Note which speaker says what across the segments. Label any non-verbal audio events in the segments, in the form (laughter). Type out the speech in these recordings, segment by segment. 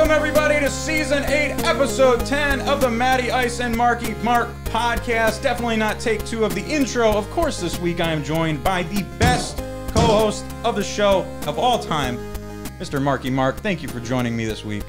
Speaker 1: to season 8, episode 10 of the Matty Ice and Marky Mark podcast. Definitely not take two of the intro. Of course, this week I am joined by the best co host of the show of all time, Mr. Marky Mark. Thank you for joining me this week.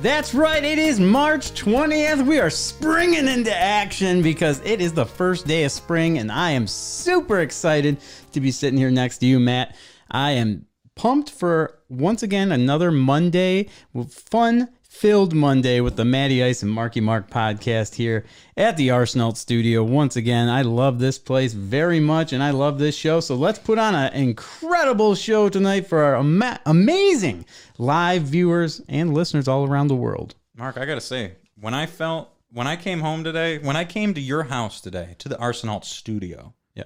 Speaker 2: That's right, it is March 20th. We are springing into action because it is the first day of spring, and I am super excited to be sitting here next to you, Matt. I am pumped for once again another Monday, fun filled Monday with the Matty Ice and Marky Mark podcast here at the Arsenal Studio. Once again, I love this place very much and I love this show. So let's put on an incredible show tonight for our ama- amazing live viewers and listeners all around the world.
Speaker 1: Mark, I got to say, when I felt, when I came home today, when I came to your house today, to the Arsenal studio,
Speaker 2: Yeah.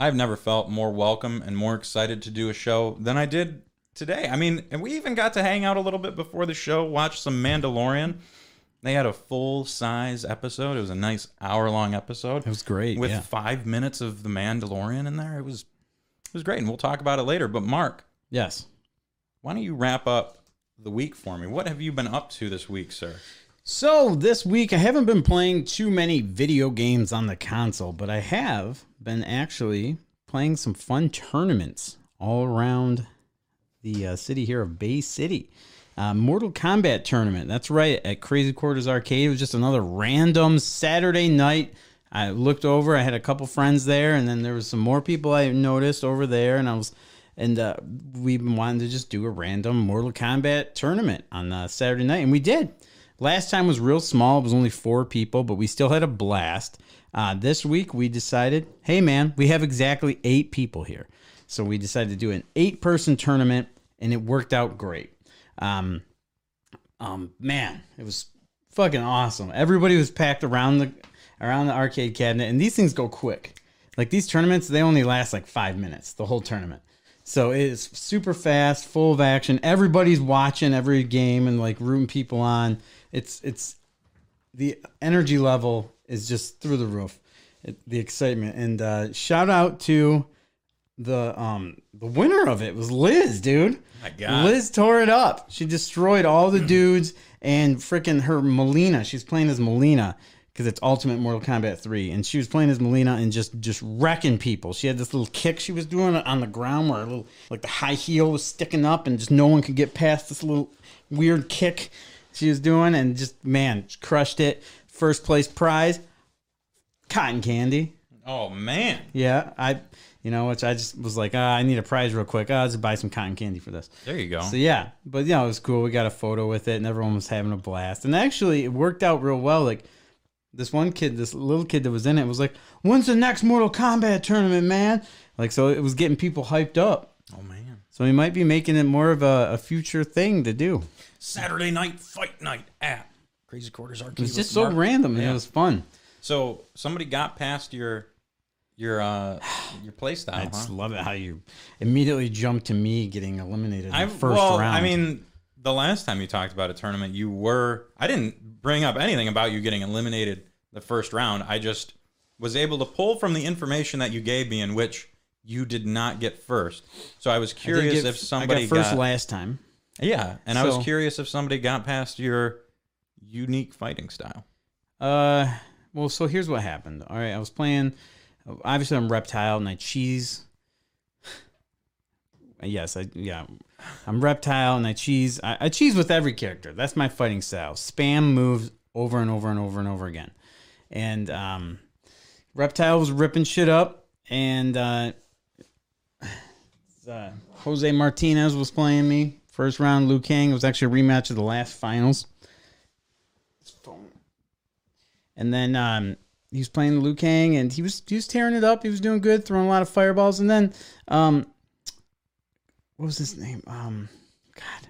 Speaker 1: I've never felt more welcome and more excited to do a show than I did today. I mean, and we even got to hang out a little bit before the show, watch some Mandalorian. They had a full size episode. It was a nice hour long episode. It
Speaker 2: was great,
Speaker 1: With
Speaker 2: yeah.
Speaker 1: five minutes of the Mandalorian in there. It was it was great. And we'll talk about it later. But Mark,
Speaker 2: Yes.
Speaker 1: why don't you wrap up the week for me? What have you been up to this week, sir?
Speaker 2: So this week I haven't been playing too many video games on the console, but I have been actually playing some fun tournaments all around the uh, city here of Bay City. Uh, Mortal Kombat tournament. That's right at Crazy Quarters Arcade. It was just another random Saturday night. I looked over. I had a couple friends there, and then there was some more people I noticed over there, and I was, and uh, we've been wanting to just do a random Mortal Kombat tournament on uh, Saturday night, and we did. Last time was real small. It was only four people, but we still had a blast. Uh, this week we decided, hey man, we have exactly eight people here. So we decided to do an eight person tournament and it worked out great. Um, um, man, it was fucking awesome. Everybody was packed around the around the arcade cabinet, and these things go quick. Like these tournaments, they only last like five minutes, the whole tournament. So it is super fast, full of action. Everybody's watching every game and like rooting people on. It's it's the energy level is just through the roof. It, the excitement and uh, shout out to the um the winner of it was Liz, dude.
Speaker 1: My God.
Speaker 2: Liz tore it up. She destroyed
Speaker 1: (clears throat)
Speaker 2: all the dudes and freaking her Melina. She's playing as Melina because it's Ultimate Mortal Kombat 3. And she was playing as Melina and just just wrecking people. She had this little kick she was doing on the ground where a little like the high heel was sticking up and just no one could get past this little weird kick she was doing and just man, crushed it. First place prize, cotton candy.
Speaker 1: Oh man.
Speaker 2: Yeah, I, you know, which I just was like, ah, I need a prize real quick. Ah, I'll just buy some cotton candy for this.
Speaker 1: There you go.
Speaker 2: So yeah, but you know, it was cool. We got a photo with it, and everyone was having a blast. And actually, it worked out real well. Like this one kid, this little kid that was in it, was like, "When's the next Mortal Kombat tournament, man?" Like so, it was getting people hyped up.
Speaker 1: oh man.
Speaker 2: So we might be making it more of a, a future thing to do.
Speaker 1: Saturday night fight night at Crazy Quarters Arcade.
Speaker 2: It's just so random, and it was fun.
Speaker 1: So somebody got past your your uh (sighs) your play
Speaker 2: I
Speaker 1: style,
Speaker 2: just
Speaker 1: huh?
Speaker 2: love it how you immediately jump to me getting eliminated in the
Speaker 1: I'm-
Speaker 2: first
Speaker 1: well,
Speaker 2: round.
Speaker 1: I mean, the last time you talked about a tournament, you were I didn't bring up anything about you getting eliminated the first round. I just was able to pull from the information that you gave me in which you did not get first. So I was
Speaker 2: I did
Speaker 1: curious
Speaker 2: get-
Speaker 1: if somebody
Speaker 2: I got first
Speaker 1: got-
Speaker 2: last time.
Speaker 1: Yeah, and I
Speaker 2: So-
Speaker 1: was curious if somebody got past your unique fighting style.
Speaker 2: Uh, well, so here's what happened. All right, I was playing. Obviously, I'm reptile and I cheese. (sighs) Yes, I yeah, I'm reptile and I cheese. I, I cheese with every character. That's my fighting style. Spam moves over and over and over and over again. And um, reptile was ripping shit up, and uh, (sighs) uh, Jose Martinez was playing me first round. Liu Kang it was actually a rematch of the last finals. And then um, he was playing Liu Kang, and he was he was tearing it up. He was doing good, throwing a lot of fireballs. And then, um, what was his name? Um, God,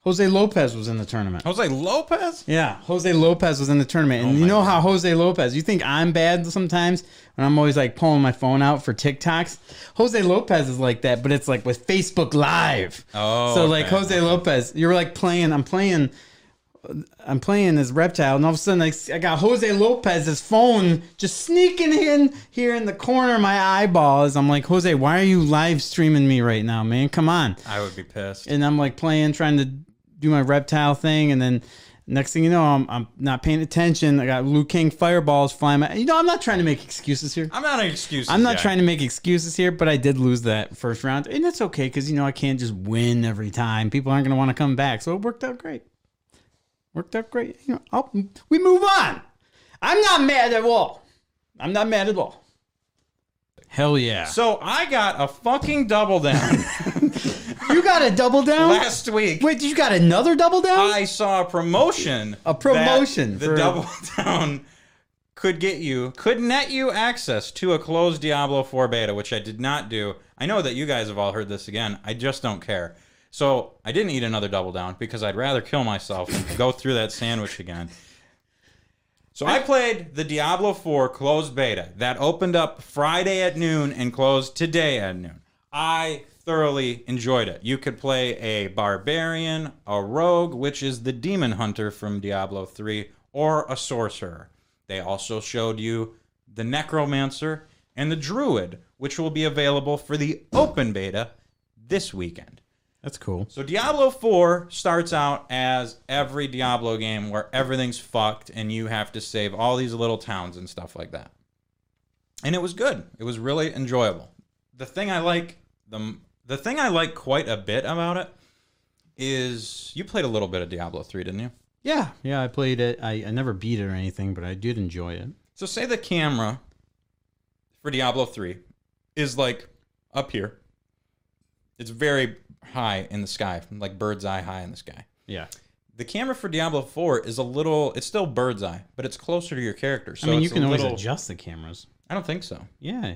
Speaker 2: Jose Lopez was in the tournament.
Speaker 1: Jose Lopez?
Speaker 2: Yeah, Jose Lopez was in the tournament, and you know how Jose Lopez. You think I'm bad sometimes when I'm always like pulling my phone out for TikToks. Jose Lopez is like that, but it's like with Facebook Live.
Speaker 1: Oh,
Speaker 2: so like
Speaker 1: okay.
Speaker 2: Jose Lopez, you're like playing. I'm playing. I'm playing as reptile, and all of a sudden, I, s- I got Jose Lopez's phone just sneaking in here in the corner of my eyeballs. I'm like, Jose, why are you live streaming me right now, man? Come on!
Speaker 1: I would be pissed.
Speaker 2: And I'm like playing, trying to do my reptile thing, and then next thing you know, I'm, I'm not paying attention. I got Liu King fireballs flying. My, you know, I'm not trying to make excuses here.
Speaker 1: I'm not an excuse.
Speaker 2: I'm not trying to make excuses here, but I did lose that first round, and it's okay because you know I can't just win every time. People aren't going to want to come back, so it worked out great. Worked out great. You know, I'll, we move on. I'm not mad at all. I'm not mad at all. Hell yeah!
Speaker 1: So I got a fucking double
Speaker 2: (laughs)
Speaker 1: down
Speaker 2: you got a double down
Speaker 1: last Uh, week.
Speaker 2: Wait, you got another double down?
Speaker 1: I saw a promotion.
Speaker 2: A
Speaker 1: that
Speaker 2: promotion
Speaker 1: The
Speaker 2: for-
Speaker 1: double (laughs) down could get you, could net you access to a closed Diablo 4 beta, which I did not do. I know that you guys have all heard this again. I just don't care. So I didn't eat another double down because I'd rather kill myself than go through that sandwich again. So I played the Diablo 4 closed beta that opened up Friday at noon and closed today at noon. I thoroughly enjoyed it. You could play a barbarian, a rogue, which is the demon hunter from Diablo 3, or a sorcerer. They also showed you the necromancer and the druid, which will be available for the open beta this weekend.
Speaker 2: That's cool.
Speaker 1: So Diablo 4 starts out as every Diablo game where everything's fucked and you have to save all these little towns and stuff like that. And it was good. It was really enjoyable. The thing I like the the thing I like quite a bit about it is you played a little bit of Diablo 3, didn't you?
Speaker 2: Yeah, yeah. I played it. I, I never beat it or anything, but I did enjoy it.
Speaker 1: So say the camera for Diablo 3 is like up here. It's very high in the sky, like bird's eye high in the sky.
Speaker 2: Yeah.
Speaker 1: The camera for Diablo 4 is a little, it's still bird's eye, but it's closer to your character. So
Speaker 2: I mean, you
Speaker 1: it's a
Speaker 2: can always
Speaker 1: little-
Speaker 2: adjust the cameras.
Speaker 1: I don't think so.
Speaker 2: Yeah,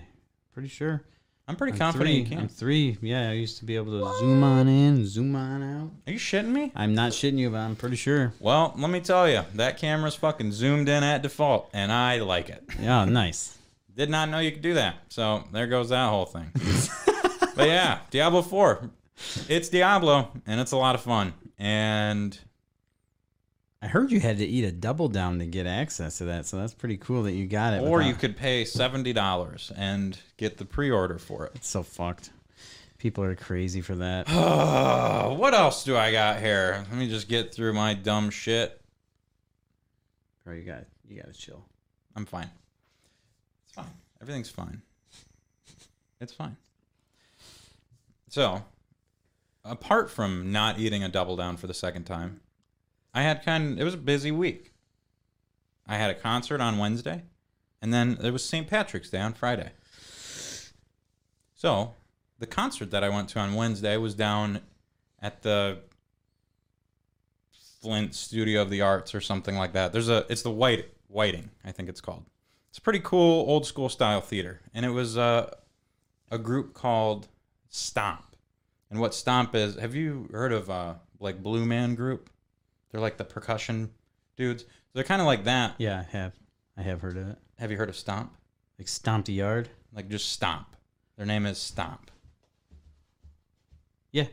Speaker 2: pretty sure.
Speaker 1: I'm pretty
Speaker 2: On
Speaker 1: confident
Speaker 2: three,
Speaker 1: you can.
Speaker 2: on three. Yeah, I used to be able to zoom on in, zoom on out.
Speaker 1: Are you shitting me?
Speaker 2: I'm not shitting you, but I'm pretty sure.
Speaker 1: Well, let me tell you, that camera's fucking zoomed in at default, and I like it.
Speaker 2: Yeah, (laughs) nice.
Speaker 1: Did not know you could do that. So there goes that whole
Speaker 2: (laughs)
Speaker 1: thing. but yeah, Diablo 4. It's Diablo, and it's a lot of fun. And
Speaker 2: I heard you had to eat a double down to get access to that, so that's pretty cool that you got it.
Speaker 1: or
Speaker 2: (laughs) without-
Speaker 1: you could pay $70 and get the pre-order for it. (sighs)
Speaker 2: It's so fucked. People are crazy for that.
Speaker 1: Uh, what else do I got here? Let me just get through my dumb shit.
Speaker 2: Bro, you got you got to chill.
Speaker 1: I'm fine. It's fine. Everything's fine. It's fine. So, apart from not eating a double down for the second time, I had kind of, it was a busy week. I had a concert on Wednesday, and then there was St. Patrick's Day on Friday. So, the concert that I went to on Wednesday was down at the Flint Studio of the Arts or something like that. There's a it's the White Whiting, I think it's called. It's pretty cool old school style theater, and it was uh, a group called Stomp. And what Stomp is? Have you heard of uh, like Blue Man Group? They're like the percussion dudes. They're kind of like that.
Speaker 2: Yeah, I have. I have heard of it.
Speaker 1: Have you heard of Stomp?
Speaker 2: Like stomped a yard.
Speaker 1: Like just Stomp. Their name is Stomp.
Speaker 2: Yeah.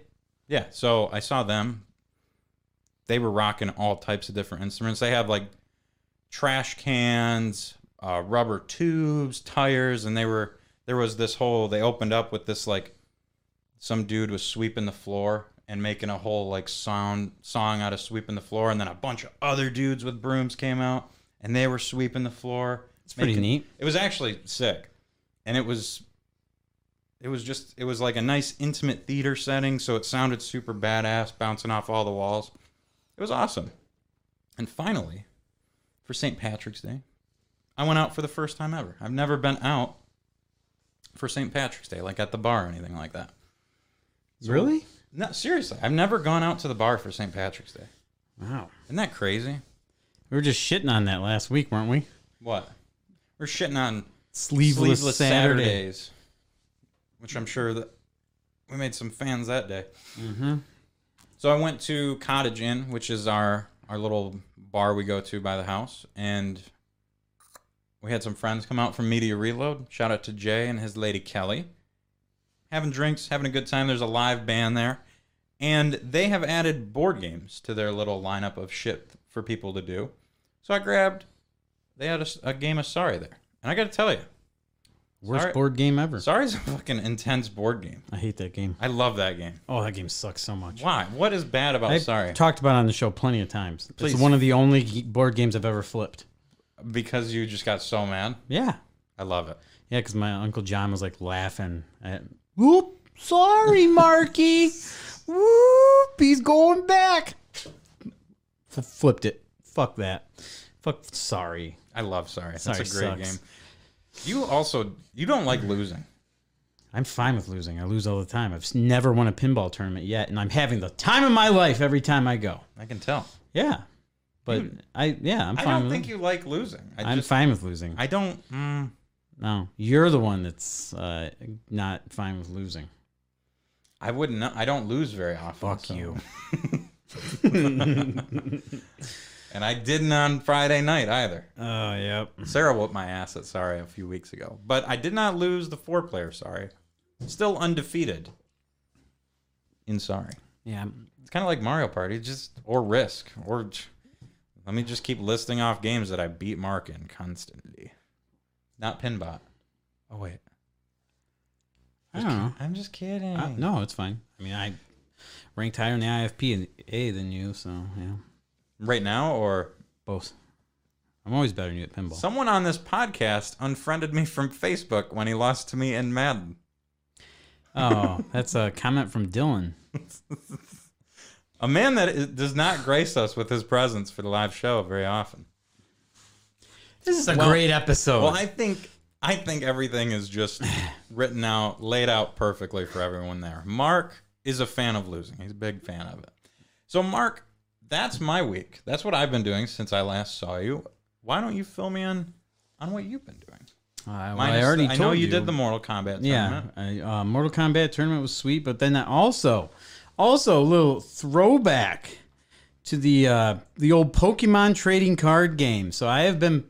Speaker 1: Yeah, so I saw them. They were rocking all types of different instruments. They have like trash cans, uh, rubber tubes, tires, and they were there was this whole they opened up with this like some dude was sweeping the floor and making a whole like sound song out of sweeping the floor, and then a bunch of other dudes with brooms came out and they were sweeping the floor.
Speaker 2: It's pretty neat.
Speaker 1: It was actually sick, and it was it was just it was like a nice intimate theater setting so it sounded super badass bouncing off all the walls it was awesome and finally for st patrick's day i went out for the first time ever i've never been out for st patrick's day like at the bar or anything like that
Speaker 2: really?
Speaker 1: no seriously i've never gone out to the bar for st patrick's day
Speaker 2: Wow.
Speaker 1: isn't that crazy
Speaker 2: We were just shitting on that last week, weren't we?
Speaker 1: what we're shitting on
Speaker 2: Sleeveless,
Speaker 1: sleeveless
Speaker 2: Saturday.
Speaker 1: saturdays which i'm sure that we made some fans that day
Speaker 2: Mm-hmm.
Speaker 1: So I went to Cottage Inn, which is our our little bar we go to by the house, and we had some friends come out from Media Reload. Shout out to Jay and his lady Kelly. Having drinks, having a good time. There's a live band there, and they have added board games to their little lineup of shit for people to do. So I grabbed. They had a, s- a game of Sorry there, and I got to tell you,
Speaker 2: Worst
Speaker 1: Sorry-
Speaker 2: board game ever.
Speaker 1: Sorry is a fucking intense board game.
Speaker 2: I hate that game.
Speaker 1: I love that game.
Speaker 2: Oh, that game sucks so much.
Speaker 1: Why? What is bad about
Speaker 2: I
Speaker 1: Oh, Sorry?
Speaker 2: talked about it on the show plenty of times.
Speaker 1: Please.
Speaker 2: It's one of the only g- board games I've ever flipped.
Speaker 1: because you just got so mad.
Speaker 2: Yeah.
Speaker 1: I love it.
Speaker 2: Yeah, because my uncle John was like laughing at. Whoop! (laughs) Sorry, Marky. Whoop! He's going back. F- flipped it. Fuck that. Fuck. Sorry.
Speaker 1: I love Sorry. That's a
Speaker 2: Sorry
Speaker 1: great
Speaker 2: sucks.
Speaker 1: game. You also you don't like losing.
Speaker 2: I'm fine with losing. I lose all the time. I've s- never won a pinball tournament yet, and I'm having the time of my life every time I go.
Speaker 1: I can tell.
Speaker 2: Yeah, but I yeah, I'm
Speaker 1: I
Speaker 2: fine.
Speaker 1: don't
Speaker 2: with
Speaker 1: think
Speaker 2: it.
Speaker 1: you like losing. I
Speaker 2: I'm
Speaker 1: just
Speaker 2: fine with losing.
Speaker 1: I don't. Mm,
Speaker 2: no, you're the one that's uh, not fine with losing.
Speaker 1: I wouldn't. know- I don't lose very often.
Speaker 2: Fuck
Speaker 1: so-
Speaker 2: you.
Speaker 1: (laughs) And I didn't on Friday night either.
Speaker 2: Oh, yep.
Speaker 1: Sarah whooped my ass at Sorry a few weeks ago, but I did not lose the four player Sorry. Still undefeated in Sorry.
Speaker 2: Yeah,
Speaker 1: It's kind of like Mario Party, just or Risk, or j- let me just keep listing off games that I beat Mark in constantly. Not Pinbot. Oh wait,
Speaker 2: I don't know.
Speaker 1: I'm just kidding.
Speaker 2: Uh, no, it's fine. I mean, I ranked higher in the IFP and A than you, so yeah,
Speaker 1: Right now, or
Speaker 2: both. I'm always better than you at pinball.
Speaker 1: someone on this podcast unfriended me from Facebook when he lost to me in Madden.
Speaker 2: oh, that's a comment from Dylan.
Speaker 1: A man that is, does not grace us with his presence for the live show very often.
Speaker 2: This is a great episode.
Speaker 1: Well, I think I think everything is just
Speaker 2: (laughs)
Speaker 1: written out, laid out perfectly for everyone there. Mark is a fan of losing. He's a big fan of it. So Mark, that's my week. That's what I've been doing since I last saw you. Why don't you fill me in on what you've been doing?
Speaker 2: Uh, well,
Speaker 1: Mine
Speaker 2: I
Speaker 1: is-
Speaker 2: already
Speaker 1: I
Speaker 2: told
Speaker 1: know you, did the Mortal Kombat
Speaker 2: Yeah,
Speaker 1: tournament.
Speaker 2: I, uh, Mortal Kombat tournament was sweet, but then I also, also a little throwback to the uh, the old Pokemon trading card game. So I have been,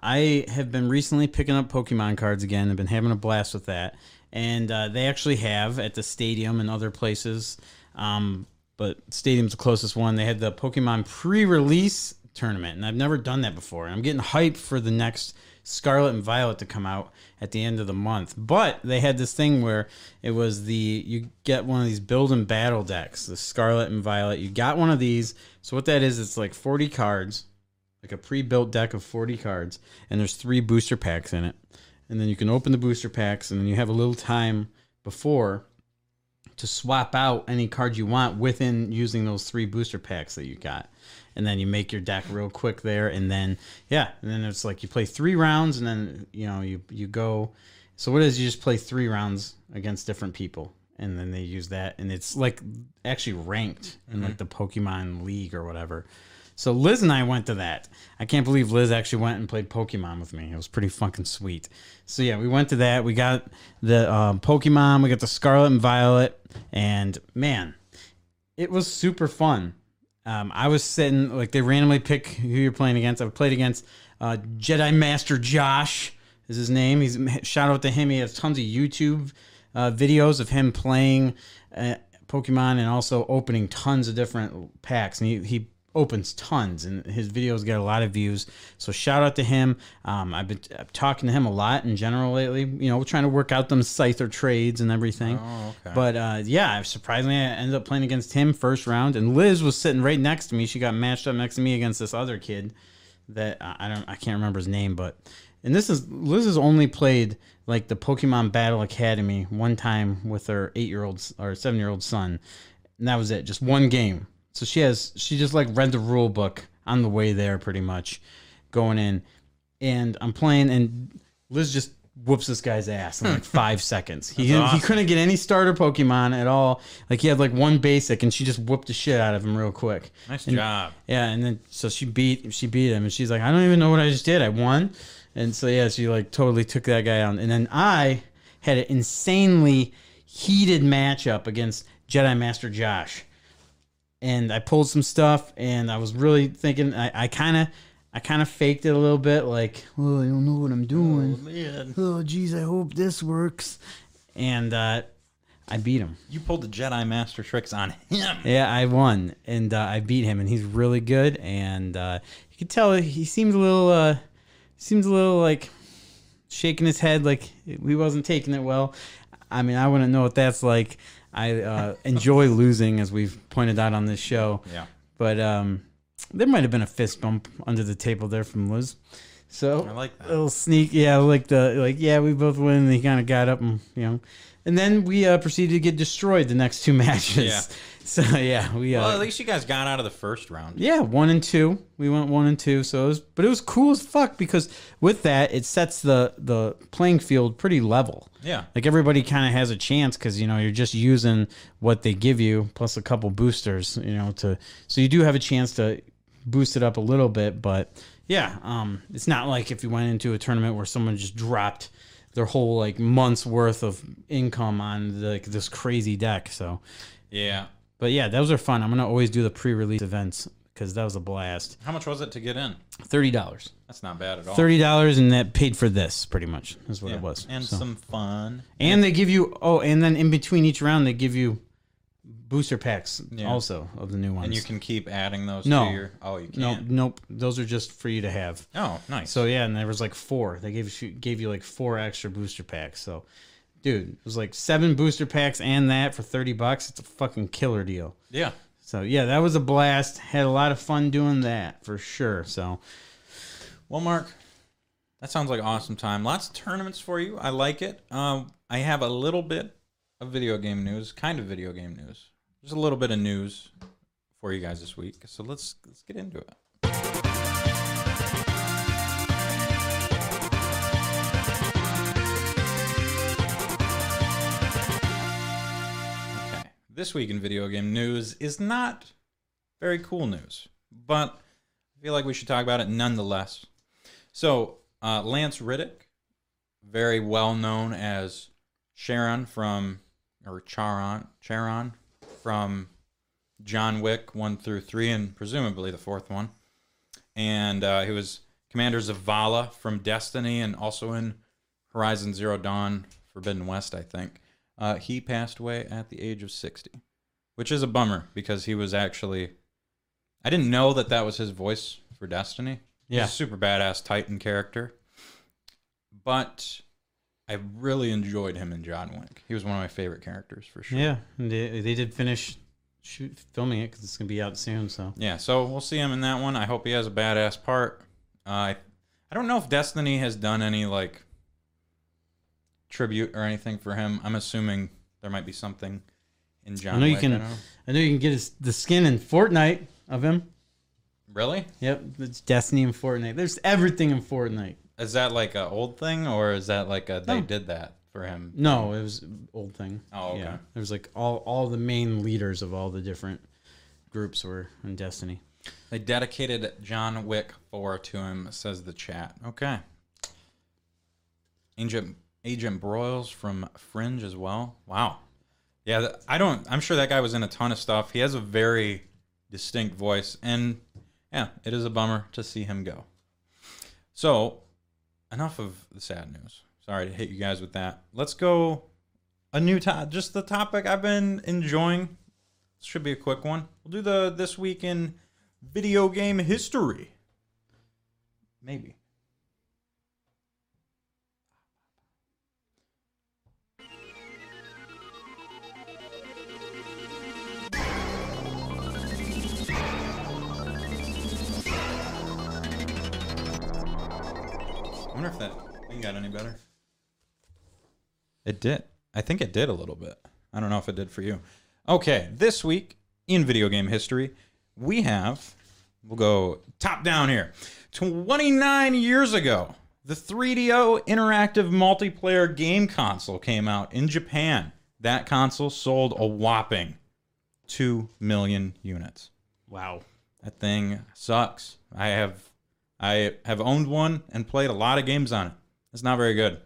Speaker 2: I have been recently picking up Pokemon cards again. I've been having a blast with that, and uh, they actually have at the stadium and other places. Um, but stadium's the closest one. They had the Pokemon pre-release tournament, and I've never done that before. And I'm getting hyped for the next Scarlet and Violet to come out at the end of the month. But they had this thing where it was the you get one of these build and battle decks, the Scarlet and Violet. You got one of these. So what that is, it's like 40 cards, like a pre-built deck of 40 cards, and there's three booster packs in it. And then you can open the booster packs, and then you have a little time before to swap out any card you want within using those three booster packs that you got. And then you make your deck real quick there, and then yeah, and then it's like you play three rounds, and then you know you you go. So what is you just play three rounds against different people, and then they use that, and it's like actually ranked in like the Pokemon League or whatever. So Liz and I went to that. I can't believe Liz actually went and played Pokemon with me. It was pretty fucking sweet. So yeah, we went to that. We got the um, Pokemon. We got the Scarlet and Violet, and man, it was super fun. Um, I was sitting like they randomly pick who you're playing against. I've played against uh, Jedi Master Josh is his name. He's shout out to him. He has tons of YouTube uh, videos of him playing uh, Pokemon and also opening tons of different packs. And he, he opens tons, and his videos get a lot of views. So shout out to him. Um, I've been i talking to him a lot in general lately. You know, we're trying to work out them Scyther trades and everything.
Speaker 1: Oh, okay.
Speaker 2: But uh, yeah, surprisingly, I ended up playing against him first round, and Liz was sitting right next to me. She got matched up next to me against this other kid that I I don't, I can't remember his name, but and this is Liz has only played like the Pokemon Battle Academy one time with her eight year old or seven year old son, and that was it, just one game. So she has she just like read the rule book on the way there, pretty much, going in, and I'm playing, and Liz just whoops this guy's ass in like five seconds. He didn't- he couldn't get any starter Pokemon at all. Like he had like one basic, and she just whooped the shit out of him real quick.
Speaker 1: nice job.
Speaker 2: Yeah, and then so she beat she beat him, and she's like, I don't even know what I just did. I won, and so yeah, she like totally took that guy out. And then I had an insanely heated matchup against Jedi Master Josh, and I pulled some stuff, and I was really thinking I kind of I kind of faked it a little bit, like, oh, I don't know what I'm doing. Oh, geez, I hope this works. And uh, I beat him.
Speaker 1: You pulled the Jedi Master tricks on him.
Speaker 2: Yeah, I won, and uh, I beat him, and he's really good. And uh, you could tell he seemed a little, uh, seemed a little like shaking his head like he wasn't taking it well. I mean, I wouldn't know what that's like. I uh, enjoy losing, as we've pointed out on this show.
Speaker 1: Yeah.
Speaker 2: But um, there might have been a fist bump under the table there from Liz. So
Speaker 1: I like that.
Speaker 2: a little sneak, yeah, like the like yeah, we both win. And he kind of got up and you know, and then we uh, proceeded to get destroyed the next two (laughs) matches.
Speaker 1: Yeah.
Speaker 2: So yeah, we uh,
Speaker 1: Well, at least you guys got out of the first round.
Speaker 2: yeah, one and two. We went one and two. So it was, but it was cool as fuck because with that it sets the the playing field pretty level.
Speaker 1: Yeah.
Speaker 2: Like everybody kind of has a chance because you know you're just using what they give you plus a couple boosters. You know to so you do have a chance to boost it up a little bit, but yeah, um, it's not like if you went into a tournament where someone just dropped their whole like month's worth of income on like this crazy deck. So
Speaker 1: Yeah.
Speaker 2: but yeah, those are fun. I'm gonna always do the pre-release events because that was a blast.
Speaker 1: How much was it to get in?
Speaker 2: Thirty dollars,
Speaker 1: That's not bad at all.
Speaker 2: thirty dollars, and that paid for this pretty much is what
Speaker 1: Yeah.
Speaker 2: it was.
Speaker 1: And
Speaker 2: So-
Speaker 1: some fun.
Speaker 2: and they give you oh, and then in between each round they give you booster packs
Speaker 1: Yeah.
Speaker 2: also of the new ones.
Speaker 1: And you can keep adding those
Speaker 2: No.
Speaker 1: to your. Oh, you
Speaker 2: no,
Speaker 1: can't.
Speaker 2: nope, those are just for you to have.
Speaker 1: Oh, nice.
Speaker 2: So yeah, and there was like four. They gave you gave you like four extra booster packs. So, dude, it was like seven booster packs and that for thirty bucks. It's a fucking killer deal.
Speaker 1: yeah.
Speaker 2: So yeah, that was a blast. Had a lot of fun doing that for sure. So
Speaker 1: Well, Mark, that sounds like an awesome time. Lots of tournaments for you. I like it. Um, I have a little bit of video game news, kind of video game news. Just a little bit of news for you guys this week. So let's let's get into it. Okay. This week in video game news is not very cool news, but I feel like we should talk about it nonetheless. So, uh, Lance Riddick, very well known as Sharon from, or Charon, Charon from John Wick 1 through 3, and presumably the fourth one. And uh, he was Commander Zavala from Destiny and also in Horizon Zero Dawn, Forbidden West, I think. Uh, he passed away at the age of 60, which is a bummer because he was actually I didn't know that that was his voice for Destiny. He's
Speaker 2: Yeah.
Speaker 1: a super badass Titan character. But I really enjoyed him in John Wick. He was one of my favorite characters for sure.
Speaker 2: yeah, and they, they did finish shoot, filming it because it's gonna be out soon. So
Speaker 1: Yeah, so we'll see him in that one. I hope he has a badass part. Uh, I I don't know if Destiny has done any like tribute or anything for him. I'm assuming there might be something in John.
Speaker 2: I know you
Speaker 1: Wick,
Speaker 2: can.
Speaker 1: don't know.
Speaker 2: I know you can get his, the skin in Fortnite of him.
Speaker 1: Really?
Speaker 2: Yep, it's Destiny and Fortnite. There's everything in Fortnite.
Speaker 1: Is that like a old thing, or is that like a they
Speaker 2: No.
Speaker 1: did that for him?
Speaker 2: No, it was old thing.
Speaker 1: Oh, okay.
Speaker 2: There's like all all the main leaders of all the different groups were in Destiny.
Speaker 1: They dedicated John Wick 4 to him, says the chat. Okay. Agent Agent Broyles from Fringe as well. Wow. Yeah, th- I don't I'm sure that guy was in a ton of stuff. He has a very distinct voice and yeah, it is a bummer to see him go. So, enough of the sad news. Sorry to hit you guys with that. Let's go a new top just the topic I've been enjoying. This should be a quick one. We'll do the this week in video game history. Maybe. I wonder if that thing got any better. It did. I think it did a little bit. I don't know if it did for you. Okay, this week in video game history, we have, we'll go top down here. 29 years ago, the 3DO interactive multiplayer game console came out in Japan. That console sold a whopping 2 million units.
Speaker 2: Wow.
Speaker 1: That thing sucks. I have I have owned one and played a lot of games on it. It's not very good.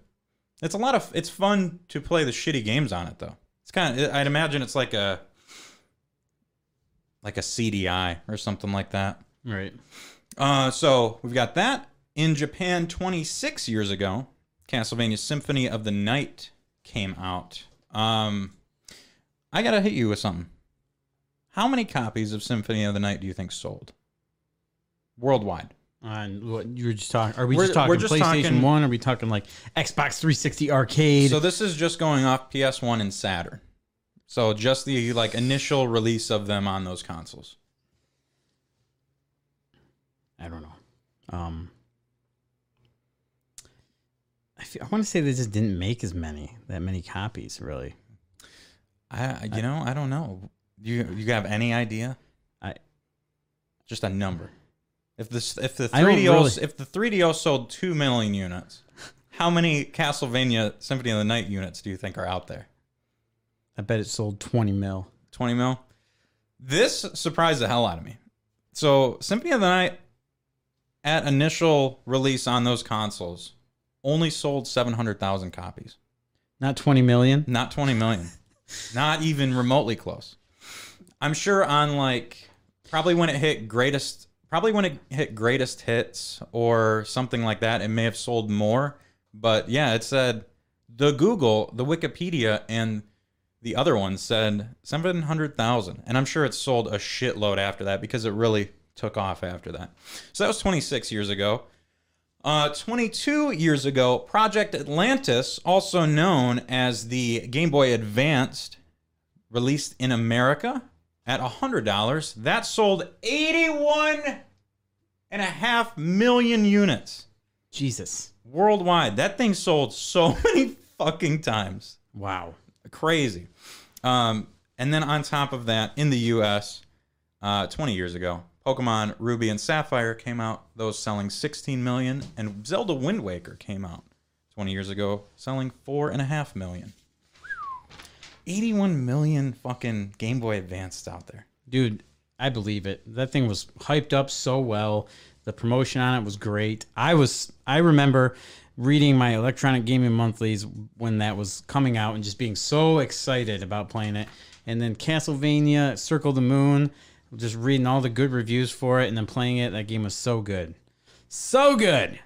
Speaker 1: It's a lot of it's fun to play the shitty games on it though. It's kind of I'd imagine it's like a like a CDI or something like that.
Speaker 2: Right.
Speaker 1: Uh, so we've got that in Japan 26 years ago. Castlevania Symphony of the Night came out. Um, I gotta hit you with something. How many copies of Symphony of the Night do you think sold worldwide?
Speaker 2: on what you were just talking. Are we
Speaker 1: We're-
Speaker 2: just talking
Speaker 1: we're just
Speaker 2: PlayStation
Speaker 1: talking-
Speaker 2: One? Are we talking like Xbox 360 Arcade?
Speaker 1: So this is just going off PS1 and Saturn. So just the like initial release of them on those consoles.
Speaker 2: I don't know. Um, I, feel, I want to say they just didn't make as many that many copies. Really,
Speaker 1: I you know I don't know. You you have any idea?
Speaker 2: I-
Speaker 1: just a number. If this if the
Speaker 2: I don't
Speaker 1: 3DO
Speaker 2: really-
Speaker 1: if the 3DO sold two million units, how many Castlevania Symphony of the Night units do you think are out there?
Speaker 2: I bet it sold 20 mil.
Speaker 1: 20 mil. This surprised the hell out of me. So, Symphony of the Night, at initial release on those consoles, only sold 700,000 copies,
Speaker 2: Not 20 million.
Speaker 1: not 20 million, not even remotely close. I'm sure on like probably when it hit greatest, probably when it hit greatest hits or something like that, it may have sold more. But yeah, it said the Google, the Wikipedia, and the other one said 700,000. And I'm sure it sold a shitload after that because it really took off after that. So that was 26 years ago. Uh, 22 years ago, Project Atlantis, also known as the Game Boy Advanced, released in America at $100. That sold 81 and a half million units
Speaker 2: Jesus.
Speaker 1: worldwide. That thing sold so (laughs) many fucking times
Speaker 2: Wow.
Speaker 1: crazy. Um, and then on top of that, in the U.S., uh, 20 years ago, Pokemon Ruby and Sapphire came out; those selling 16 million, and Zelda Wind Waker came out 20 years ago, selling four and a half million. 81 million fucking Game Boy Advanced out there.
Speaker 2: Dude, I believe it. That thing was hyped up so well. The promotion on it was great. I was I remember reading my electronic gaming monthlies when that was coming out and just being so excited about playing it. And then Castlevania, Circle the Moon, just reading all the good reviews for it and then playing it. That game was so good. So good.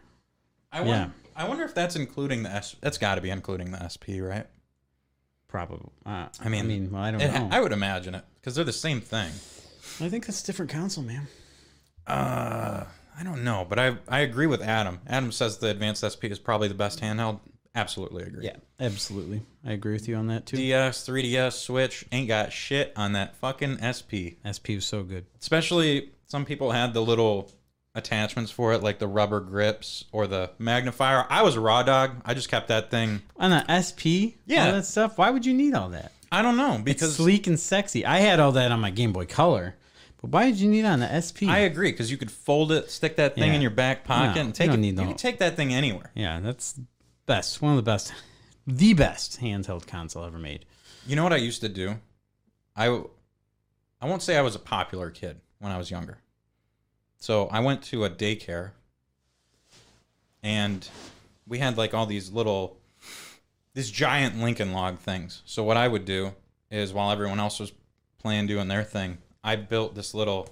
Speaker 1: I wonder,
Speaker 2: Yeah.
Speaker 1: I wonder if that's including the S. That's got to be including the SP, right?
Speaker 2: Probably. Uh, I
Speaker 1: I
Speaker 2: mean,
Speaker 1: mean,
Speaker 2: I mean, well, I don't
Speaker 1: It,
Speaker 2: know.
Speaker 1: I would imagine it because they're the same thing.
Speaker 2: I think that's a different console, man.
Speaker 1: Uh, I don't know, but I I agree with Adam. Adam says the advanced SP is probably the best handheld. Absolutely agree.
Speaker 2: Yeah, absolutely. I agree with you on that too.
Speaker 1: DS, 3DS, Switch ain't got shit on that fucking SP.
Speaker 2: SP was so good.
Speaker 1: Especially some people had the little attachments for it, like the rubber grips or the magnifier. I was a raw dog. I just kept that thing.
Speaker 2: on an SP,
Speaker 1: Yeah.
Speaker 2: all that stuff. Why would you need all that?
Speaker 1: I don't know
Speaker 2: It's
Speaker 1: because
Speaker 2: sleek and sexy. I had all that on my Game Boy Color, but why did you need it on the SP?
Speaker 1: I agree because you could fold it, stick that thing
Speaker 2: Yeah.
Speaker 1: in your back pocket,
Speaker 2: No,
Speaker 1: and
Speaker 2: you
Speaker 1: take
Speaker 2: don't
Speaker 1: it.
Speaker 2: need
Speaker 1: you
Speaker 2: the-
Speaker 1: can take that thing anywhere.
Speaker 2: yeah, that's best. One of the best, the best handheld console ever made.
Speaker 1: You know what I used to do? I I won't say I was a popular kid when I was younger. So I went to a daycare and we had like all these little these giant Lincoln log things. So what I would do is while everyone else was playing doing their thing, I built this little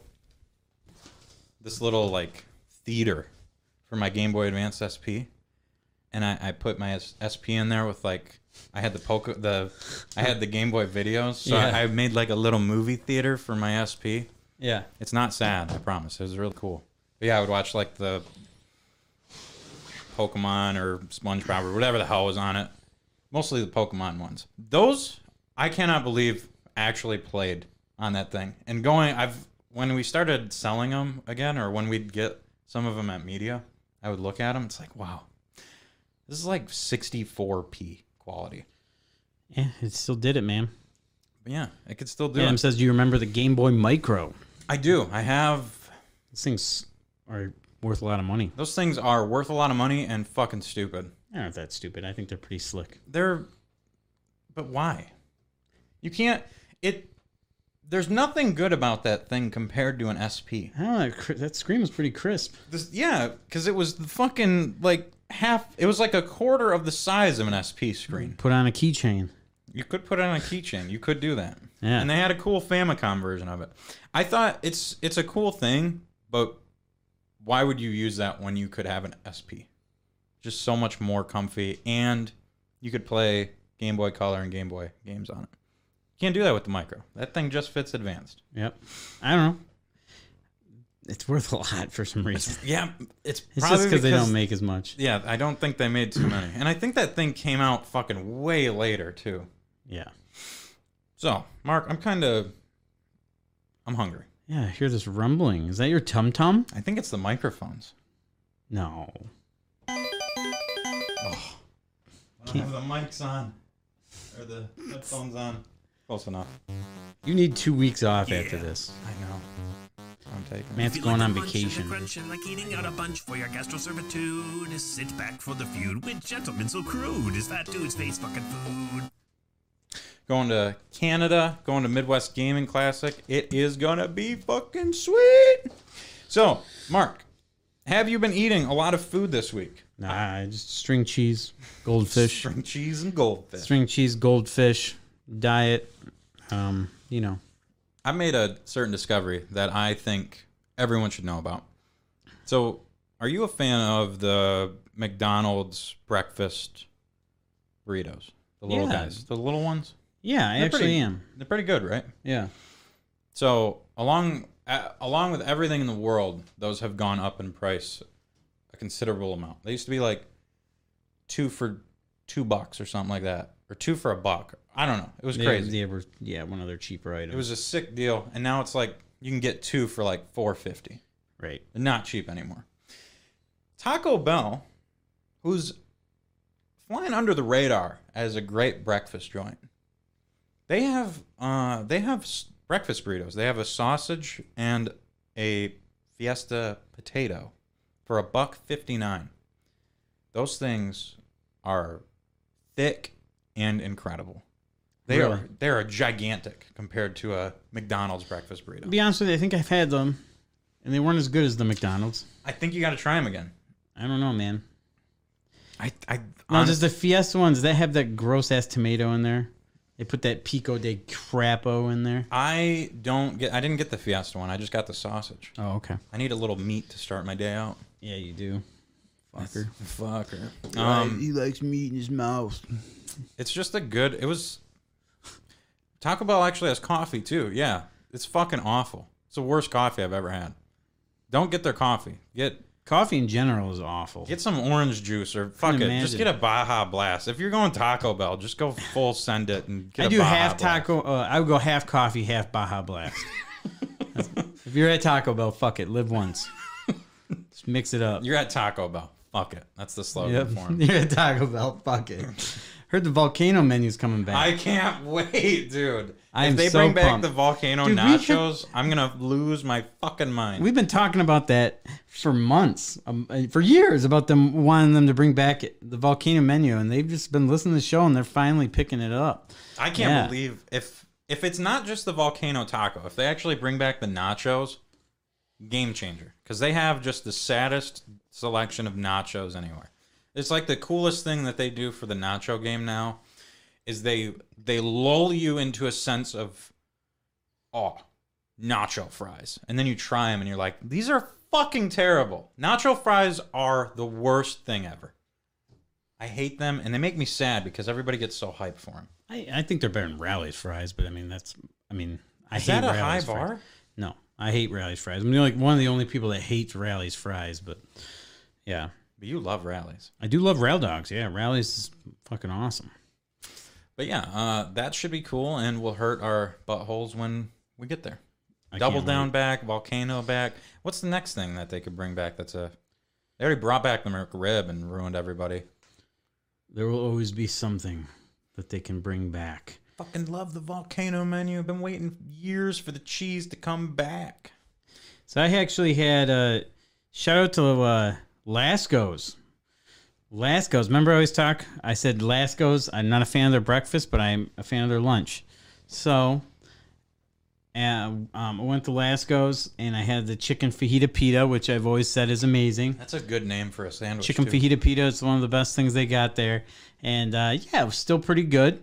Speaker 1: this little like theater for my Game Boy Advance SP. And I, I put my S- SP in there with like I had the poker the I had the Game Boy videos. So
Speaker 2: Yeah.
Speaker 1: I, I made like a little movie theater for my SP.
Speaker 2: Yeah,
Speaker 1: It's not sad, I promise. It was really cool. But yeah, I would watch like the Pokemon or SpongeBob or whatever the hell was on it. Mostly the Pokemon ones. Those I cannot believe actually played on that thing. And going, I've when we started selling them again, or when we'd get some of them at media, I would look at them. It's like, wow, this is like 64p quality.
Speaker 2: yeah, it still did it, man.
Speaker 1: But yeah, it could still do
Speaker 2: Adam
Speaker 1: it.
Speaker 2: says, "Do you remember the Game Boy Micro?
Speaker 1: I do. I have
Speaker 2: These things are worth a lot of money.
Speaker 1: those things are worth a lot of money and fucking stupid.
Speaker 2: They're not that stupid. I think they're pretty slick.
Speaker 1: they're but why you can't it there's nothing good about that thing compared to an sp
Speaker 2: I don't know. that cri- That screen was pretty crisp.
Speaker 1: this, yeah because it was the fucking like half it was like a quarter of the size of an sp screen
Speaker 2: Put on a keychain.
Speaker 1: you could put it on a keychain you could do that
Speaker 2: Yeah.
Speaker 1: and they had a cool famicom version of it i thought it's it's a cool thing but why would you use that when you could have an sp just so much more comfy and you could play game boy color and game boy games on it can't do that with the micro that thing just fits advanced
Speaker 2: Yep. I don't know. it's worth a lot for some reason.
Speaker 1: Yeah, it's
Speaker 2: It's
Speaker 1: probably
Speaker 2: just because they don't make as much.
Speaker 1: Yeah, I don't think they made too many, and I think that thing came out fucking way later too.
Speaker 2: Yeah.
Speaker 1: So, Mark, I'm kind of, I'm hungry.
Speaker 2: Yeah, I hear this rumbling. Is that your tum tum?
Speaker 1: I think it's the microphones.
Speaker 2: No.
Speaker 1: I don't have the mics on or the headphones on. Close enough.
Speaker 2: You need two weeks off after this.
Speaker 1: I know. I'm taking. it.
Speaker 2: Matt's
Speaker 3: Feel
Speaker 2: going
Speaker 3: like
Speaker 2: on
Speaker 3: the munch and the
Speaker 2: vacation.
Speaker 3: crunch and like eating out a bunch for your gastro servitude. Sit back for the feud with gentlemen so crude. Is that dude's face fucking food?
Speaker 1: Going to Canada. Going to Midwest Gaming Classic. It is gonna be fucking sweet. So, Mark, have you been eating a lot of food this week? (laughs)
Speaker 2: Nah, just string cheese, goldfish,
Speaker 1: String cheese and goldfish.
Speaker 2: string cheese, goldfish diet. Um, you know,
Speaker 1: I made a certain discovery that I think everyone should know about. So, are you a fan of the McDonald's breakfast burritos? The little
Speaker 2: Yeah.
Speaker 1: guys, the little ones.
Speaker 2: yeah, I
Speaker 1: They're
Speaker 2: actually
Speaker 1: pretty-
Speaker 2: am.
Speaker 1: They're pretty good, right?
Speaker 2: Yeah,
Speaker 1: So, along uh, along with everything in the world, those have gone up in price a considerable amount. They used to be like two for two bucks or something like that, or two for a buck. I don't know. It was
Speaker 2: they,
Speaker 1: crazy.
Speaker 2: They were, yeah, one of their cheaper items.
Speaker 1: It was a sick deal, and now it's like you can get two for like four fifty.
Speaker 2: right.
Speaker 1: Not cheap anymore. Taco Bell, who's flying under the radar as a great breakfast joint, they have uh, they have s- breakfast burritos. They have a sausage and a fiesta potato for a buck fifty nine. Those things are thick and incredible. They
Speaker 2: Really?
Speaker 1: are they are gigantic compared to a McDonald's breakfast burrito.
Speaker 2: To be honest with you, I think I've had them, and they weren't as good as the McDonald's.
Speaker 1: I think you got to try them again.
Speaker 2: I don't know, man.
Speaker 1: I, I
Speaker 2: No, just the Fiesta ones that have that gross ass tomato in there. They put that pico de crapo in there.
Speaker 1: I don't get. I didn't get the Fiesta one. I just got the sausage.
Speaker 2: Oh, okay.
Speaker 1: I need a little meat to start my day out.
Speaker 2: Yeah, you do. Fucker.
Speaker 1: Fucker. Um,
Speaker 2: he likes meat in his mouth.
Speaker 1: it's just a good. It was. Taco Bell actually has coffee too. Yeah, it's fucking awful. It's the worst coffee I've ever had. Don't get their coffee. Get
Speaker 2: Coffee in general is awful.
Speaker 1: get some orange juice or fuck it.
Speaker 2: Couldn't
Speaker 1: Just
Speaker 2: imagine.
Speaker 1: get a Baja Blast. If you're going Taco Bell, just go full send it and get.
Speaker 2: I
Speaker 1: a
Speaker 2: do
Speaker 1: Baja
Speaker 2: half
Speaker 1: Blast.
Speaker 2: taco. Uh, I would go half coffee, half Baja
Speaker 1: (laughs)
Speaker 2: Blast. if you're at Taco Bell, fuck it, live once. Just mix it up.
Speaker 1: You're at Taco Bell. Fuck it. That's the slogan
Speaker 2: Yep.
Speaker 1: for 'em.
Speaker 2: (laughs) you're at Taco Bell, fuck it. Heard the volcano menu's coming back.
Speaker 1: I can't (laughs) wait, dude.
Speaker 2: I
Speaker 1: if
Speaker 2: am
Speaker 1: they
Speaker 2: so
Speaker 1: bring back
Speaker 2: pumped.
Speaker 1: the volcano
Speaker 2: Dude, we
Speaker 1: nachos,
Speaker 2: should-
Speaker 1: I'm gonna lose my fucking mind.
Speaker 2: We've been talking about that for months, um, uh, for years, about them wanting them to bring back the volcano menu, and they've just been listening to the show, and they're finally picking it up.
Speaker 1: I can't
Speaker 2: yeah.
Speaker 1: believe if if it's not just the volcano taco, if they actually bring back the nachos, game changer. Because they have just the saddest selection of nachos anywhere. It's like the coolest thing that they do for the nacho game now is they they lull you into a sense of awe. Nacho fries, and then you try them, and you're like, these are fucking terrible. Nacho fries are the worst thing ever. I hate them, and they make me sad because everybody gets so hyped for them.
Speaker 2: I, I think they're better than Rally's fries, but I mean that's, I mean, I
Speaker 1: Is
Speaker 2: hate
Speaker 1: that a high
Speaker 2: Rally's fries.
Speaker 1: bar?
Speaker 2: No, I hate Rally's fries. I'm the only one of the only people that hates Rally's fries, but yeah,
Speaker 1: But you love rallies.
Speaker 2: I do love rail dogs. Yeah, Rally's is fucking awesome.
Speaker 1: But yeah, uh, that should be cool and will hurt our buttholes when we get there.
Speaker 2: I
Speaker 1: Double
Speaker 2: can't
Speaker 1: down
Speaker 2: wait.
Speaker 1: back, volcano back. What's the next thing that they could bring back that's a. They already brought back the McRib and ruined everybody.
Speaker 2: There will always be something that they can bring back.
Speaker 1: Fucking love the volcano menu. I've been waiting years for the cheese to come back.
Speaker 2: So I actually had a shout out to uh, Lasco's. Lasco's. Remember I always talk? I said Lasco's. I'm not a fan of their breakfast, but I'm a fan of their lunch. So uh, um, I went to Lasco's and I had the chicken fajita pita, which I've always said is amazing.
Speaker 1: That's a good name for a sandwich.
Speaker 2: Chicken
Speaker 1: too.
Speaker 2: fajita pita is one of the best things they got there, and uh, yeah, it was still pretty good.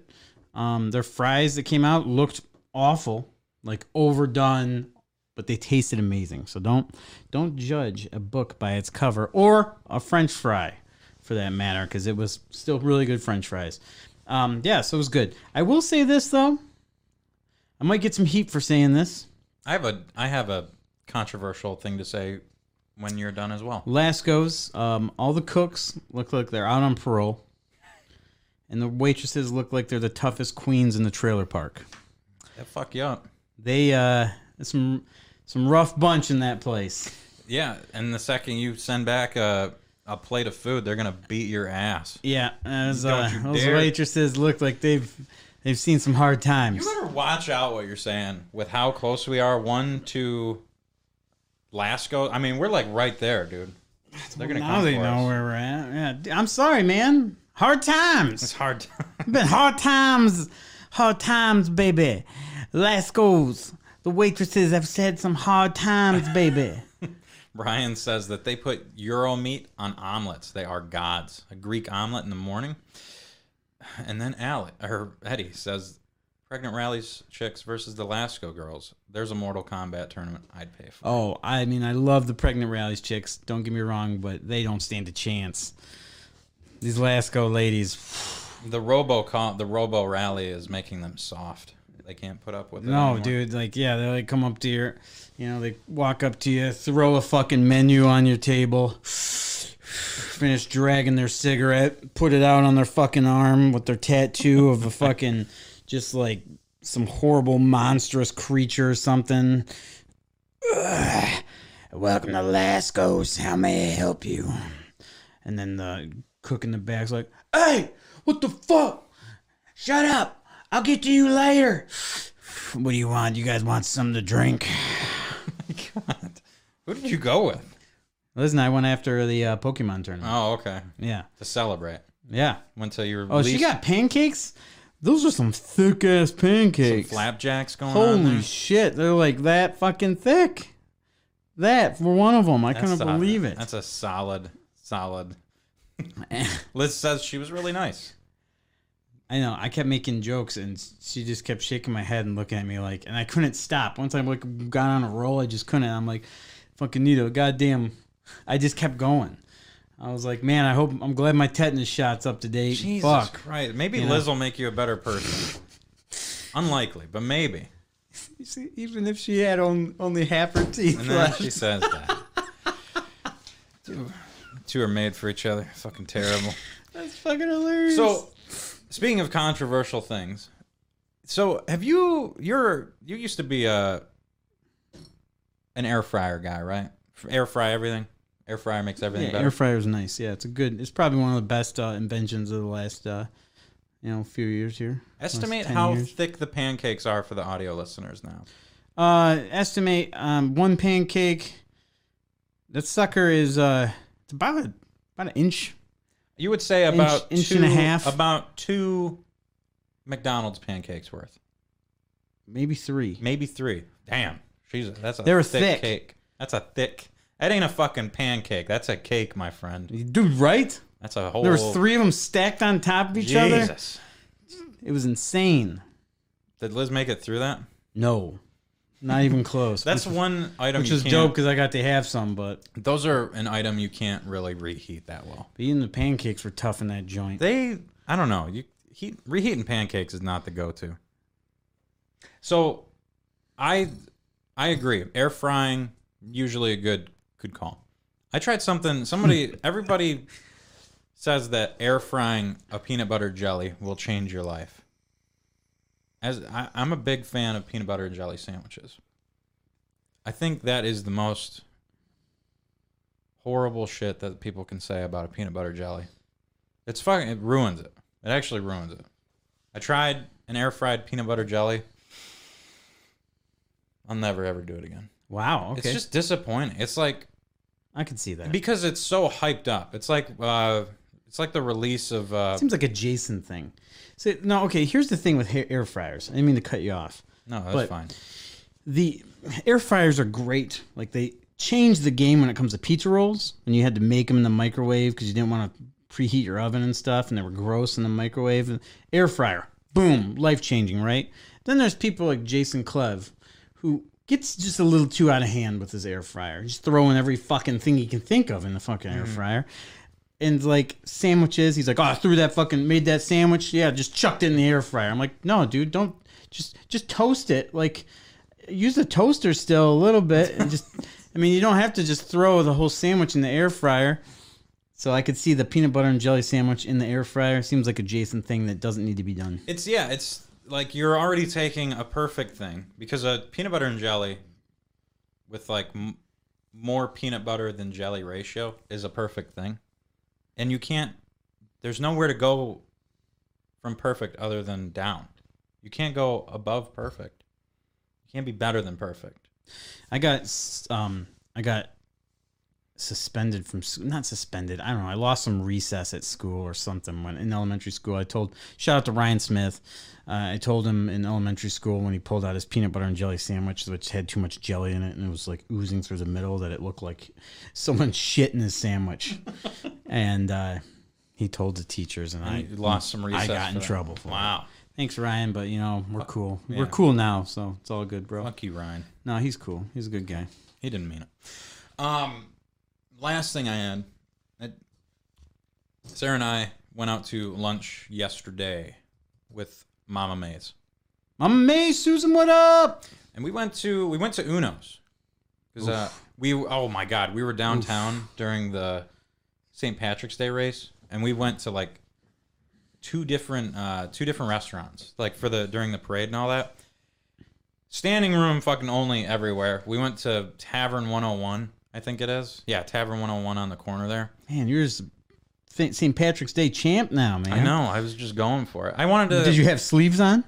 Speaker 2: Um, their fries that came out looked awful, like overdone, but they tasted amazing. So don't don't judge a book by its cover or a French fry, for that matter, because it was still really good French fries. Um, yeah, so it was good. I will say this though, I might get some heat for saying this.
Speaker 1: I have a I have a controversial thing to say when you're done as well.
Speaker 2: Lascos, um, all the cooks look like they're out on parole. And the waitresses look like they're the toughest queens in the trailer park.
Speaker 1: That fuck you up.
Speaker 2: They uh some some rough bunch in that place.
Speaker 1: Yeah, and the second you send back a a plate of food, they're gonna beat your ass.
Speaker 2: Yeah, as,
Speaker 1: Don't
Speaker 2: uh,
Speaker 1: you
Speaker 2: those
Speaker 1: dare.
Speaker 2: waitresses look like they've they've seen some hard times.
Speaker 1: You better watch out what you're saying with how close we are. One to Lasco. I mean, we're like right there, dude. They're gonna
Speaker 2: now
Speaker 1: come
Speaker 2: they
Speaker 1: for
Speaker 2: know
Speaker 1: us.
Speaker 2: where we're at. Yeah, d- I'm sorry, man. Hard
Speaker 1: (laughs)
Speaker 2: times.
Speaker 1: It's hard. To...
Speaker 2: been hard times, hard times, baby. Lascos, the waitresses have said some hard times, baby.
Speaker 1: Brian says that they put Euro meat on omelets. They are gods. A Greek omelet in the morning, and then Ale or Eddie says, "Pregnant rallies chicks versus the Lasco girls. There's a Mortal Kombat tournament. I'd pay for."
Speaker 2: oh, I mean, I love the pregnant rallies chicks. Don't get me wrong, but they don't stand a chance. These Lasco ladies,
Speaker 1: The Robo the Robo rally is making them soft. They can't put up with it.
Speaker 2: no,
Speaker 1: anymore.
Speaker 2: dude. Like, yeah, they like come up to your, you know, they walk up to you, throw a fucking menu on your table, finish dragging their cigarette, put it out on their fucking arm with their tattoo of a fucking, just like some horrible monstrous creature or something. Ugh. Welcome to Lascos. How may I help you? And then the cook in the back's like, "Hey, what the fuck? Shut up! I'll get to you later." What do you want? You guys want something to drink?
Speaker 1: (laughs) God. Who did you go with?
Speaker 2: Listen, I went after the uh, Pokemon tournament.
Speaker 1: Oh, okay.
Speaker 2: Yeah,
Speaker 1: To celebrate.
Speaker 2: yeah.
Speaker 1: Went to your
Speaker 2: Oh, she got pancakes. Those are some thick ass pancakes.
Speaker 1: flapjacks going on.
Speaker 2: Holy
Speaker 1: there.
Speaker 2: shit! They're like that fucking thick. That for one of them, I
Speaker 1: That's
Speaker 2: couldn't
Speaker 1: solid.
Speaker 2: believe it.
Speaker 1: That's a solid, solid. (laughs) Liz says she was really nice.
Speaker 2: I know. I kept making jokes, and she just kept shaking my head and looking at me like, and I couldn't stop. Once I like got on a roll, I just couldn't. I'm like, fucking Nito, goddamn. I just kept going. I was like, man, I hope I'm glad my tetanus shot's up to date.
Speaker 1: Jesus
Speaker 2: Fuck.
Speaker 1: Christ. Maybe
Speaker 2: You
Speaker 1: Liz will make you a better person. Unlikely, but maybe.
Speaker 2: You see, even if she had on, only half her teeth
Speaker 1: And then she says (laughs) that. Two- Two are made for each other. Fucking terrible.
Speaker 2: that's fucking hilarious.
Speaker 1: So, speaking of controversial things, so have you you're you used to be a an air fryer guy, right? Air fry everything. Air fryer makes everything
Speaker 2: yeah,
Speaker 1: better.
Speaker 2: air fryer's nice. Yeah, it's a good. It's probably one of the best uh, inventions of the last, uh, you know, few years here. Last
Speaker 1: Estimate
Speaker 2: 10
Speaker 1: how
Speaker 2: years.
Speaker 1: thick the pancakes are for the audio listeners now.
Speaker 2: Uh, estimate um, one pancake. That sucker is uh, it's about a, about an inch.
Speaker 1: You would say about
Speaker 2: inch
Speaker 1: two,
Speaker 2: and a half.
Speaker 1: about two McDonald's pancakes worth,
Speaker 2: Maybe three.
Speaker 1: maybe three. Damn, she's that's a
Speaker 2: They were
Speaker 1: thick,
Speaker 2: thick.
Speaker 1: cake. That's a thick. That ain't a fucking pancake. That's a cake, my friend.
Speaker 2: Dude, right?
Speaker 1: That's a whole.
Speaker 2: There was three of them stacked on top of each other.
Speaker 1: Jesus.
Speaker 2: It was insane.
Speaker 1: Did Liz make it through that?
Speaker 2: No, not even close.
Speaker 1: That's
Speaker 2: (laughs) which,
Speaker 1: one item.
Speaker 2: which
Speaker 1: you
Speaker 2: is
Speaker 1: can't-
Speaker 2: dope because I got to have some, but
Speaker 1: Those are an item you can't really reheat that well.
Speaker 2: But even the pancakes were tough in that joint.
Speaker 1: They, I don't know. You heat reheating pancakes is not the go-to. So, I, I agree. Air frying usually a good good call. I tried something. Somebody, everybody says that air frying a peanut butter jelly will change your life. As I, I'm a big fan of peanut butter and jelly sandwiches. I think that is the most horrible shit that people can say about a peanut butter jelly. It's fucking. It ruins it. It actually ruins it. I tried an air fried peanut butter jelly. I'll never ever do it again.
Speaker 2: wow. Okay.
Speaker 1: It's just disappointing. It's like
Speaker 2: I can see that.
Speaker 1: because it's so hyped up. It's like uh, it's like the release of uh,
Speaker 2: Seems like a Jason thing. So no, okay. Here's the thing with hair, air fryers. I didn't mean to cut you off.
Speaker 1: no, that's
Speaker 2: but-
Speaker 1: fine.
Speaker 2: The air fryers are great. Like they changed the game when it comes to pizza rolls, and you had to make them in the microwave because you didn't want to preheat your oven and stuff, and they were gross in the microwave. And air fryer, boom, life changing, right? Then there's people like Jason Cleve, who gets just a little too out of hand with his air fryer, just throwing every fucking thing he can think of in the fucking air fryer. and like sandwiches. He's like, oh, I threw that fucking made that sandwich. Yeah, just chucked it in the air fryer. I'm like, no, dude, don't just just toast it. Like use the toaster still a little bit and just I mean you don't have to just throw the whole sandwich in the air fryer. So I could see the peanut butter and jelly sandwich in the air fryer seems like a Jason thing that doesn't need to be done.
Speaker 1: It's yeah, it's like you're already taking a perfect thing because a peanut butter and jelly with like m- more peanut butter than jelly ratio is a perfect thing. And you can't there's nowhere to go from perfect other than down. You can't go above perfect. You can't be better than perfect.
Speaker 2: I got s- um I got suspended from s- not suspended. I don't know. I lost some recess at school or something when in elementary school. I told shout out to Ryan Smith. Uh, I told him in elementary school when he pulled out his peanut butter and jelly sandwich, which had too much jelly in it and it was like oozing through the middle, that it looked like someone (laughs) shit in his
Speaker 1: (laughs)
Speaker 2: sandwich. and uh, he told the teachers, and, I
Speaker 1: You lost some
Speaker 2: I
Speaker 1: recess.
Speaker 2: got in
Speaker 1: for that.
Speaker 2: trouble for it.
Speaker 1: Wow.
Speaker 2: Thanks, Ryan, but you know we're cool.
Speaker 1: yeah.
Speaker 2: We're cool now, so it's all good, bro.
Speaker 1: Fuck you, Ryan.
Speaker 2: No, he's cool. He's a good guy.
Speaker 1: He didn't mean it. Um, last thing I had, I, Sarah and I went out to lunch yesterday with Mama Mays,
Speaker 2: Mama May, Susan, what up?
Speaker 1: and we went to we went to Uno's because uh, we oh my god we were downtown during the St. Patrick's Day race, and we went to like two different uh, two different restaurants like for the during the parade and all that. Standing room fucking only everywhere. We went to Tavern 101, I think it is. Yeah, Tavern 101 on the corner there.
Speaker 2: Man, you're just St. St. Patrick's Day champ now, man.
Speaker 1: I know, I was just going for it. I wanted to
Speaker 2: Did you have
Speaker 1: (laughs)
Speaker 2: sleeves on?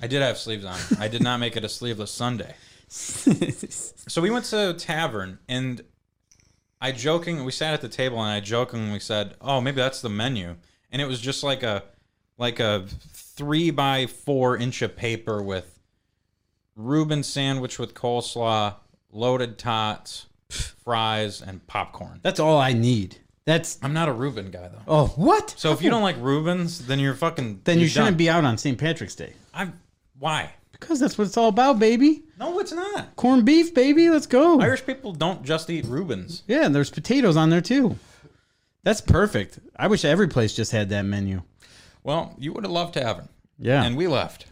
Speaker 1: I did have sleeves on. I did not make it a sleeveless Sunday. So we went to Tavern and I joking we sat at the table and I jokingly said, "Oh, maybe that's the menu." And it was just like a like a 3 by 4 inch of paper with Reuben sandwich with coleslaw, loaded tots, fries and popcorn.
Speaker 2: That's all I need. That's
Speaker 1: I'm not a Reuben guy though.
Speaker 2: oh what?
Speaker 1: So if you don't like Reubens, then you're fucking
Speaker 2: then you
Speaker 1: you're
Speaker 2: shouldn't
Speaker 1: done.
Speaker 2: be out on St. Patrick's Day
Speaker 1: I why?
Speaker 2: because that's what it's all about, baby.
Speaker 1: No, it's not.
Speaker 2: Corned beef, baby. Let's go.
Speaker 1: Irish people don't just eat Reubens.
Speaker 2: yeah, and there's potatoes on there too. That's perfect. I wish every place just had that menu.
Speaker 1: Well, you would have loved Tavern.
Speaker 2: Yeah.
Speaker 1: And we left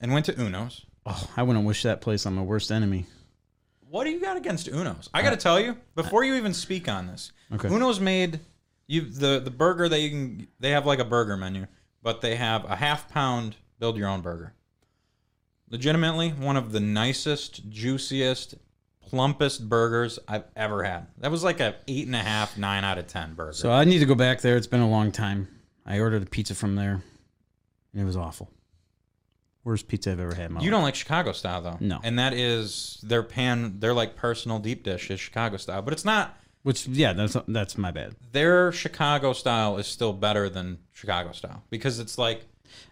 Speaker 1: and went to Uno's.
Speaker 2: oh, I wouldn't wish that place on my worst enemy.
Speaker 1: What do you got against Uno's? I got to tell you, before you even speak on this,
Speaker 2: Uh, Okay.
Speaker 1: Uno's made you the the burger that you can they have like a burger menu, but they have a half pound build your own burger. Legitimately, one of the nicest, juiciest, plumpest burgers I've ever had. That was like a eight and a half, nine out of ten burger.
Speaker 2: So uh, I need to go back there. It's been a long time. I ordered a pizza from there, and it was awful. Worst pizza I've ever had. In my
Speaker 1: You
Speaker 2: life.
Speaker 1: don't like Chicago style though.
Speaker 2: No.
Speaker 1: And that is their pan their like personal deep dish is Chicago style. But it's not
Speaker 2: Which yeah, that's that's my bad.
Speaker 1: their Chicago style is still better than Chicago style because it's like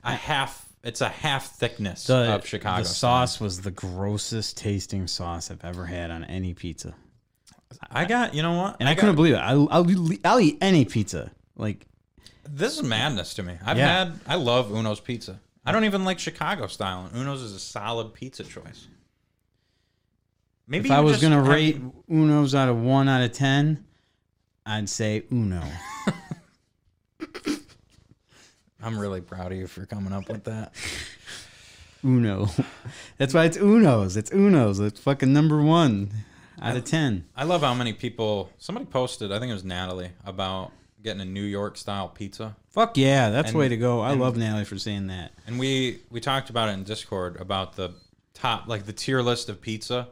Speaker 1: a half it's a half thickness
Speaker 2: The,
Speaker 1: of Chicago
Speaker 2: the
Speaker 1: style.
Speaker 2: sauce was the grossest tasting sauce I've ever had on any pizza,
Speaker 1: I got you know what?
Speaker 2: and I,
Speaker 1: got-
Speaker 2: couldn't believe it. I, I'll I'll eat any pizza. Like
Speaker 1: this is madness to me. I've
Speaker 2: Yeah.
Speaker 1: had I love Uno's pizza. I don't even like Chicago style and Uno's is a solid pizza choice. Maybe
Speaker 2: if I
Speaker 1: you
Speaker 2: was
Speaker 1: just-
Speaker 2: gonna
Speaker 1: I-
Speaker 2: rate Uno's out of one out of ten, I'd say Uno. (laughs)
Speaker 1: I'm really proud of you for coming up with that.
Speaker 2: Uno. (laughs) That's why it's Uno's. It's Uno's. It's fucking number one out of ten.
Speaker 1: I love how many people. Somebody posted, I think it was Natalie, about getting a New York style pizza,
Speaker 2: Fuck yeah, that's
Speaker 1: And-
Speaker 2: way to go. I love Natalie for saying that.
Speaker 1: and we we talked about it in Discord about the top, like the tier list of pizza.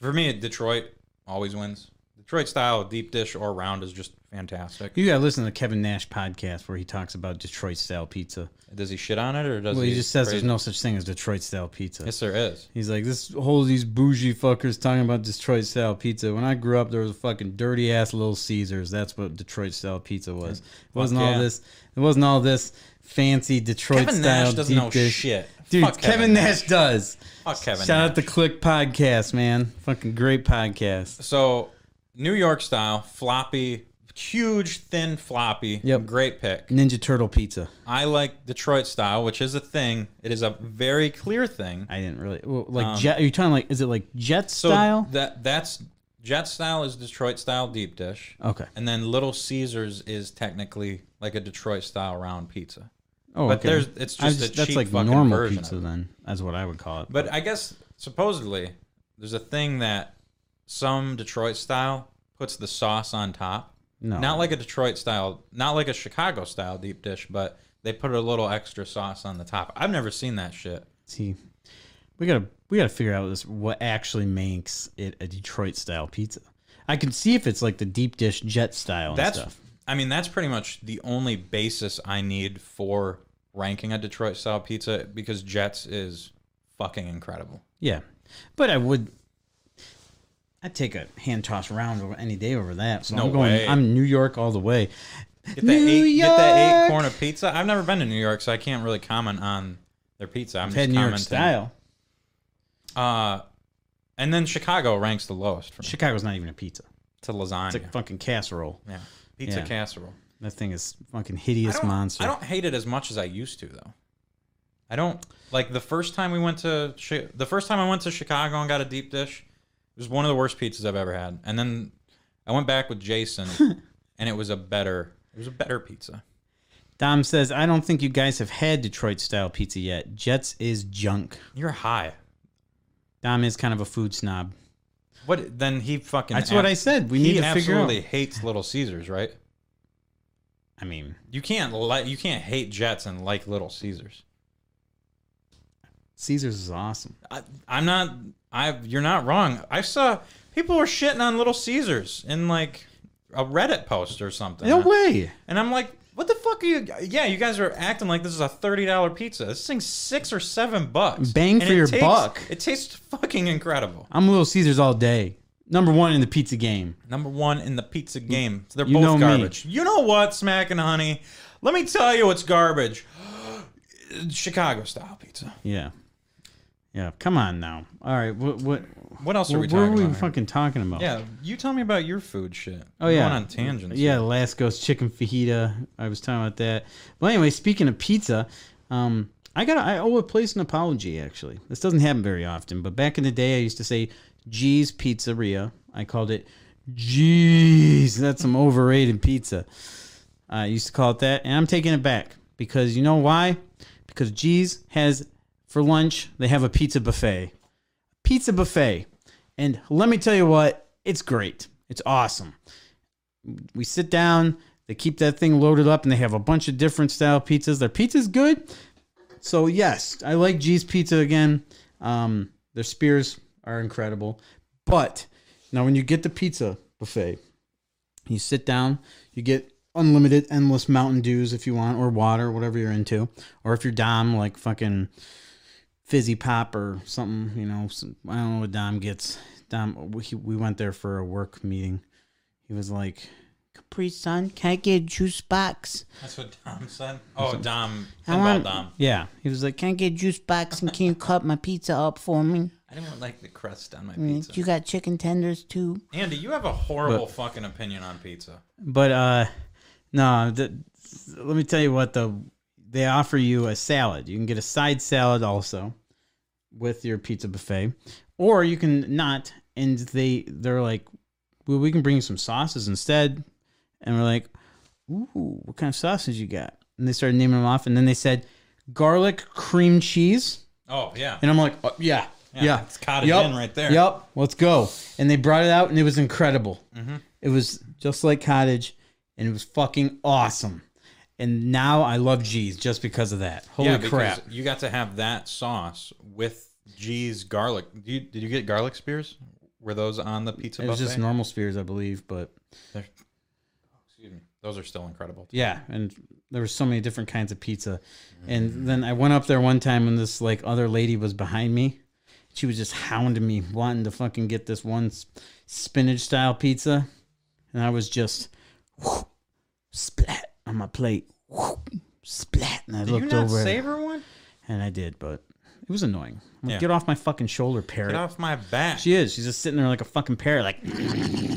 Speaker 1: For me, Detroit always wins. Detroit style deep dish or round is just fantastic.
Speaker 2: You gotta listen to the Kevin Nash podcast where he talks about Detroit style pizza.
Speaker 1: Does he shit on it or does
Speaker 2: Well,
Speaker 1: he?
Speaker 2: he just says
Speaker 1: praise
Speaker 2: there's no such thing as Detroit style pizza.
Speaker 1: it? Yes, there is.
Speaker 2: He's like, this whole these bougie fuckers talking about Detroit style pizza. When I grew up, there was a fucking dirty ass Little Caesars. That's what Detroit style pizza was. It wasn't
Speaker 1: yeah.
Speaker 2: all this. It wasn't all this fancy Detroit
Speaker 1: Kevin
Speaker 2: style.
Speaker 1: Nash doesn't
Speaker 2: deep
Speaker 1: know
Speaker 2: dish.
Speaker 1: shit.
Speaker 2: Dude,
Speaker 1: Fuck
Speaker 2: Kevin,
Speaker 1: Kevin
Speaker 2: Nash,
Speaker 1: Nash.
Speaker 2: does.
Speaker 1: Fuck Kevin.
Speaker 2: Shout
Speaker 1: Nash.
Speaker 2: out the Click Podcast, man. Fucking great podcast.
Speaker 1: so New York style floppy, huge thin floppy.
Speaker 2: Yep.
Speaker 1: Great pick.
Speaker 2: Ninja Turtle pizza.
Speaker 1: I like Detroit style, which is a thing. It is a very clear thing.
Speaker 2: I didn't really well, like jet. Are you talking like is it like jet
Speaker 1: Um, So
Speaker 2: style?
Speaker 1: that that's Jet style is Detroit style deep dish.
Speaker 2: Okay.
Speaker 1: And then Little Caesars is technically like a Detroit style round pizza.
Speaker 2: Oh,
Speaker 1: but
Speaker 2: okay.
Speaker 1: there's- it's
Speaker 2: I
Speaker 1: just a cheap fucking version of
Speaker 2: Then that's what I would call it.
Speaker 1: But I guess supposedly There's a thing that some Detroit style puts the sauce on top.
Speaker 2: No.
Speaker 1: Not like a Detroit style, not like a Chicago style deep dish, but they put a little extra sauce on the top. I've never seen that shit.
Speaker 2: See, we gotta we gotta figure out this what actually makes it a Detroit style pizza. I can see if it's like the deep dish jet style. And
Speaker 1: That's
Speaker 2: stuff.
Speaker 1: I mean, that's pretty much the only basis I need for ranking a Detroit style pizza because Jets is fucking incredible.
Speaker 2: yeah, but I would. I'd take a hand toss round over any day over that. So
Speaker 1: No
Speaker 2: I'm going.
Speaker 1: way.
Speaker 2: I'm New York all the way.
Speaker 1: Get that eight get that eight
Speaker 2: York!
Speaker 1: corner pizza. I've never been to New York, so I can't really comment on their pizza. I'm just
Speaker 2: Ted New York
Speaker 1: commenting.
Speaker 2: style.
Speaker 1: Uh, and then Chicago ranks the lowest for me,
Speaker 2: Chicago's not even a pizza.
Speaker 1: to lasagna.
Speaker 2: It's like fucking casserole.
Speaker 1: yeah, pizza
Speaker 2: Yeah.
Speaker 1: casserole.
Speaker 2: That thing is fucking
Speaker 1: I
Speaker 2: hideous
Speaker 1: don't,
Speaker 2: monster.
Speaker 1: I don't hate it as much as I used to though. I don't like the first time we went to Chi- the first time I went to Chicago and got a deep dish. It was one of the worst pizzas I've ever had. And then I went back with
Speaker 2: (laughs)
Speaker 1: Jason, and it was a better. It was a better pizza.
Speaker 2: Dom says I don't think you guys have had Detroit style pizza yet. Jets is junk.
Speaker 1: You're high.
Speaker 2: Dom is kind of a food snob.
Speaker 1: What? Then he fucking.
Speaker 2: That's what I said. We need
Speaker 1: he
Speaker 2: to figure out.
Speaker 1: absolutely hates Little Caesars, right?
Speaker 2: I mean,
Speaker 1: You can't like you can't hate Jets and like Little Caesars.
Speaker 2: Caesar's is awesome.
Speaker 1: I, I'm not. I you're not wrong. I saw people were shitting on Little Caesars in like a Reddit post or something.
Speaker 2: No way.
Speaker 1: And I'm like, what the fuck are you? Yeah, you guys are acting like this is a thirty dollar pizza. This thing's six or seven bucks.
Speaker 2: Bang
Speaker 1: And
Speaker 2: for
Speaker 1: it
Speaker 2: your
Speaker 1: tastes-
Speaker 2: buck.
Speaker 1: It tastes fucking incredible.
Speaker 2: I'm Little Caesar's all day. Number one in the pizza game.
Speaker 1: Number one in the pizza game. They're
Speaker 2: You
Speaker 1: both
Speaker 2: know me.
Speaker 1: garbage. You know what, Smack and Honey? Let me tell you what's garbage. (gasps) Chicago style pizza.
Speaker 2: Yeah. Yeah. Come on now. All right. What? What?
Speaker 1: What else are we
Speaker 2: what were
Speaker 1: talking
Speaker 2: we
Speaker 1: about? here?
Speaker 2: fucking talking about?
Speaker 1: Yeah, you tell me about your food shit.
Speaker 2: Oh yeah.
Speaker 1: going on tangents.
Speaker 2: Yeah. Lasco's chicken fajita. I was talking about that. But anyway, speaking of pizza, um, I got I owe a place an apology actually. This doesn't happen very often, but back in the day, I used to say G's Pizzeria. I called it G's. That's some overrated pizza. I used to call it that, and I'm taking it back because you know why? Because G's has for lunch they have a pizza buffet, pizza buffet, and let me tell you what, it's great. It's awesome. We sit down, they keep that thing loaded up, and they have a bunch of different style pizzas. Their pizza's good, so yes, I like G's Pizza again. Um, their spears are incredible, but now when you get the pizza buffet, you sit down, you get unlimited, endless Mountain Dews if you want, or water, whatever you're into. Or if you're Dom, like fucking fizzy pop or something, you know, some, I don't know what Dom gets. Dom, we, we went there for a work meeting. He was like, Capri Sun, can I get a juice box?
Speaker 1: That's what Dom said. Oh, Dom.
Speaker 2: I
Speaker 1: Pinball
Speaker 2: want-
Speaker 1: Dom.
Speaker 2: Yeah. He was like, can I get a juice box and can you cut my pizza up for me?
Speaker 1: I didn't like the crust on my
Speaker 4: Mm, You
Speaker 1: pizza.
Speaker 4: got chicken tenders too.
Speaker 1: Andy, you have a horrible fucking opinion on pizza.
Speaker 2: But uh no, the, let me tell you what the they offer you a salad. You can get a side salad also with your pizza buffet, or you can not. And they they're like, well, we can bring you some sauces instead. And we're like, ooh, what kind of sauces you got? And they started naming them off, and then they said garlic cream cheese.
Speaker 1: Oh yeah.
Speaker 2: And I'm like, oh, yeah, yeah,
Speaker 1: it's cottage in right there.
Speaker 2: Yep, let's go. And they brought it out, and it was incredible.
Speaker 1: Mm-hmm.
Speaker 2: It was just like cottage, and it was fucking awesome. And now I love G's just because of that. Holy
Speaker 1: yeah,
Speaker 2: crap!
Speaker 1: because You got to have that sauce with G's garlic. Did you, did you get garlic spears? Were those on the pizza
Speaker 2: It was
Speaker 1: buffet? oh,
Speaker 2: just normal spears, I believe, but
Speaker 1: Excuse me. Those are still incredible.
Speaker 2: yeah, and there were so many different kinds of pizza.
Speaker 1: Mm-hmm.
Speaker 2: And then I went up there one time, and this like other lady was behind me. She was just hounding me, wanting to fucking get this one s- spinach style pizza, and I was just (laughs) splat on my plate, (laughs) splat, and I
Speaker 1: Did you
Speaker 2: looked
Speaker 1: not
Speaker 2: over, at her,
Speaker 1: savor one?
Speaker 2: and I did, but it was annoying. I'm like,
Speaker 1: Yeah.
Speaker 2: Get off my fucking shoulder, parrot!
Speaker 1: Get off my back.
Speaker 2: She is. She's just sitting there like a fucking parrot, like. (laughs)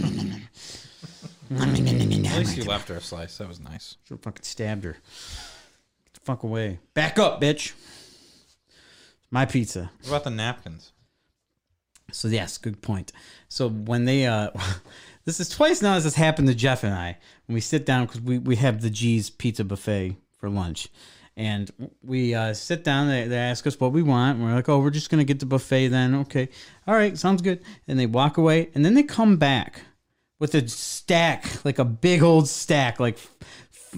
Speaker 1: At
Speaker 2: (laughs) Oh
Speaker 1: least you left her a slice. That was nice.
Speaker 2: Should have fucking stabbed her. Get the fuck away. Back up, bitch. My pizza.
Speaker 1: What about the napkins?
Speaker 2: So yes, good point. So when they uh (laughs) this is twice now this has happened to Jeff and I when we sit down because we, we have the G's pizza buffet for lunch. And we uh, sit down. They, they ask us what we want. And we're like, oh, we're just gonna get the buffet then. Okay, all right, sounds good. And they walk away, and then they come back with a stack, like a big old stack, like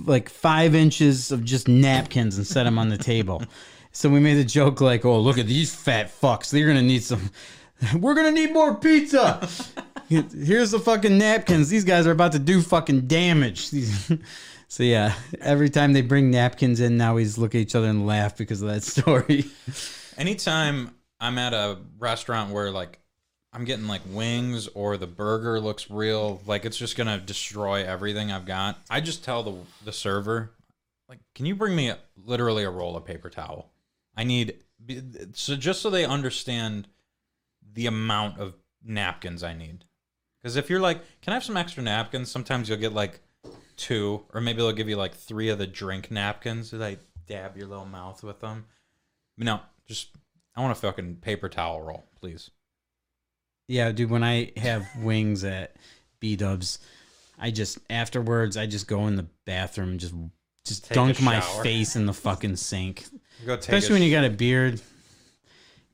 Speaker 2: like five inches of just napkins and set them on the table. So we made a joke like, "Oh, look at these fat fucks! They're gonna need some. (laughs) We're gonna need more pizza. Here's the fucking napkins. These guys are about to do fucking damage." (laughs) These- so yeah, every time they bring napkins in, now we just look at each other and laugh because of that story.
Speaker 1: Anytime I'm at a restaurant where like I'm getting like wings or the burger looks real, like it's just gonna destroy everything I've got. I just tell the the server, like, can you bring me a, literally a roll of paper towel? I need so just so they understand the amount of napkins I need. Because if you're like, can I have some extra napkins? Sometimes you'll get like two, or maybe they'll give you like three of the drink napkins that like dab your little mouth with them. No, just I want a fucking paper towel roll, please.
Speaker 2: Yeah, dude, when I have wings at B Dubs, I just afterwards I just go in the bathroom and just just
Speaker 1: Take a
Speaker 2: dunk my
Speaker 1: shower.
Speaker 2: face in the fucking sink.
Speaker 1: You go take a-
Speaker 2: Especially when you got a beard.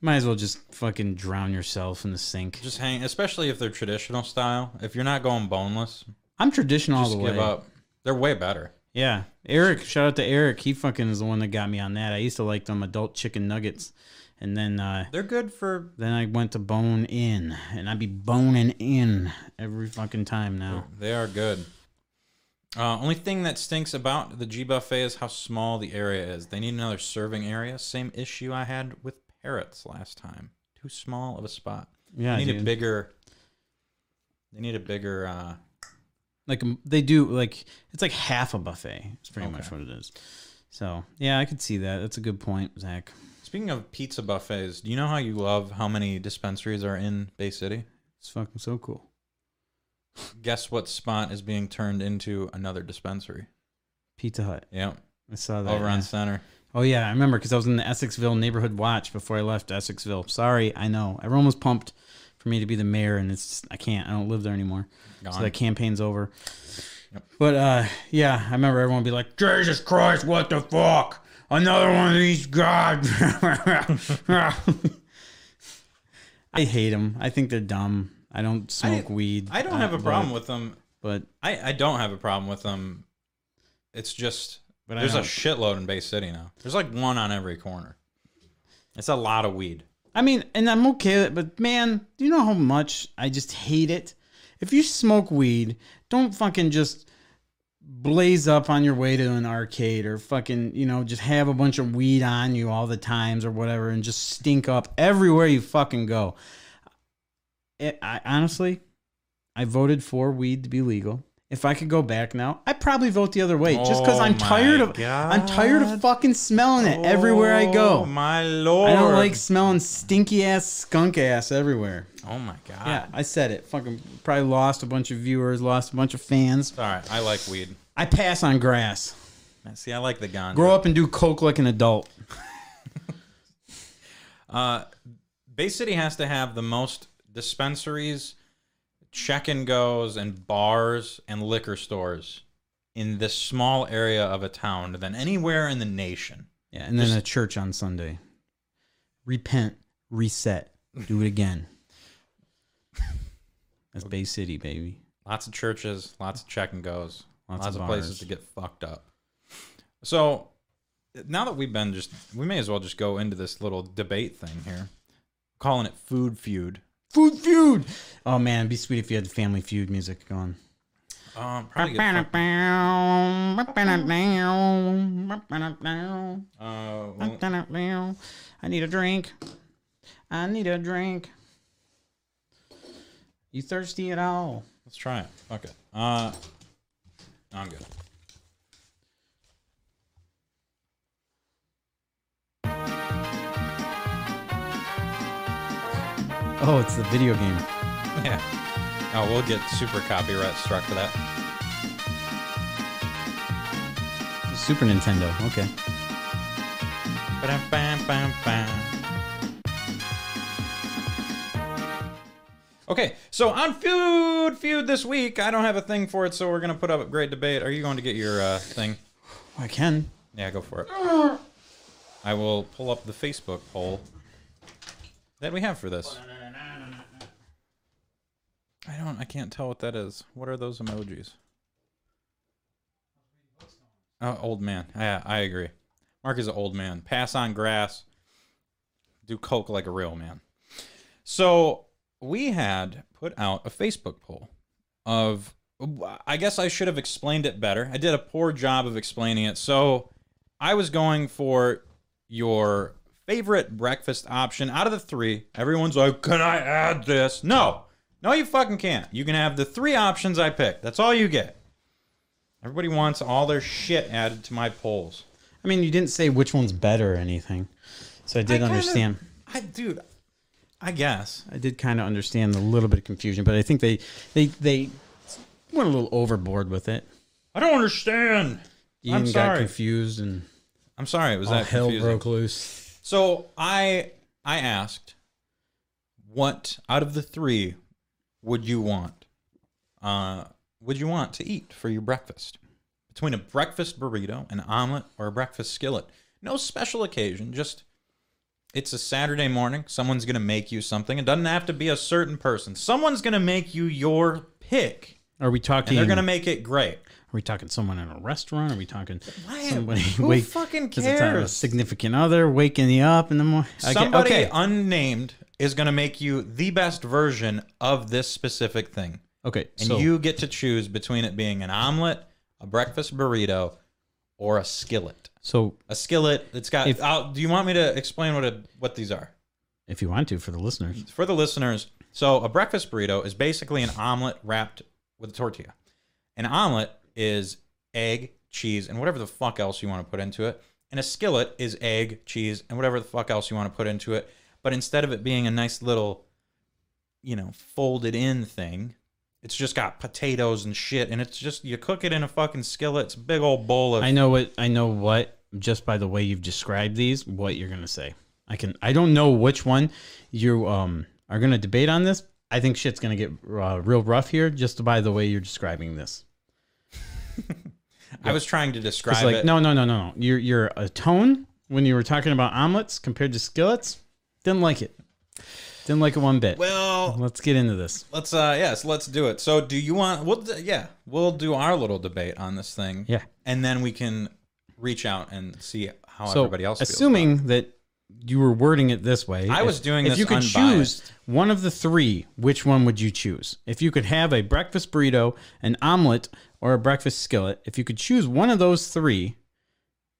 Speaker 2: Might as well just fucking drown yourself in the sink.
Speaker 1: just hang, especially if they're traditional style. If you're not going boneless,
Speaker 2: I'm traditional all
Speaker 1: just
Speaker 2: the
Speaker 1: give
Speaker 2: way.
Speaker 1: up. They're way better.
Speaker 2: Yeah. Eric, shout out to Eric. He fucking is the one that got me on that. I used to like them adult chicken nuggets. And then uh
Speaker 1: They're good for
Speaker 2: then I went to bone in and I'd be boning in every fucking time now.
Speaker 1: they are good. Uh, only thing that stinks about the G buffet is how small the area is. They need another serving area. Same issue I had with parrots last time. Too small of a spot.
Speaker 2: Yeah.
Speaker 1: They need a
Speaker 2: dude.
Speaker 1: bigger. They need a bigger. Uh,
Speaker 2: like um, they do like it's like half a buffet it's pretty much what it is so yeah i could see that that's a good point zach
Speaker 1: speaking of pizza buffets, do you know how you love how many dispensaries are in Bay City?
Speaker 2: it's fucking so cool
Speaker 1: Guess what spot is being turned into another dispensary?
Speaker 2: pizza hut
Speaker 1: Yeah,
Speaker 2: i saw that
Speaker 1: over on
Speaker 2: yeah.
Speaker 1: Center.
Speaker 2: oh yeah i remember because i was in the essexville neighborhood watch before i left essexville sorry i know everyone was pumped for me to be the mayor and it's just, i can't i don't live there anymore
Speaker 1: Gone.
Speaker 2: so that campaign's over but uh yeah i remember everyone would be like jesus christ what the fuck another one of these gods (laughs) i hate them i think they're dumb i don't smoke weed
Speaker 1: I don't have a
Speaker 2: but-
Speaker 1: problem with them. Uh,
Speaker 2: but
Speaker 1: I, I don't have a problem with them. It's just
Speaker 2: But I
Speaker 1: there's a
Speaker 2: don't-
Speaker 1: shitload in Bay City now. There's like one on every corner. It's a lot of weed.
Speaker 2: I mean, and I'm okay with it, but man, do you know how much I just hate it? If you smoke weed, don't fucking just blaze up on your way to an arcade or fucking, you know, just have a bunch of weed on you all the times or whatever and just stink up everywhere you fucking go. It, I honestly, I voted for weed to be legal. If I could go back now, I'd probably vote the other way just because
Speaker 1: Oh
Speaker 2: I'm
Speaker 1: my
Speaker 2: tired of I'm tired of
Speaker 1: God.
Speaker 2: fucking smelling it everywhere I go.
Speaker 1: Oh, my lord!
Speaker 2: I don't like smelling stinky ass skunk ass everywhere.
Speaker 1: Oh my god!
Speaker 2: Yeah, I said it. Fucking probably lost a bunch of viewers, lost a bunch of fans.
Speaker 1: It's all right. I like weed.
Speaker 2: I pass on grass.
Speaker 1: See, I like the ganja.
Speaker 2: Grow up and do coke like an adult.
Speaker 1: Bay City has to have the most dispensaries, check and goes, and bars and liquor stores in this small area of a town than anywhere in the nation.
Speaker 2: Yeah, and then a church on Sunday. Repent, reset, do it again. That's Bay City, baby.
Speaker 1: Lots of churches, lots of check and goes,
Speaker 2: Lots
Speaker 1: lots,
Speaker 2: of
Speaker 1: of,
Speaker 2: bars.
Speaker 1: places to get fucked up. So now that we've been just, we may as well just go into this little debate thing here, calling it food feud.
Speaker 2: Food feud. Oh man, it'd be sweet if you had the Family Feud music going.
Speaker 1: Um, probably get fucked- uh, well,
Speaker 2: I need a drink. I need a drink. You thirsty at all?
Speaker 1: let's try it. Fuck it. Uh, I'm good.
Speaker 2: Oh, it's the video game.
Speaker 1: Yeah. Oh, we'll get super copyright struck for that.
Speaker 2: Super Nintendo. Okay.
Speaker 1: Okay, so on Feud Feud this week, I don't have a thing for it, so we're gonna put up a great debate. Are you going to get your uh, thing?
Speaker 2: I can.
Speaker 1: Yeah, go for it. I will pull up the Facebook poll that we have for this. I don't. I can't tell what that is. What are those emojis? Oh, old man. Yeah, I agree. Mark is an old man. Pass on grass. Do coke like a real man. So we had put out a Facebook poll of. I guess I should have explained it better. I did a poor job of explaining it. So I was going for your favorite breakfast option out of the three. Everyone's like, can I add this? No. No, you fucking can't. You can have the three options I picked. That's all you get. Everybody wants all their shit added to my polls.
Speaker 2: I mean, you didn't say which one's better or anything, so I did
Speaker 1: kinda-
Speaker 2: understand.
Speaker 1: I dude, I guess.
Speaker 2: I did kind of understand the little bit of confusion, but I think they they they went a little overboard with it.
Speaker 1: I don't understand.
Speaker 2: Ian
Speaker 1: I'm
Speaker 2: got
Speaker 1: sorry.
Speaker 2: confused and
Speaker 1: I'm sorry. It was
Speaker 2: all
Speaker 1: that
Speaker 2: hell
Speaker 1: confusing.
Speaker 2: broke loose.
Speaker 1: So I I asked, what out of the three would you want? Uh, would you want to eat for your breakfast? Between a breakfast burrito, an omelet, or a breakfast skillet. No special occasion. Just it's a Saturday morning. Someone's gonna make you something. It doesn't have to be a certain person. Someone's gonna make you your pick,
Speaker 2: Are we talking?
Speaker 1: and they're gonna make it great.
Speaker 2: Are we talking someone in a restaurant? Are we talking
Speaker 1: Why-
Speaker 2: somebody (laughs)
Speaker 1: who fucking
Speaker 2: is it a
Speaker 1: cares?
Speaker 2: significant other waking you up in the morning?
Speaker 1: Somebody unnamed is going to make you the best version of this specific thing.
Speaker 2: okay,
Speaker 1: And
Speaker 2: so
Speaker 1: you get to choose between it being an omelet, a breakfast burrito, or a skillet.
Speaker 2: so
Speaker 1: A skillet that's got.
Speaker 2: If-
Speaker 1: I'll, do you want me to explain what a, what these are?
Speaker 2: if you want to for the listeners,
Speaker 1: For the listeners, so a breakfast burrito is basically an omelet wrapped with a tortilla. An omelet is egg, cheese, and whatever the fuck else you want to put into it. And a skillet is egg, cheese, and whatever the fuck else you want to put into it. But instead of it being a nice little, you know, folded in thing, it's just got potatoes and shit. And it's just, you cook it in a fucking skillet. It's a big old bowl of.
Speaker 2: I know what I know what just by the way you've described these, what you're gonna say. I can I don't know which one you um are gonna debate on this. I think shit's gonna get uh, real rough here just by the way you're describing this.
Speaker 1: I was trying to describe
Speaker 2: It's like
Speaker 1: it.
Speaker 2: no no no no no. Your your uh, tone when you were talking about omelets compared to skillets didn't like it. Didn't like it one bit.
Speaker 1: Well,
Speaker 2: Let's get into this.
Speaker 1: Let's uh yes, let's do it. So do you want we'll d- yeah, we'll do our little debate on this thing.
Speaker 2: Yeah.
Speaker 1: And then we can reach out and see how
Speaker 2: So
Speaker 1: everybody else feels
Speaker 2: assuming that you were wording it this way,
Speaker 1: I
Speaker 2: if-
Speaker 1: was doing
Speaker 2: If
Speaker 1: this
Speaker 2: you could
Speaker 1: unbiased.
Speaker 2: choose one of the three, which one would you choose? If you could have a breakfast burrito, an omelet, or a breakfast skillet, if you could choose one of those three,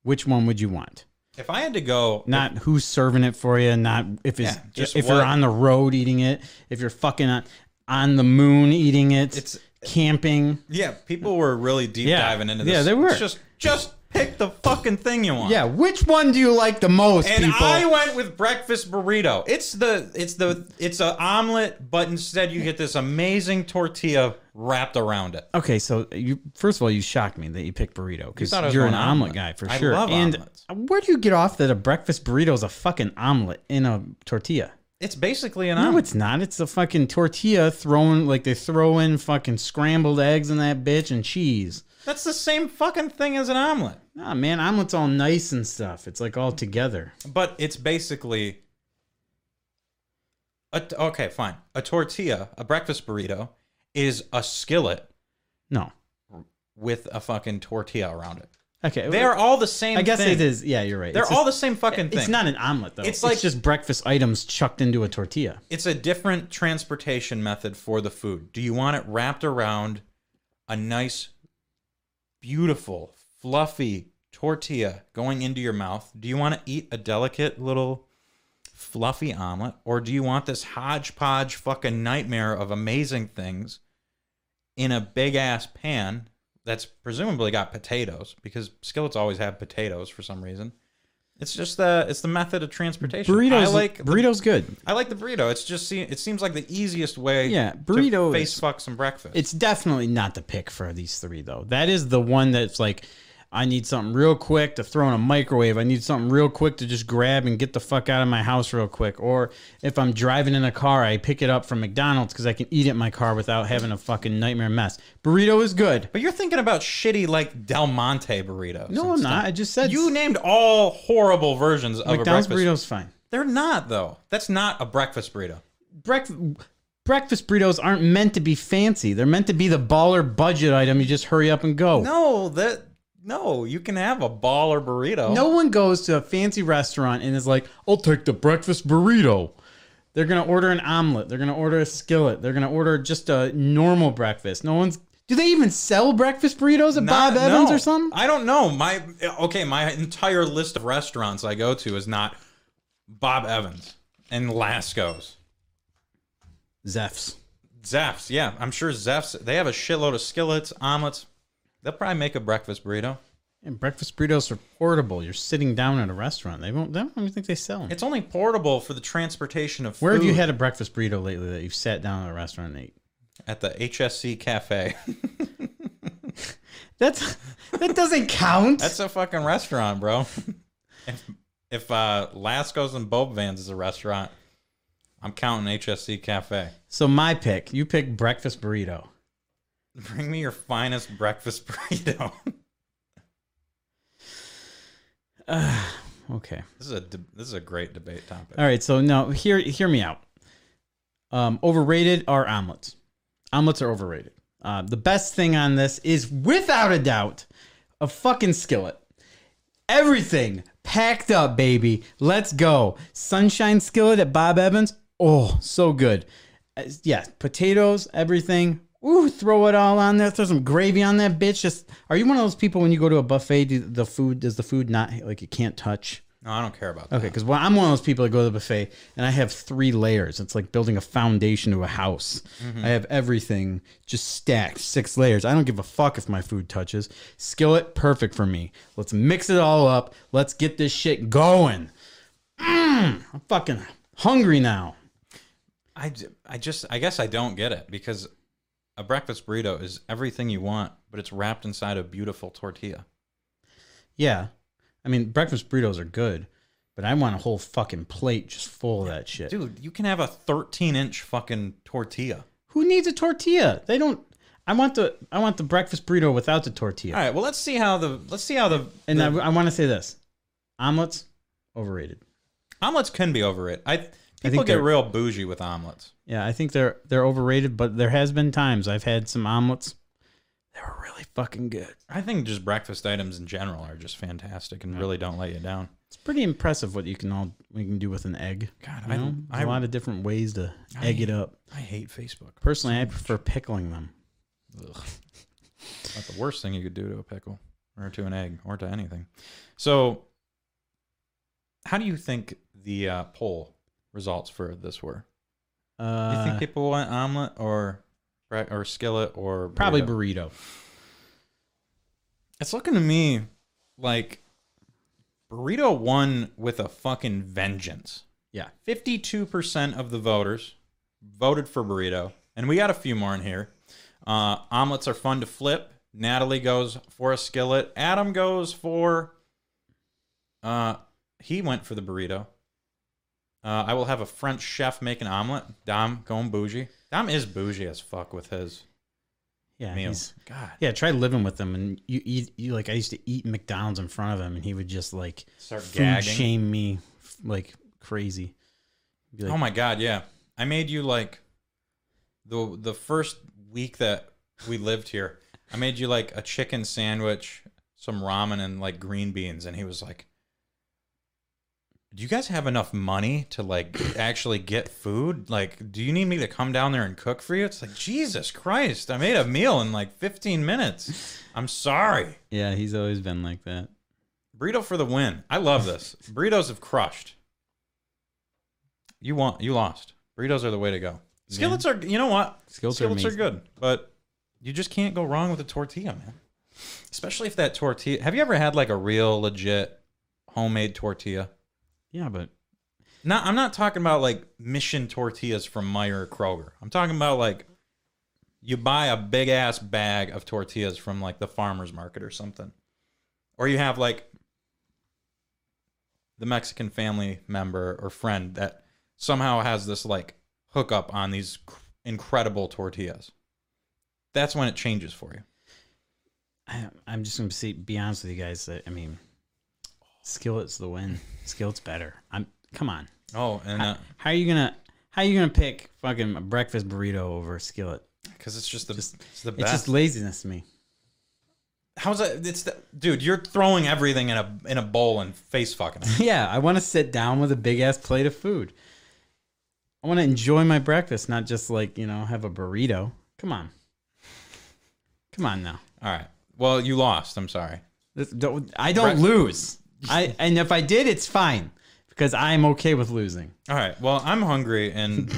Speaker 2: which one would you want?
Speaker 1: If I had to go
Speaker 2: Not who's serving it for you, not if it's
Speaker 1: Yeah, just
Speaker 2: if
Speaker 1: what-
Speaker 2: you're on the road eating it, if you're fucking on, on the moon eating it,
Speaker 1: It's-
Speaker 2: camping.
Speaker 1: yeah, people were really deep
Speaker 2: Yeah.
Speaker 1: diving into this.
Speaker 2: Yeah, they were.
Speaker 1: It's just just pick the fucking thing you want.
Speaker 2: Yeah, which one do you like the most,
Speaker 1: And
Speaker 2: people?
Speaker 1: I went with breakfast burrito. It's the it's the it's a omelet, but instead you get this amazing tortilla wrapped around it.
Speaker 2: Okay, so you first of all, you shocked me that you picked burrito because
Speaker 1: thought I was
Speaker 2: you're an
Speaker 1: going
Speaker 2: omelet,
Speaker 1: omelet.
Speaker 2: guy for
Speaker 1: I
Speaker 2: sure.
Speaker 1: love
Speaker 2: and
Speaker 1: omelets.
Speaker 2: where do you get off that a breakfast burrito is a fucking omelet in a tortilla?
Speaker 1: It's basically an
Speaker 2: No,
Speaker 1: omelet.
Speaker 2: it's not. It's a fucking tortilla thrown like they throw in fucking scrambled eggs in that bitch and cheese.
Speaker 1: That's the same fucking thing as an omelet.
Speaker 2: Nah, man, omelet's all nice and stuff. It's like all together.
Speaker 1: But it's basically a t- okay, fine. A tortilla, a breakfast burrito, is a skillet
Speaker 2: No,
Speaker 1: with a fucking tortilla around it.
Speaker 2: okay,
Speaker 1: They are all the same.
Speaker 2: I guess
Speaker 1: thing.
Speaker 2: it is. Yeah, you're right.
Speaker 1: They're
Speaker 2: It's
Speaker 1: all
Speaker 2: just-
Speaker 1: the same fucking thing.
Speaker 2: It's not an omelet though.
Speaker 1: It's
Speaker 2: It's like
Speaker 1: like-
Speaker 2: just breakfast items chucked into a tortilla.
Speaker 1: It's a different transportation method for the food. Do you want it wrapped around a nice, beautiful, fluffy tortilla going into your mouth? Do you want to eat a delicate little fluffy omelet? Or do you want this hodgepodge fucking nightmare of amazing things in a big ass pan that's presumably got potatoes because skillets always have potatoes for some reason? It's just the it's the method of transportation. I
Speaker 2: Burritos,
Speaker 1: like the
Speaker 2: burritos, good.
Speaker 1: I like the burrito. It's just se- it seems like the easiest way.
Speaker 2: Yeah,
Speaker 1: to
Speaker 2: burrito
Speaker 1: face
Speaker 2: is-
Speaker 1: fuck some breakfast.
Speaker 2: It's definitely not the pick for these three, though. That is the one that's like, I need something real quick to throw in a microwave. I need something real quick to just grab and get the fuck out of my house real quick. Or if I'm driving in a car, I pick it up from McDonald's because I can eat it in my car without having a fucking nightmare mess. Burrito is good.
Speaker 1: But you're thinking about shitty like Del Monte burritos.
Speaker 2: No,
Speaker 1: and
Speaker 2: I'm
Speaker 1: stuff.
Speaker 2: not. I just said
Speaker 1: You named all horrible versions of
Speaker 2: McDonald's
Speaker 1: a breakfast.
Speaker 2: burritos fine.
Speaker 1: They're not though. That's not a breakfast burrito.
Speaker 2: breakfast breakfast burritos aren't meant to be fancy. They're meant to be the baller budget item. You just hurry up and go.
Speaker 1: No, that no. You can have a baller burrito.
Speaker 2: No one goes to a fancy restaurant and is like, "I'll take the breakfast burrito." They're gonna order an omelet. They're gonna order a skillet. They're gonna order just a normal breakfast. No one's. Do they even sell breakfast burritos at
Speaker 1: Not-
Speaker 2: Bob Evans
Speaker 1: no.
Speaker 2: or something?
Speaker 1: I don't know. My okay, my entire list of restaurants I go to is not Bob Evans and Lasco's.
Speaker 2: Zeph's.
Speaker 1: Zeph's, yeah. I'm sure Zeph's they have a shitload of skillets, omelets. They'll probably make a breakfast burrito.
Speaker 2: And breakfast burritos are portable. You're sitting down at a restaurant. They won't. They don't even think they sell them.
Speaker 1: It's only portable for the transportation of food.
Speaker 2: Where have you had a breakfast burrito lately that you've sat down at a restaurant and ate?
Speaker 1: at the HSC
Speaker 2: (laughs)
Speaker 1: cafe?
Speaker 2: That's (laughs) that doesn't count.
Speaker 1: That's a fucking restaurant, bro. if if uh, Lasco's and Bob Vans is a restaurant, I'm counting HSC cafe.
Speaker 2: So my pick, you pick breakfast burrito.
Speaker 1: Bring me your finest breakfast (laughs) burrito.
Speaker 2: Okay.
Speaker 1: This is a de- this is a great debate topic.
Speaker 2: All right. So no, hear hear me out. Um, overrated are omelets. Omelets are overrated. Uh, the best thing on this is without a doubt a fucking skillet. Everything packed up, baby. Let's go. Sunshine skillet at Bob Evans. Oh, so good. Uh, yeah, potatoes, everything. Ooh, throw it all on there. Throw some gravy on that bitch. Just are you one of those people when you go to a buffet, do the food does the food not like you can't touch?
Speaker 1: No, I don't care about that.
Speaker 2: Okay, because well, I'm one of those people that go to the buffet and I have three layers. It's like building a foundation to a house. I have everything just stacked, six layers. I don't give a fuck if my food touches. Skillet, perfect for me. Let's mix it all up. Let's get this shit going. Mm, I'm fucking hungry now.
Speaker 1: I, j- I just I guess I don't get it because a breakfast burrito is everything you want, but it's wrapped inside a beautiful tortilla.
Speaker 2: Yeah, I mean breakfast burritos are good, but I want a whole fucking plate just full of that shit.
Speaker 1: Dude, you can have a 13 inch fucking tortilla.
Speaker 2: Who needs a tortilla? They don't. I want the I want the breakfast burrito without the tortilla.
Speaker 1: All right, well let's see how the let's see how the
Speaker 2: And
Speaker 1: the,
Speaker 2: I, want to say this: omelets overrated.
Speaker 1: Omelets can be overrated. I people
Speaker 2: think
Speaker 1: get
Speaker 2: they're-
Speaker 1: real bougie with omelets.
Speaker 2: Yeah, I think they're they're overrated, but there has been times I've had some omelets. They were really fucking good.
Speaker 1: I think just breakfast items in general are just fantastic and really don't let you down.
Speaker 2: It's pretty impressive what you can all we can do with an egg.
Speaker 1: God,
Speaker 2: you
Speaker 1: I-
Speaker 2: know?
Speaker 1: I-
Speaker 2: There's a lot of different ways to egg it up.
Speaker 1: I hate Facebook.
Speaker 2: Personally, I prefer pickling them.
Speaker 1: Not the worst thing you could do to a pickle or to an egg or to anything. So, how do you think the uh, poll results for this were? Do you
Speaker 2: Uh,
Speaker 1: think people want omelet or bre- or skillet or
Speaker 2: probably
Speaker 1: burrito?
Speaker 2: burrito.
Speaker 1: It's looking to me like burrito won with a fucking vengeance.
Speaker 2: Yeah.
Speaker 1: 52% of the voters voted for burrito, and we got a few more in here. Uh, omelets are fun to flip. Natalie goes for a skillet. Adam goes for. Uh, he went for the burrito. Uh, I will have a French chef make an omelet. Dom going bougie. Dom is bougie as fuck with his
Speaker 2: Yeah,
Speaker 1: meals.
Speaker 2: he's-
Speaker 1: God,
Speaker 2: yeah. Try living with them, and you eat. You like I used to eat McDonald's in front of him, and he would just like
Speaker 1: start
Speaker 2: food
Speaker 1: gagging.
Speaker 2: shame me f- like crazy. Be like,
Speaker 1: oh my god, yeah. I made you like the the first week that we lived here. I made you like a chicken sandwich, some ramen, and like green beans, and he was like, "Do you guys have enough money to like actually get food? Like, do you need me to come down there and cook for you?" It's like Jesus Christ! I made a meal in like 15 minutes. I'm sorry.
Speaker 2: Yeah, he's always been like that.
Speaker 1: Burrito for the win. I love this. Burritos have crushed. You want you lost. Burritos are the way to go. Skillets are you know what?
Speaker 2: Skillets are
Speaker 1: Skillets are,
Speaker 2: amazing.
Speaker 1: good, but you just can't go wrong with a tortilla, man. Especially if that tortilla. Have you ever had like a real legit homemade tortilla?
Speaker 2: Yeah, but (clears throat)
Speaker 1: Not I'm not talking about like mission tortillas from Meyer or Kroger. I'm talking about like you buy a big ass bag of tortillas from like the farmers market or something. Or you have like the Mexican family member or friend that somehow has this like hookup on these cr- incredible tortillas. That's when it changes for you.
Speaker 2: I, I'm just gonna see, be honest with you guys. That I mean, skillet's the win. Skillet's better. I'm. Come on.
Speaker 1: Oh, and
Speaker 2: How are you gonna? How you gonna pick fucking a breakfast burrito over a skillet?
Speaker 1: because it's just the it's the
Speaker 2: It's
Speaker 1: best.
Speaker 2: just laziness to me. (laughs)
Speaker 1: How's that? It's the, dude. You're throwing everything in a in a bowl and face fucking. it.
Speaker 2: Yeah, I want to sit down with a big ass plate of food. I want to enjoy my breakfast, not just like you know have a burrito. Come on, come on now.
Speaker 1: All right. Well, you lost. I'm sorry.
Speaker 2: This- don't- I don't lose. I and if I did, it's fine because I'm okay with losing.
Speaker 1: All right. Well, I'm hungry and
Speaker 2: (laughs)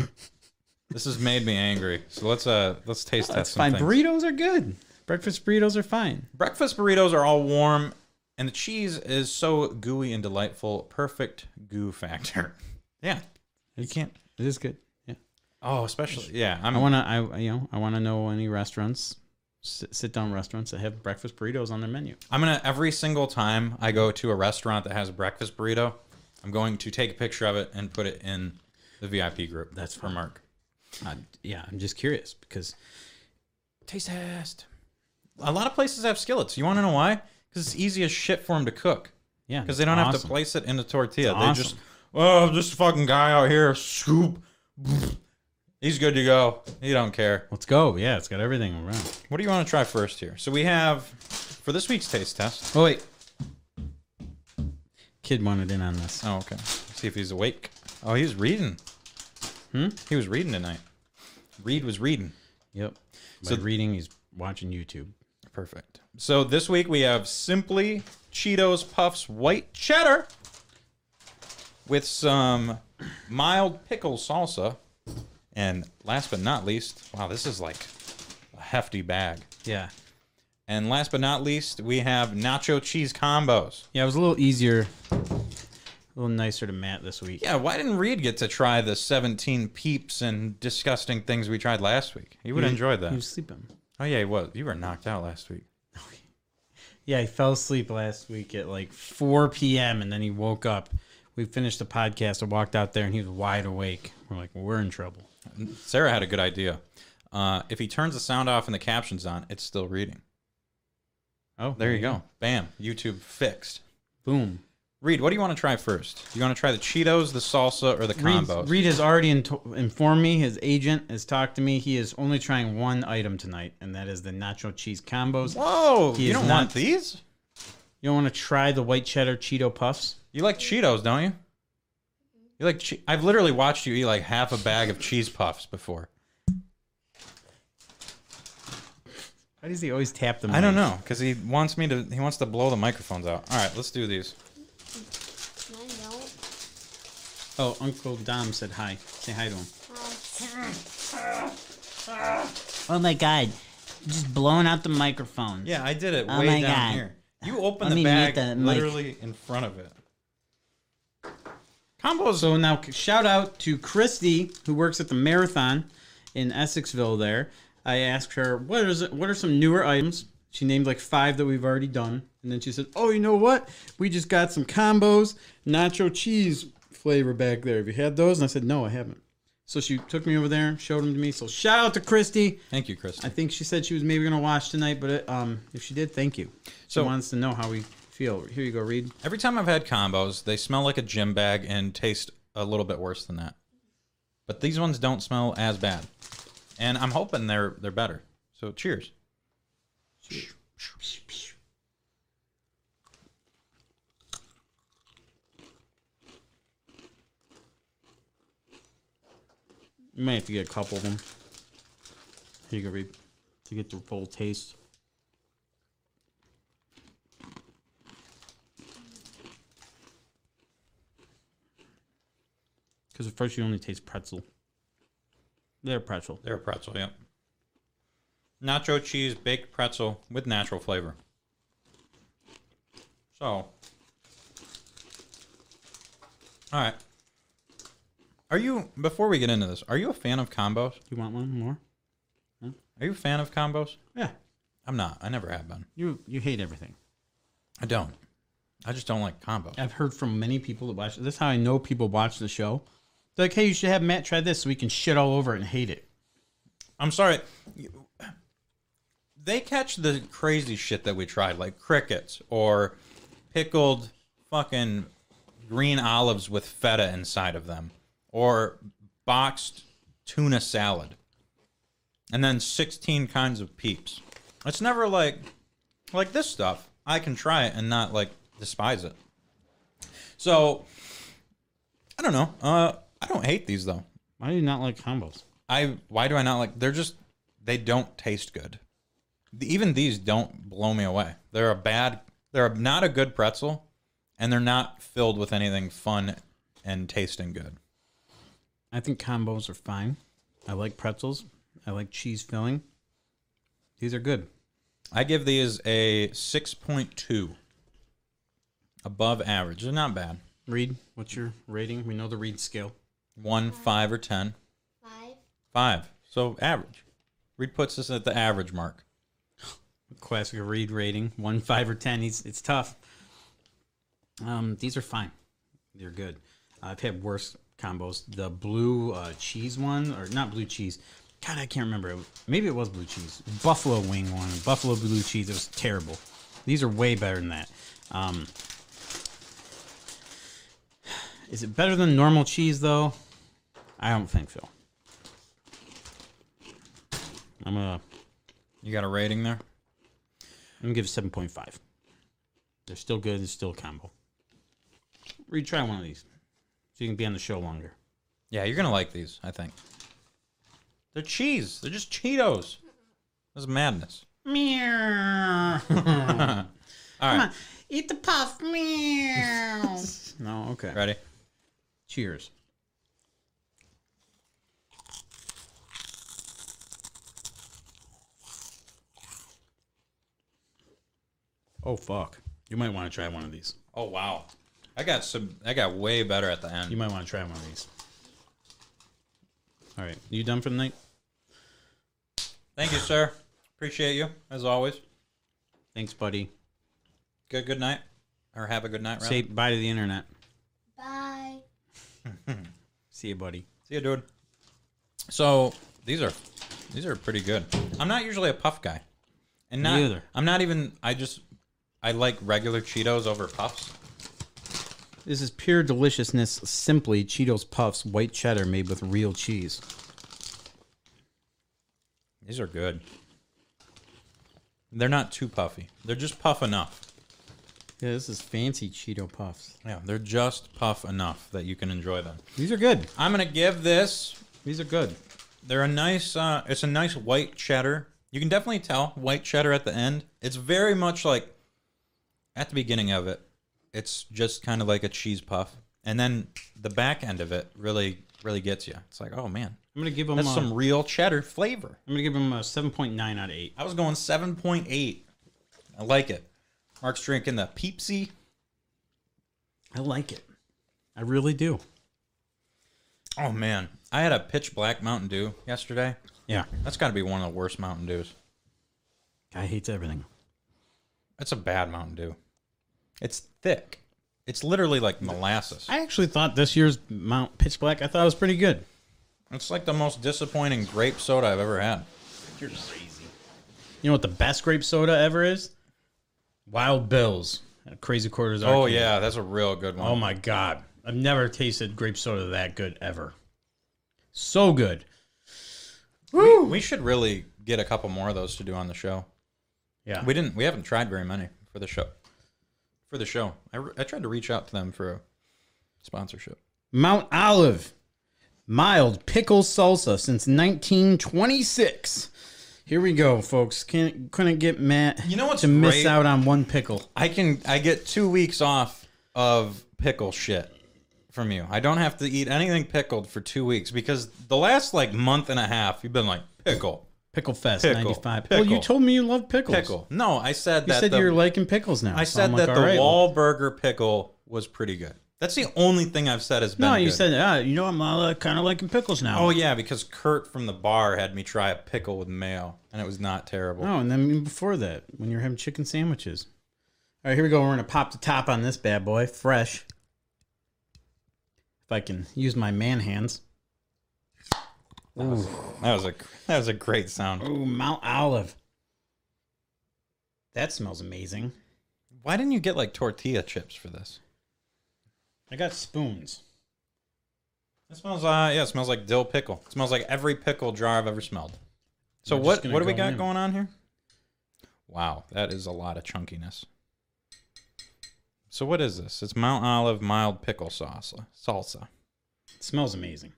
Speaker 1: this has made me angry. So let's uh let's taste test
Speaker 2: That's
Speaker 1: some
Speaker 2: fine.
Speaker 1: things.
Speaker 2: Burritos are good. Breakfast burritos are fine.
Speaker 1: Breakfast burritos are all warm and the cheese is so gooey and delightful. Perfect goo factor. (laughs) Yeah. You can't
Speaker 2: It is good. Yeah.
Speaker 1: Oh, especially yeah, I'm
Speaker 2: I want to. I you know I want to know any restaurants, sit, sit down restaurants that have breakfast burritos on their menu.
Speaker 1: I'm gonna every single time I go to a restaurant that has a breakfast burrito, I'm going to take a picture of it and put it in the VIP group.
Speaker 2: That's
Speaker 1: for
Speaker 2: fine.
Speaker 1: Mark.
Speaker 2: Uh, yeah, I'm just curious because
Speaker 1: Taste test. A lot of places have skillets. You want to know why? Because it's easy as shit for them to cook.
Speaker 2: yeah,
Speaker 1: Because they don't have to
Speaker 2: awesome.
Speaker 1: place it in the tortilla.
Speaker 2: It's
Speaker 1: they
Speaker 2: awesome.
Speaker 1: just, oh, this fucking guy out here, scoop. He's good to go. He don't care.
Speaker 2: Let's go. Yeah, it's got everything around.
Speaker 1: What do you want to try first here? So we have for this week's taste test.
Speaker 2: Oh wait. Kid wanted in on this.
Speaker 1: Oh, okay. Let's see if he's awake. Oh, he's reading.
Speaker 2: Hmm?
Speaker 1: He was reading tonight. Reed was reading.
Speaker 2: Yep.
Speaker 1: So-
Speaker 2: so reading is watching YouTube.
Speaker 1: Perfect. So this week we have simply Cheetos Puffs white cheddar with some mild pickle salsa. And last but not least, wow, this is like a hefty bag.
Speaker 2: Yeah.
Speaker 1: And last but not least, we have nacho cheese combos.
Speaker 2: Yeah, it was a little easier, a little nicer to Matt this week.
Speaker 1: Yeah, why didn't Reed get to try the 17 peeps and disgusting things we tried last week? He would have enjoyed
Speaker 2: He
Speaker 1: that.
Speaker 2: was sleeping.
Speaker 1: Oh, yeah, he was. You were knocked out last week.
Speaker 2: Yeah, he fell asleep last week at like 4 p.m. and then he woke up. We finished the podcast. I walked out there and he was wide awake. We're like, we're in trouble.
Speaker 1: Sarah had a good idea. Uh, if he turns the sound off and the captions on, it's still reading.
Speaker 2: Oh,
Speaker 1: There you go. Bam. YouTube fixed.
Speaker 2: Boom.
Speaker 1: Reed, what do you want to try first? Do you want to try the Cheetos, the salsa, or the
Speaker 2: Reed,
Speaker 1: combos?
Speaker 2: Reed has already in- informed me. His agent has talked to me. He is only trying one item tonight, and that is the nacho cheese combos.
Speaker 1: Whoa!
Speaker 2: He
Speaker 1: you
Speaker 2: is
Speaker 1: don't
Speaker 2: not-
Speaker 1: want these?
Speaker 2: You don't want to try the white cheddar Cheeto puffs?
Speaker 1: You like Cheetos, don't you? You like? Che- I've literally watched you eat like half a bag of cheese puffs before.
Speaker 2: Why does he always tap them?
Speaker 1: I don't know because he wants me to. He wants to blow the microphones out. All right, let's do these.
Speaker 4: I don't.
Speaker 2: Oh, Uncle Dom said hi. Say hi to him. Oh my God! Just blowing out the microphone.
Speaker 1: Yeah, I did it
Speaker 2: Oh
Speaker 1: way
Speaker 2: my
Speaker 1: down
Speaker 2: God.
Speaker 1: here. You opened
Speaker 2: I
Speaker 1: the
Speaker 2: mean, you
Speaker 1: bag
Speaker 2: hit the mic.
Speaker 1: literally in front of it. Combos.
Speaker 2: So now, c- shout out to Christy who works at the Marathon in Essexville. There, I asked her what is what are some newer items. She named like five that we've already done, and then she said, "Oh, you know what? We just got some combos, nacho cheese flavor back there. Have you had those?" And I said, "No, I haven't." So she took me over there, showed them to me. So shout out to Christy.
Speaker 1: Thank you,
Speaker 2: I
Speaker 1: Kristen.
Speaker 2: think she said she was maybe gonna watch tonight, but it, um, if she did, thank you. She
Speaker 1: So-
Speaker 2: wants to know how we feel. Here you go, Reed.
Speaker 1: Every time I've had combos, they smell like a gym bag and taste a little bit worse than that. But these ones don't smell as bad. And I'm hoping they're they're better. So cheers.
Speaker 2: You might have to get a couple of them. Here you go, Reed, to get the full taste. Because at first you only taste pretzel. They're pretzel.
Speaker 1: They're a pretzel, yep. Nacho cheese baked pretzel with natural flavor. So All right. Are you before we get into this, are you a fan of combos?
Speaker 2: You want one more?
Speaker 1: Are you a fan of combos?
Speaker 2: Yeah.
Speaker 1: I'm not. I never have been.
Speaker 2: You you hate everything.
Speaker 1: I don't. I just don't like combo.
Speaker 2: I've heard from many people that watch. That's how I know people watch the show. They're like, hey, you should have Matt try this so we can shit all over it and hate it.
Speaker 1: I'm sorry. They catch the crazy shit that we tried, like crickets or pickled fucking green olives with feta inside of them, or boxed tuna salad, and then 16 kinds of peeps. It's never like, like this stuff. I can try it and not like despise it. So, I don't know. Uh, I don't hate these though.
Speaker 2: Why do you not like combos?
Speaker 1: I why do I not like? They're just they don't taste good. The- Even these don't blow me away. They're a bad. They're not a good pretzel, and they're not filled with anything fun and tasting good.
Speaker 2: I think combos are fine. I like pretzels. I like cheese filling. These are good.
Speaker 1: I give these a six point two. Above average, they're not bad.
Speaker 2: Reed, what's your rating? We know the Reed scale.
Speaker 1: One, five, or ten.
Speaker 4: Five.
Speaker 1: Five. So average. Reed puts this at the average mark.
Speaker 2: Classic Reed rating, one, five, or ten. It's it's tough. Um, these are fine. They're good. I've had worse combos. The blue uh, cheese one, or not blue cheese. God, I can't remember. Maybe it was blue cheese. Buffalo wing one, buffalo blue cheese. It was terrible. These are way better than that. Um, is it better than normal cheese though? I don't think so. I'm gonna
Speaker 1: You got a rating there?
Speaker 2: I'm gonna give it seven point five. They're still good. It's still a combo. Retry one of these, so you can be on the show longer.
Speaker 1: Yeah, you're gonna like these, I think. They're cheese. They're just Cheetos. This is madness.
Speaker 2: Meow. Come
Speaker 1: All right,
Speaker 2: on, eat the puff. Meow. (laughs) no, okay.
Speaker 1: ready?
Speaker 2: Cheers. Oh fuck! You might want to try one of these.
Speaker 1: Oh wow, I got some. I got way better at the
Speaker 2: You
Speaker 1: end.
Speaker 2: might want to try one of these. All right, you done for the night?
Speaker 1: Thank you, sir. Appreciate you as always.
Speaker 2: Thanks, buddy.
Speaker 1: Good good night, or have a good night. Rather.
Speaker 2: Say
Speaker 1: See,
Speaker 2: bye to the internet.
Speaker 4: Bye.
Speaker 2: See you, buddy.
Speaker 1: see you, dude. So these are these are pretty good. I'm not usually a puff guy, and
Speaker 2: Me
Speaker 1: not
Speaker 2: either.
Speaker 1: I'm not even. I just I like regular Cheetos over puffs.
Speaker 2: This is pure deliciousness. Simply Cheetos Puffs white cheddar made with real cheese.
Speaker 1: These are good. They're not too puffy. They're just puff enough.
Speaker 2: Yeah, this is fancy Cheeto Puffs.
Speaker 1: Yeah, they're just puff enough that you can enjoy them.
Speaker 2: These are good.
Speaker 1: I'm gonna give this.
Speaker 2: These are good.
Speaker 1: They're a nice. Uh, it's a nice white cheddar. You can definitely tell white cheddar at the end. It's very much like at the beginning of it. It's just kind of like a cheese puff, and then the back end of it really, really gets you. It's like, oh man,
Speaker 2: I'm gonna give them.
Speaker 1: that's
Speaker 2: a,
Speaker 1: some real cheddar flavor.
Speaker 2: I'm gonna give them a 7.9 out of 8.
Speaker 1: I was going 7.8. I like it. Mark's drinking the Peepsy.
Speaker 2: I like it. I really do.
Speaker 1: Oh man, I had a pitch black Mountain Dew yesterday.
Speaker 2: Yeah,
Speaker 1: That's got to be one of the worst Mountain Dews.
Speaker 2: guy hates everything.
Speaker 1: That's a bad Mountain Dew. It's thick. It's literally like molasses.
Speaker 2: I actually thought this year's Mount Pitch Black. I thought it was pretty good.
Speaker 1: It's like the most disappointing grape soda I've ever had.
Speaker 2: You're crazy. You know what the best grape soda ever is? Wild Bill's. Crazy Quarters.
Speaker 1: Oh
Speaker 2: Arcade.
Speaker 1: yeah, that's a real good one.
Speaker 2: Oh my god. I've never tasted grape soda that good ever. So good.
Speaker 1: Woo! We should really get a couple more of those to do on the show.
Speaker 2: Yeah.
Speaker 1: We didn't. We haven't tried very many for the show. For the show, I, re- I tried to reach out to them for a sponsorship.
Speaker 2: Mount Olive. Mild pickle salsa since 1926. Here we go, folks. Can't, couldn't get Matt
Speaker 1: You know what's
Speaker 2: to miss
Speaker 1: great?
Speaker 2: out on one pickle.
Speaker 1: I can. I get two weeks off of pickle shit from you. I don't have to eat anything pickled for two weeks because the last like month and a half, you've been like pickle.
Speaker 2: Pickle Fest
Speaker 1: Pickle.
Speaker 2: 95.
Speaker 1: Pickle.
Speaker 2: Well, you told me you love pickles.
Speaker 1: pickle. No, I said
Speaker 2: You
Speaker 1: that.
Speaker 2: said
Speaker 1: the,
Speaker 2: you're liking pickles now.
Speaker 1: I
Speaker 2: so
Speaker 1: said
Speaker 2: I'm like,
Speaker 1: that the
Speaker 2: all right, well-
Speaker 1: Wahlburger pickle was pretty good. That's the only thing I've said has been.
Speaker 2: No, you
Speaker 1: good.
Speaker 2: said, ah, you know, I'm uh, kind of liking pickles now.
Speaker 1: Oh yeah, because Kurt from the bar had me try a pickle with mayo, and it was not terrible.
Speaker 2: Oh, No, and then before that, when you're having chicken sandwiches, All right, here we go. We're gonna pop the top on this bad boy, fresh. If I can use my man hands. Ooh,
Speaker 1: That was a that was a great sound.
Speaker 2: ooh, Oh, Mount Olive. That smells amazing.
Speaker 1: Why didn't you get like tortilla chips for this?
Speaker 2: I got spoons.
Speaker 1: It smells uh yeah, it smells like dill pickle. It smells like every pickle jar I've ever smelled. So
Speaker 2: We're just
Speaker 1: what
Speaker 2: gonna
Speaker 1: what do we
Speaker 2: go
Speaker 1: got
Speaker 2: in.
Speaker 1: going on here? Wow, that is a lot of chunkiness. So what is this? It's Mount Olive mild pickle sauce uh, salsa.
Speaker 2: It smells amazing.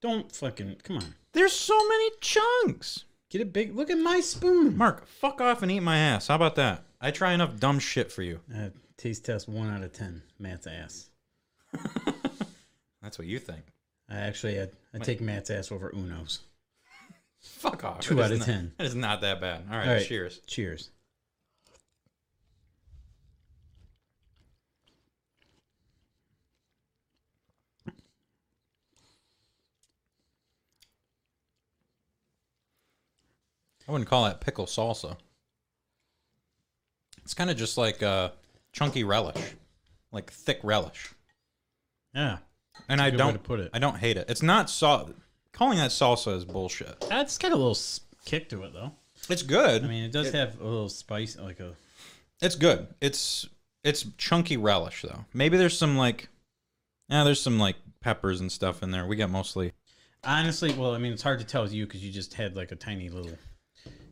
Speaker 2: Don't fucking come on.
Speaker 1: There's so many chunks.
Speaker 2: Get a big look at my spoon.
Speaker 1: Mark, fuck off and eat my ass. How about that? I try enough dumb shit for you.
Speaker 2: Uh, taste test one out of ten. Matt's ass.
Speaker 1: That's what you think.
Speaker 2: I actually I, I take Matt's ass over Uno's.
Speaker 1: Fuck off. It
Speaker 2: Two
Speaker 1: is
Speaker 2: out of
Speaker 1: not-
Speaker 2: 10.
Speaker 1: (laughs) It is not that bad. All right,
Speaker 2: All right,
Speaker 1: cheers.
Speaker 2: Cheers.
Speaker 1: I wouldn't call that pickle salsa. It's kind of just like uh, chunky relish, like thick relish.
Speaker 2: Yeah.
Speaker 1: And
Speaker 2: That's a
Speaker 1: I
Speaker 2: good way
Speaker 1: don't
Speaker 2: to put it.
Speaker 1: I don't hate it. It's not salt. Calling that salsa is bullshit.
Speaker 2: That's got a little s- kick to it though.
Speaker 1: It's good.
Speaker 2: I mean, it does have a little spice, like a
Speaker 1: It's good. It's it's chunky relish though. Maybe there's some like, yeah, there's some like peppers and stuff in there. We got mostly.
Speaker 2: honestly. Well, I mean, it's hard to tell with you because you just had like a tiny little.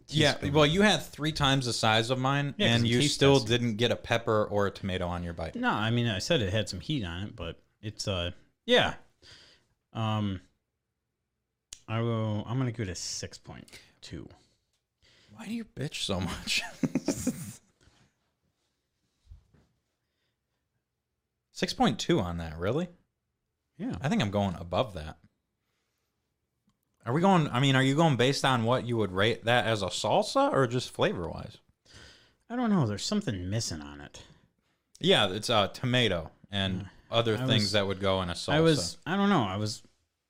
Speaker 1: Yeah, well, you had three times the size of mine,
Speaker 2: Yeah, 'cause
Speaker 1: and
Speaker 2: it
Speaker 1: you
Speaker 2: tastes
Speaker 1: still
Speaker 2: best.
Speaker 1: didn't get a pepper or a tomato on your bite.
Speaker 2: No, I mean, I said it had some heat on it, but it's uh, yeah. Um, I will. I'm gonna give it a six point two.
Speaker 1: Why do you bitch so much? (laughs) Six point two on that, really?
Speaker 2: Yeah.
Speaker 1: I think I'm going above that. Are we going? I mean, are you going based on what you would rate that as a salsa or just flavor wise?
Speaker 2: I don't know. There's something missing on it.
Speaker 1: Yeah, it's uh, tomato and other
Speaker 2: I
Speaker 1: things
Speaker 2: was-
Speaker 1: that would go in a salsa.
Speaker 2: I was. I don't know. I was.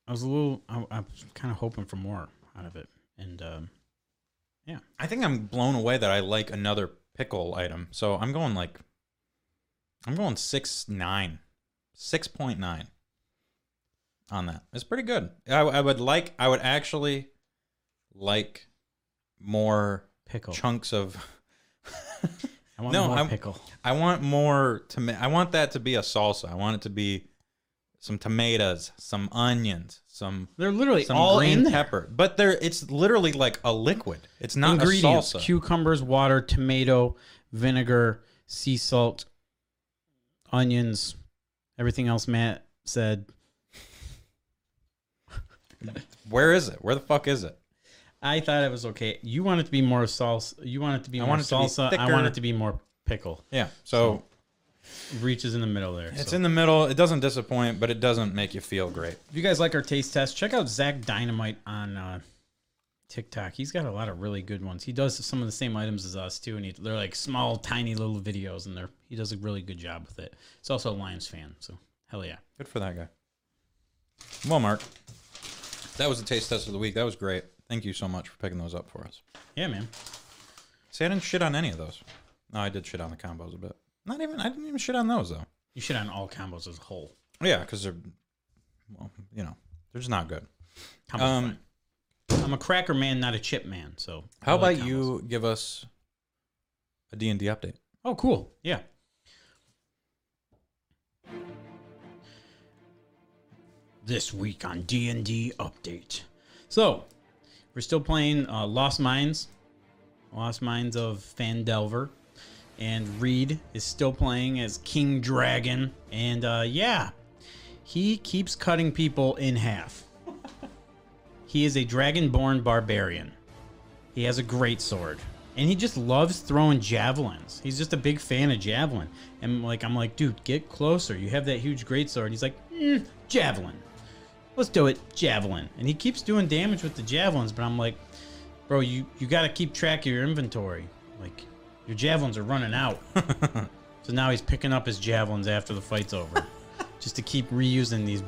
Speaker 2: I was a little. I, I was kind of hoping for more out of it, and um,
Speaker 1: I think I'm blown away that I like another pickle item. So I'm going like, I'm going six nine, six point nine on that. It's pretty good. I, I would like, I would actually like more
Speaker 2: pickle.
Speaker 1: chunks of.
Speaker 2: I want
Speaker 1: no,
Speaker 2: more
Speaker 1: I'm-
Speaker 2: pickle.
Speaker 1: I want more tomato. I want that to be a salsa. I want it to be some tomatoes, some onions, some
Speaker 2: They're literally
Speaker 1: some
Speaker 2: all
Speaker 1: green
Speaker 2: in there.
Speaker 1: pepper. But there, it's literally like a liquid. It's not a
Speaker 2: ingredients
Speaker 1: salsa.
Speaker 2: cucumbers water tomato vinegar sea salt onions everything else matt said
Speaker 1: Where is it? Where the fuck is it?
Speaker 2: i thought it was okay you want it to be more salsa you want it to be
Speaker 1: I
Speaker 2: more
Speaker 1: want it to be
Speaker 2: salsa i want
Speaker 1: thicker.
Speaker 2: it to be more pickle
Speaker 1: Yeah. So,
Speaker 2: reaches in the middle there
Speaker 1: it's
Speaker 2: so.
Speaker 1: in the middle. It doesn't disappoint, but it doesn't make you feel great.
Speaker 2: if you guys like our taste test check out zach dynamite on uh TikTok. He's got a lot of really good ones. He does some of the same items as us too, and he, they're like small, tiny little videos, and they're he does a really good job with it. He's also a Lions fan, so hell yeah.
Speaker 1: Good for that guy. Well, Mark, that was the taste test of the week. That was great. Thank you so much for picking those up for us.
Speaker 2: Yeah, man.
Speaker 1: See, I didn't shit on any of those. No, I did shit on the combos a bit. Not even. I didn't even shit on those though.
Speaker 2: You should on all combos as a whole.
Speaker 1: Yeah, because they're, well, you know, they're just not good.
Speaker 2: Combos are
Speaker 1: Um,
Speaker 2: fine. I'm a cracker man, not a chip man. So I
Speaker 1: How
Speaker 2: like
Speaker 1: about
Speaker 2: combos.
Speaker 1: you give us a D and D update?
Speaker 2: Oh, cool. Yeah. This week on D and D update. So we're still playing uh, Lost Mines, Lost Mines of Fandelver, and Reed is still playing as King Dragon, and uh, yeah, he keeps cutting people in half. (laughs) he is a dragonborn barbarian. He has a great sword. And he just loves throwing javelins. He's just a big fan of javelin. And like I'm like, dude, get closer. You have that huge great sword. He's like, mm, javelin. Let's do it, javelin. And he keeps doing damage with the javelins, but I'm like, bro, you you gotta keep track of your inventory. Like, your javelins are running out. so now he's picking up his javelins after the fight's over, just to keep reusing these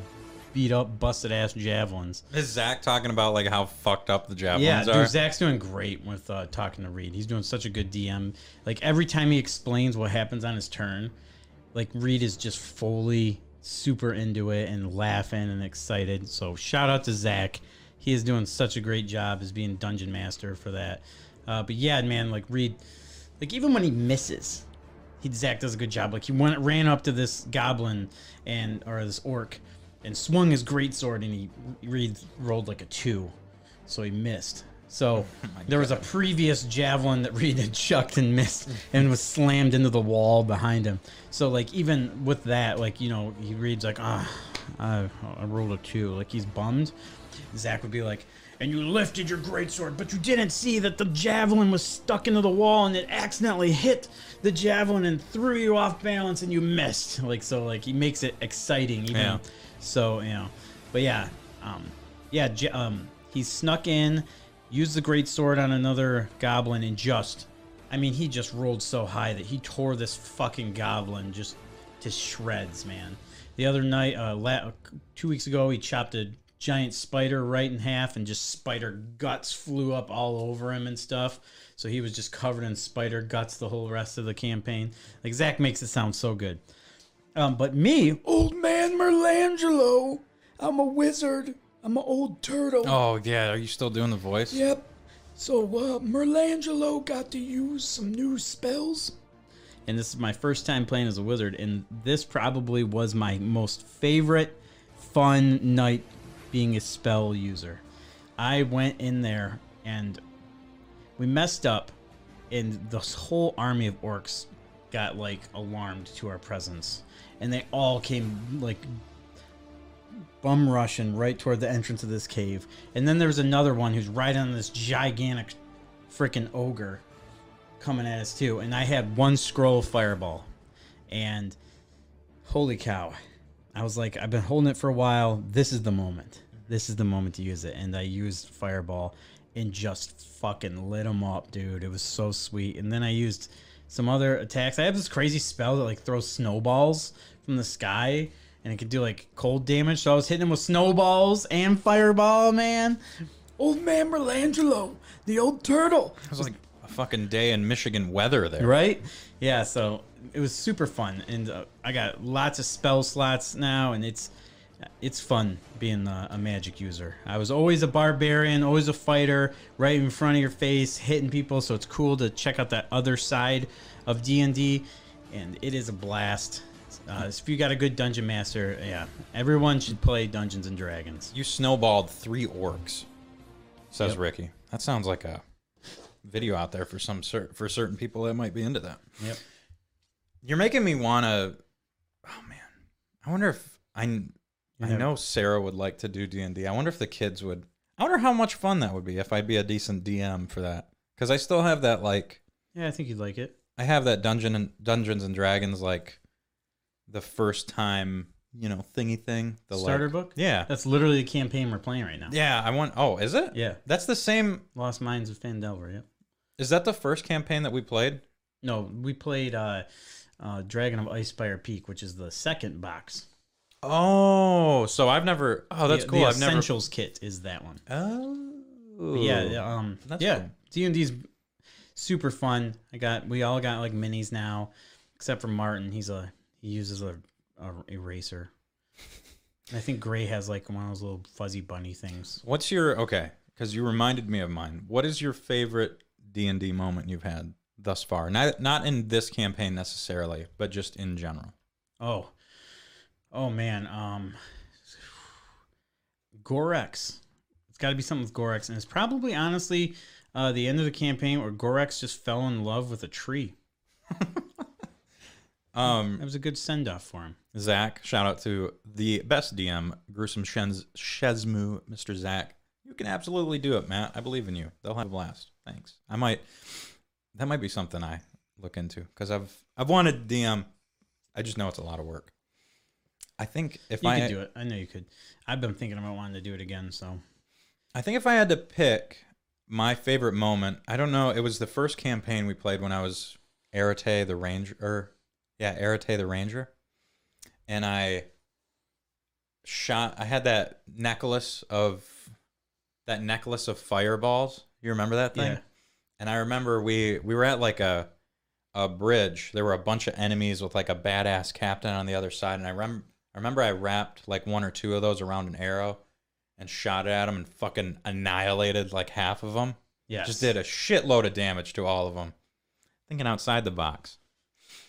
Speaker 2: beat up, busted ass javelins.
Speaker 1: Is Zach talking about like how fucked up the
Speaker 2: Yeah,
Speaker 1: javelins
Speaker 2: dude,
Speaker 1: are?
Speaker 2: Zach's doing great with uh, talking to Reed. He's doing such a good DM. Like every time he explains what happens on his turn, like Reed is just fully super into it and laughing and excited. So shout out to Zach. He is doing such a great job as being dungeon master for that. Uh, but yeah, man, like Reed, like even when he misses, he Zach does a good job. Like he went ran up to this goblin and or this orc and swung his great sword and he Reed rolled like a two, so he missed. So there was a previous javelin that Reed had chucked and missed and was slammed into the wall behind him. So like even with that, like you know, he reads like ah, I, I rolled a two. Like he's bummed. Zach would be like, and you lifted your greatsword, but you didn't see that the javelin was stuck into the wall and it accidentally hit the javelin and threw you off balance and you missed. Like so, like he makes it exciting. Even
Speaker 1: Yeah.
Speaker 2: so, you know, but yeah, um, yeah, j- um, he snuck in, used the great sword on another goblin, and just, I mean, he just rolled so high that he tore this fucking goblin just to shreds, man. The other night, uh, la- two weeks ago, he chopped a giant spider right in half, and just spider guts flew up all over him and stuff. So he was just covered in spider guts the whole rest of the campaign. Like Zach makes it sound so good. Um, but me, old man Merlangelo, I'm a wizard. I'm an old turtle.
Speaker 1: Oh yeah, are you still doing the voice?
Speaker 2: Yep. So uh, Merlangelo got to use some new spells. And this is my first time playing as a wizard, and this probably was my most favorite fun night being a spell user. I went in there and we messed up, and this whole army of orcs got like alarmed to our presence, and they all came like bum rushing right toward the entrance of this cave. And then there's another one who's riding on this gigantic freaking ogre coming at us too. And I had one scroll of fireball. And holy cow. I was like, I've been holding it for a while. This is the moment. This is the moment to use it. And I used fireball and just fucking lit them up, dude. It was so sweet. And then I used some other attacks. I have this crazy spell that like throws snowballs from the sky and it could do like cold damage. So I was hitting him with snowballs and fireball, man. Old man Merlangelo, the old turtle.
Speaker 1: It was like a fucking day in Michigan weather there.
Speaker 2: Right? Yeah, so it was super fun and uh, I got lots of spell slots now and it's it's fun being a, a magic user. I was always a barbarian, always a fighter, right in front of your face, hitting people, so it's cool to check out that other side of D&D and it is a blast. Uh, if you got a good dungeon master, yeah, everyone should play Dungeons and Dragons.
Speaker 1: You snowballed three orcs, says Ricky. That sounds like a video out there for some cer- for certain people that might be into that.
Speaker 2: Yep.
Speaker 1: You're making me wanna. Oh man, I wonder if I. kn- I
Speaker 2: never-
Speaker 1: know Sarah would like to do D and I wonder if the kids would. I wonder how much fun that would be if I'd be a decent DM for that. Because I still have that like
Speaker 2: Yeah, I think you'd like it.
Speaker 1: I have that dungeon and Dungeons and Dragons like the first time you know thingy thing. The
Speaker 2: Starter
Speaker 1: like,
Speaker 2: book?
Speaker 1: Yeah,
Speaker 2: That's literally the campaign we're playing right now.
Speaker 1: yeah. I want. Oh, is it?
Speaker 2: Yeah.
Speaker 1: That's the same.
Speaker 2: Lost Minds of Fandelver, yep.
Speaker 1: Is that the first campaign that we played?
Speaker 2: No, we played uh, uh, Dragon of Icefire Peak, which is the second box.
Speaker 1: Oh, so I've never. Oh, that's
Speaker 2: the,
Speaker 1: cool.
Speaker 2: The
Speaker 1: I've never.
Speaker 2: Essentials kit is that one.
Speaker 1: Oh.
Speaker 2: But yeah, yeah, um,
Speaker 1: That's
Speaker 2: yeah.
Speaker 1: cool.
Speaker 2: D and D's super fun. I got we all got like minis now, except for Martin. He's a he uses a, a eraser. And I think Gray has like one of those little fuzzy bunny things.
Speaker 1: What's your okay? Because you reminded me of mine. What is your favorite D and D moment you've had thus far? Not not in this campaign necessarily, but just in general.
Speaker 2: Oh, oh man. Um, Gorex. It's got to be something with Gorex, and it's probably honestly uh, the end of the campaign where Gorex just fell in love with
Speaker 1: (laughs)
Speaker 2: a tree.
Speaker 1: Um,
Speaker 2: That was a good send off for him.
Speaker 1: Zach, shout out to the best DM, Gruesome Shenz, Shezmu, Mr. Zach. You can absolutely do it, Matt. I believe in you. They'll have a blast. Thanks. I might. That might be something I look into because I've I've wanted DM. I just know it's a lot of work. I think if
Speaker 2: You
Speaker 1: I
Speaker 2: could do it. I know you could. I've been thinking about wanting to do it again. So
Speaker 1: I think if I had to pick my favorite moment, I don't know. It was the first campaign we played when I was Arate the Ranger. Or, yeah, Arate the Ranger. And I shot. I had that necklace of that necklace of fireballs. You remember that thing?
Speaker 2: Yeah.
Speaker 1: And I remember we we were at like a a bridge. There were a bunch of enemies with like a badass captain on the other side. And I rem- I remember I wrapped like one or two of those around an arrow and shot at them and fucking annihilated like half of them.
Speaker 2: Yeah,
Speaker 1: Just did a shitload of damage to all of them. Thinking outside the box.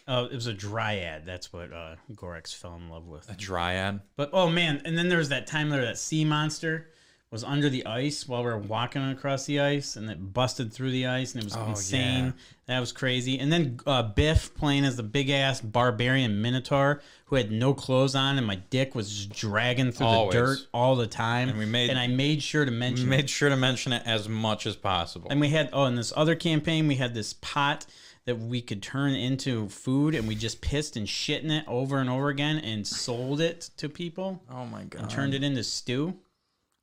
Speaker 2: Oh, it was a dryad. That's what uh, Gorex fell in love with.
Speaker 1: A dryad.
Speaker 2: But oh man, and then there was that time there that sea monster was under the ice while we were walking across the ice, and it busted through the ice, and it was
Speaker 1: Oh,
Speaker 2: insane.
Speaker 1: yeah.
Speaker 2: That was crazy. And then uh, Biff playing as the big ass barbarian minotaur who had no clothes on, and my dick was just dragging through
Speaker 1: Always.
Speaker 2: the dirt all the time.
Speaker 1: And we made-
Speaker 2: and I made sure to mention it.
Speaker 1: Made sure to mention it as much as possible.
Speaker 2: And we had oh, in this other campaign, we had this pot that we could turn into food, and we just pissed and shit in it over and over again, and sold it to people,
Speaker 1: oh my god.
Speaker 2: and turned it into stew.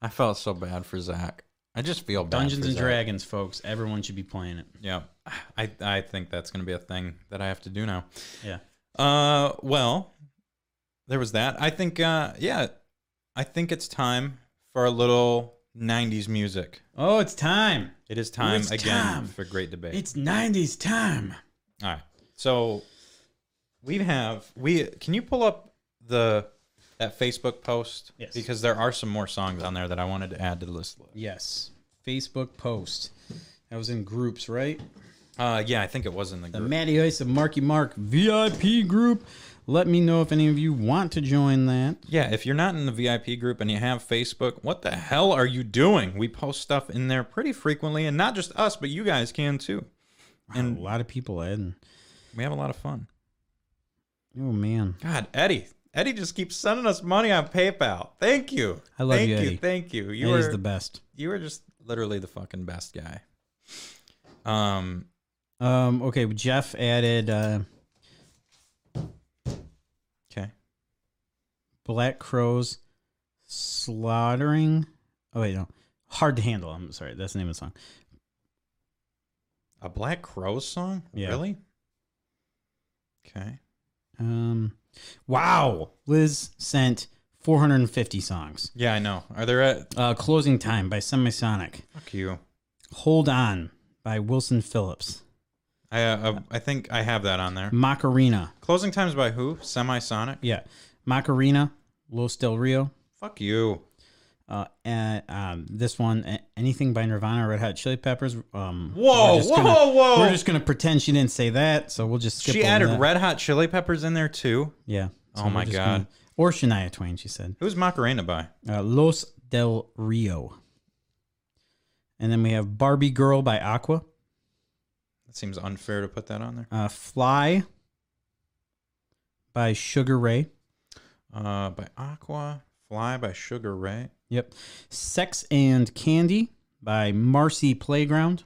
Speaker 1: I felt so bad for Zach. I just feel bad.
Speaker 2: Dungeons
Speaker 1: for
Speaker 2: and
Speaker 1: Zach.
Speaker 2: Dragons, folks. Everyone should be playing it.
Speaker 1: Yeah, I I think that's gonna be a thing that I have to do now.
Speaker 2: Yeah.
Speaker 1: Uh, well, there was that. I think. Uh, yeah, I think it's time for a little '90s music.
Speaker 2: Oh, it's time.
Speaker 1: It is time
Speaker 2: It's
Speaker 1: again
Speaker 2: time.
Speaker 1: for great debate.
Speaker 2: It's '90s time.
Speaker 1: All right. So we have we can you pull up the that Facebook post?
Speaker 2: Yes.
Speaker 1: Because there are some more songs on there that I wanted to add to the list.
Speaker 2: Yes. Facebook post. That was in groups, right?
Speaker 1: Uh, yeah, I think it was in the
Speaker 2: The
Speaker 1: group.
Speaker 2: Matty Ice of Marky Mark VIP group. Let me know if any of you want to join that.
Speaker 1: Yeah, if you're not in the VIP group and you have Facebook, what the hell are you doing? We post stuff in there pretty frequently, and not just us, but you guys can too.
Speaker 2: And
Speaker 1: And-
Speaker 2: a lot of people adding.
Speaker 1: We have a lot of fun.
Speaker 2: Oh man.
Speaker 1: God, Eddie. Eddie just keeps sending us money on PayPal. Thank you.
Speaker 2: I love
Speaker 1: thank
Speaker 2: you,
Speaker 1: you.
Speaker 2: Eddie.
Speaker 1: Thank you.
Speaker 2: It
Speaker 1: You
Speaker 2: is
Speaker 1: were
Speaker 2: the best.
Speaker 1: you were just literally the fucking best guy. Um,
Speaker 2: Um, okay, Jeff added uh,
Speaker 1: okay.
Speaker 2: Black Crowes slaughtering. Oh wait, no, hard to handle. I'm sorry, that's the name of the song.
Speaker 1: A Black Crow song?
Speaker 2: Yeah.
Speaker 1: Really? Okay.
Speaker 2: Um, wow, Liz sent 450 songs.
Speaker 1: Yeah, I know. Are there a
Speaker 2: Uh, Closing Time by Semisonic.
Speaker 1: fuck you?
Speaker 2: Hold On by Wilson Phillips.
Speaker 1: I uh, I think I have that on there.
Speaker 2: Macarena.
Speaker 1: Closing times by who? Semisonic.
Speaker 2: Yeah, Macarena. Los Del Rio.
Speaker 1: Fuck you.
Speaker 2: Uh, and um, this one, a- anything by Nirvana, Red Hot Chili Peppers. Um,
Speaker 1: Whoa,
Speaker 2: we're just
Speaker 1: whoa,
Speaker 2: gonna-
Speaker 1: whoa.
Speaker 2: We're just gonna pretend she didn't say that, so we'll just skip.
Speaker 1: She
Speaker 2: over
Speaker 1: added
Speaker 2: that.
Speaker 1: Red Hot Chili Peppers in there too.
Speaker 2: Yeah.
Speaker 1: Oh
Speaker 2: we're
Speaker 1: my
Speaker 2: just
Speaker 1: God.
Speaker 2: gonna- or Shania Twain, she said.
Speaker 1: Who's Macarena by?
Speaker 2: Uh, Los Del Rio. And then we have Barbie Girl by Aqua,
Speaker 1: That seems unfair to put that on there.
Speaker 2: uh, Fly by Sugar Ray.
Speaker 1: Uh, by Aqua, Fly by Sugar Ray.
Speaker 2: Yep. Sex and Candy by Marcy Playground.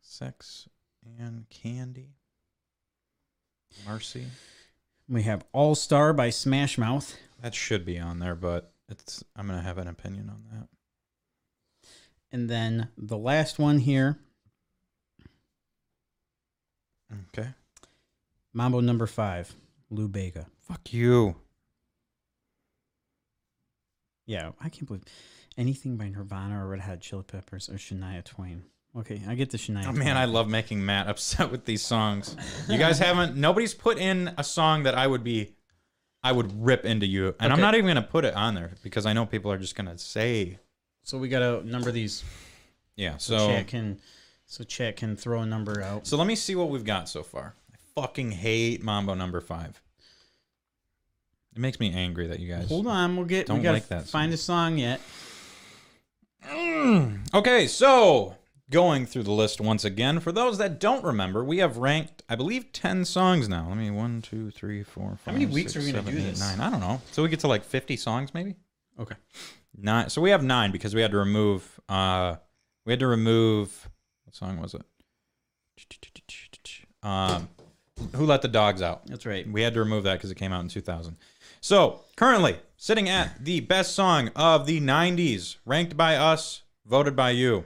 Speaker 1: Sex and Candy. Mercy.
Speaker 2: We have All Star by Smash Mouth.
Speaker 1: That should be on there, but it's I'm gonna have an opinion on that.
Speaker 2: And then the last one here,
Speaker 1: Okay.
Speaker 2: Mambo number five, Lou Bega.
Speaker 1: Fuck you.
Speaker 2: Yeah, I can't believe anything by Nirvana or Red Hot Chili Peppers or Shania Twain. Okay, I get the Shania.
Speaker 1: Oh
Speaker 2: Twain.
Speaker 1: man, I love making Matt (laughs) upset with these songs. You
Speaker 2: (laughs)
Speaker 1: guys haven't nobody's put in a song that I would be I would rip into you. And I'm
Speaker 2: Okay.
Speaker 1: not even gonna put it on there because I know people are just gonna say
Speaker 2: So we gotta number these.
Speaker 1: Yeah,
Speaker 2: So,
Speaker 1: so
Speaker 2: chat can, so chat can throw a number out.
Speaker 1: so let me see what we've got so far. I fucking hate Mambo number five. It makes me angry that you guys
Speaker 2: Hold on, we'll get.
Speaker 1: Don't
Speaker 2: we gotta
Speaker 1: like that
Speaker 2: find a song yet.
Speaker 1: Okay, so going through the list once again, for those that don't remember, we have ranked, I believe, 10 songs now. Let me one, two, three, four, five.
Speaker 2: many weeks
Speaker 1: six,
Speaker 2: are we gonna
Speaker 1: seven,
Speaker 2: do
Speaker 1: eight,
Speaker 2: this?
Speaker 1: Nine. I don't know. So we get to like 50 songs, maybe?
Speaker 2: Okay.
Speaker 1: Nine. So we have nine because we had to remove, uh, we had to remove, what song was it? Um, Who Let the Dogs Out?
Speaker 2: That's right.
Speaker 1: We had to remove that because it came out in 2000. So currently sitting at the best song of the 90s, ranked by us, voted by you.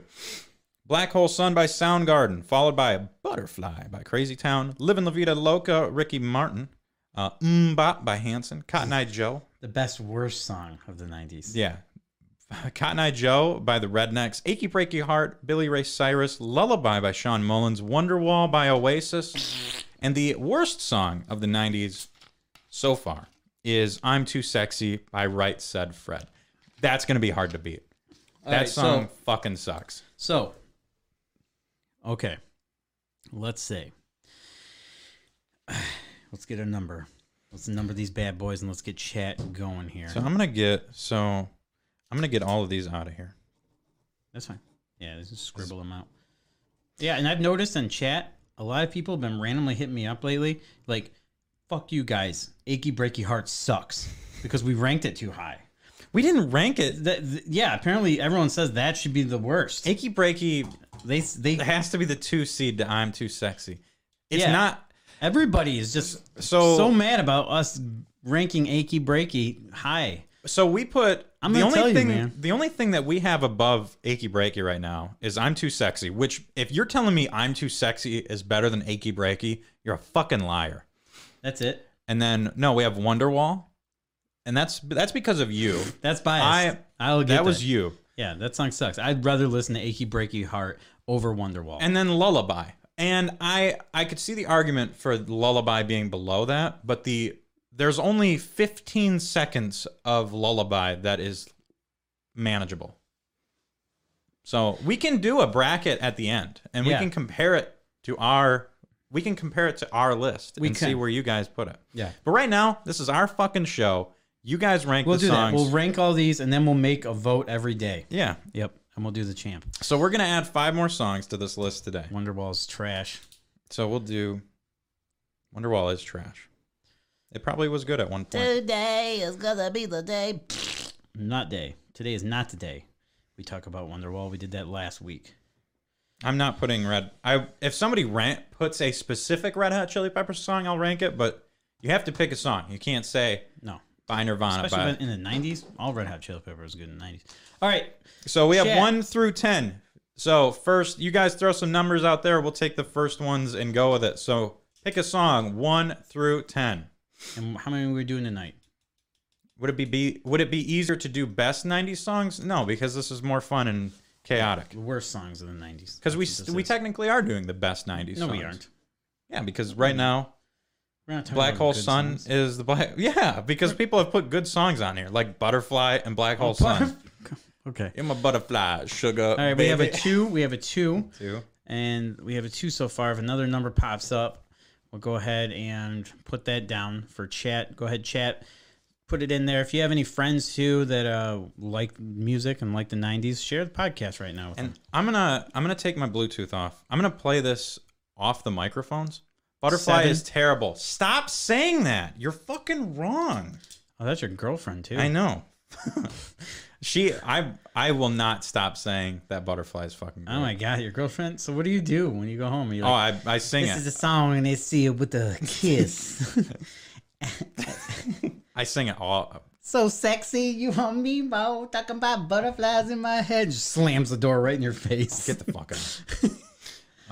Speaker 1: Black Hole Sun by Soundgarden, followed by Butterfly by Crazy Town, Livin' La Vida Loca, Ricky Martin, uh, Mm Bop by Hanson, Cotton Eye Joe.
Speaker 2: The best worst song of the 90s.
Speaker 1: Yeah. (laughs) Cotton Eye Joe by the Rednecks, Achy Breaky Heart, Billy Ray Cyrus, Lullaby by Sean Mullins, Wonderwall by Oasis, and the worst song of the 90s so far is I'm Too Sexy by Right Said Fred. That's going to be hard to beat. that
Speaker 2: right, so-
Speaker 1: song fucking sucks.
Speaker 2: So, okay. Let's say. (sighs) Let's get a number. Let's number these bad boys and let's get chat going here.
Speaker 1: So I'm going to get so I'm going to get all of these out of here.
Speaker 2: That's fine. Yeah, just scribble them out. Yeah, and I've noticed in chat, a lot of people have been randomly hitting me up lately, like, fuck you guys. Achy Breaky Heart sucks because we ranked it too high.
Speaker 1: We didn't rank it.
Speaker 2: Th- th- yeah, apparently everyone says that should be the worst.
Speaker 1: Achy Breaky
Speaker 2: They, they,
Speaker 1: it has to be the 2 seed to I'm Too Sexy. It's
Speaker 2: Yeah.
Speaker 1: not
Speaker 2: everybody is just
Speaker 1: So-
Speaker 2: so, mad about us ranking Achy Breaky high.
Speaker 1: So we put
Speaker 2: I'm
Speaker 1: the
Speaker 2: gonna
Speaker 1: only
Speaker 2: tell you,
Speaker 1: thing
Speaker 2: man.
Speaker 1: the only thing that we have above Achy Breaky right now is I'm too sexy. Which if you're telling me I'm too sexy is better than Achy Breaky, you're a fucking liar.
Speaker 2: That's it.
Speaker 1: And then no, we have Wonderwall, and that's that's because of you.
Speaker 2: That's biased. I, will get
Speaker 1: that was you.
Speaker 2: Yeah, that song sucks. I'd rather listen to Achy Breaky Heart over Wonderwall.
Speaker 1: And then Lullaby. And I I could see the argument for Lullaby being below that, but the there's only 15 seconds of Lullaby that is manageable. So we can do a bracket at the end, and we
Speaker 2: Yeah.
Speaker 1: can compare it to our we can compare it to our list
Speaker 2: We
Speaker 1: and see
Speaker 2: can.
Speaker 1: where you guys put it.
Speaker 2: Yeah.
Speaker 1: But right now, this is our fucking show. You guys rank
Speaker 2: We'll
Speaker 1: the
Speaker 2: do
Speaker 1: songs.
Speaker 2: that. We'll rank all these and then we'll make a vote every day.
Speaker 1: yeah.
Speaker 2: Yep. And we'll do the champ.
Speaker 1: So we're gonna add five more songs to this list today.
Speaker 2: Wonderwall's trash.
Speaker 1: So we'll do. Wonderwall is trash. It probably was good at one point.
Speaker 5: Today is gonna be the day.
Speaker 2: Not day. Today is not the day. We talk about Wonderwall. We did that last week.
Speaker 1: I'm not putting red. I if somebody rank puts a specific Red Hot Chili Peppers song, I'll rank it. But you have to pick a song. You can't say
Speaker 2: No.
Speaker 1: by Nirvana.
Speaker 2: Especially
Speaker 1: by-
Speaker 2: when- in the 90s. All Red Hot Chili Peppers was good in the 90s. All right.
Speaker 1: so we have
Speaker 2: Shit.
Speaker 1: one through ten. So first, you guys throw some numbers out there. We'll take the first ones and go with it. So pick a song one through ten.
Speaker 2: And how many were we doing tonight?
Speaker 1: Would it be, be would it be easier to do best '90s songs? No, because this is more fun and chaotic.
Speaker 2: The worst songs of the 90s.
Speaker 1: Because we
Speaker 2: That's what
Speaker 1: st-
Speaker 2: this
Speaker 1: we
Speaker 2: is.
Speaker 1: technically are doing the best '90s.
Speaker 2: No, we
Speaker 1: songs.
Speaker 2: aren't.
Speaker 1: Yeah, because right now
Speaker 2: We're not talking
Speaker 1: Black
Speaker 2: about
Speaker 1: Hole
Speaker 2: good
Speaker 1: Sun
Speaker 2: songs.
Speaker 1: is the black. (laughs) Yeah, because people have put good songs on here like Butterfly and Black Hole Sun. (laughs)
Speaker 2: okay.
Speaker 1: I'm a butterfly, sugar.
Speaker 2: Oh, All right. We have a (laughs) two. We have a two.
Speaker 1: two.
Speaker 2: and we have a two so far. If another number pops up, we'll go ahead and put that down for chat. Go ahead, chat. Put it in there. If you have any friends too that uh, like music and like the '90s, share the podcast right now. With them.
Speaker 1: And I'm gonna I'm gonna take my Bluetooth off. I'm gonna play this off the microphones. Butterfly
Speaker 2: Seven.
Speaker 1: is terrible. Stop saying that. You're fucking wrong.
Speaker 2: Oh, that's your girlfriend too.
Speaker 1: I know. (laughs) she I I will not stop saying that butterfly is fucking.
Speaker 2: Oh my god, your girlfriend. So what do you do when you go home? You're
Speaker 1: Oh,
Speaker 2: like,
Speaker 1: I, I sing
Speaker 2: this
Speaker 1: it.
Speaker 2: is a song, and they see it with a kiss. (laughs)
Speaker 1: I sing it all.
Speaker 2: so sexy, you want me, Mo? Talking about butterflies in my head. Just slams the door right in your face.
Speaker 1: Get the fuck out.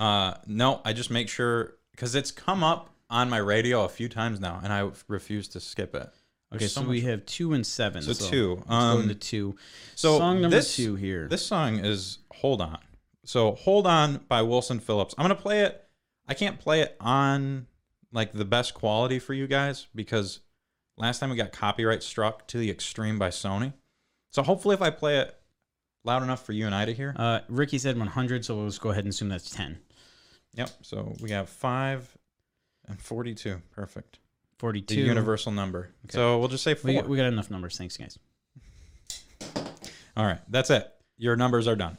Speaker 1: (laughs) uh, no, I just make sure because it's come up on my radio a few times now, and I refuse to skip it.
Speaker 2: Okay, so, we have two and seven.
Speaker 1: So two,
Speaker 2: let's go
Speaker 1: um,
Speaker 2: into two.
Speaker 1: So
Speaker 2: song number
Speaker 1: this-
Speaker 2: two here.
Speaker 1: This song is "Hold On." So "Hold On" by Wilson Phillips. I'm gonna play it. I can't play it on like the best quality for you guys because last time we got copyright struck to the extreme by Sony. So hopefully, if I play it loud enough for you and I to hear,
Speaker 2: uh, Ricky said 100, so let's go ahead and assume that's 10.
Speaker 1: yep. So we have five and forty-two. Perfect.
Speaker 2: 42.
Speaker 1: the universal number. So we'll just say four.
Speaker 2: We, we got enough numbers. Thanks, guys.
Speaker 1: All right, that's it. Your numbers are done.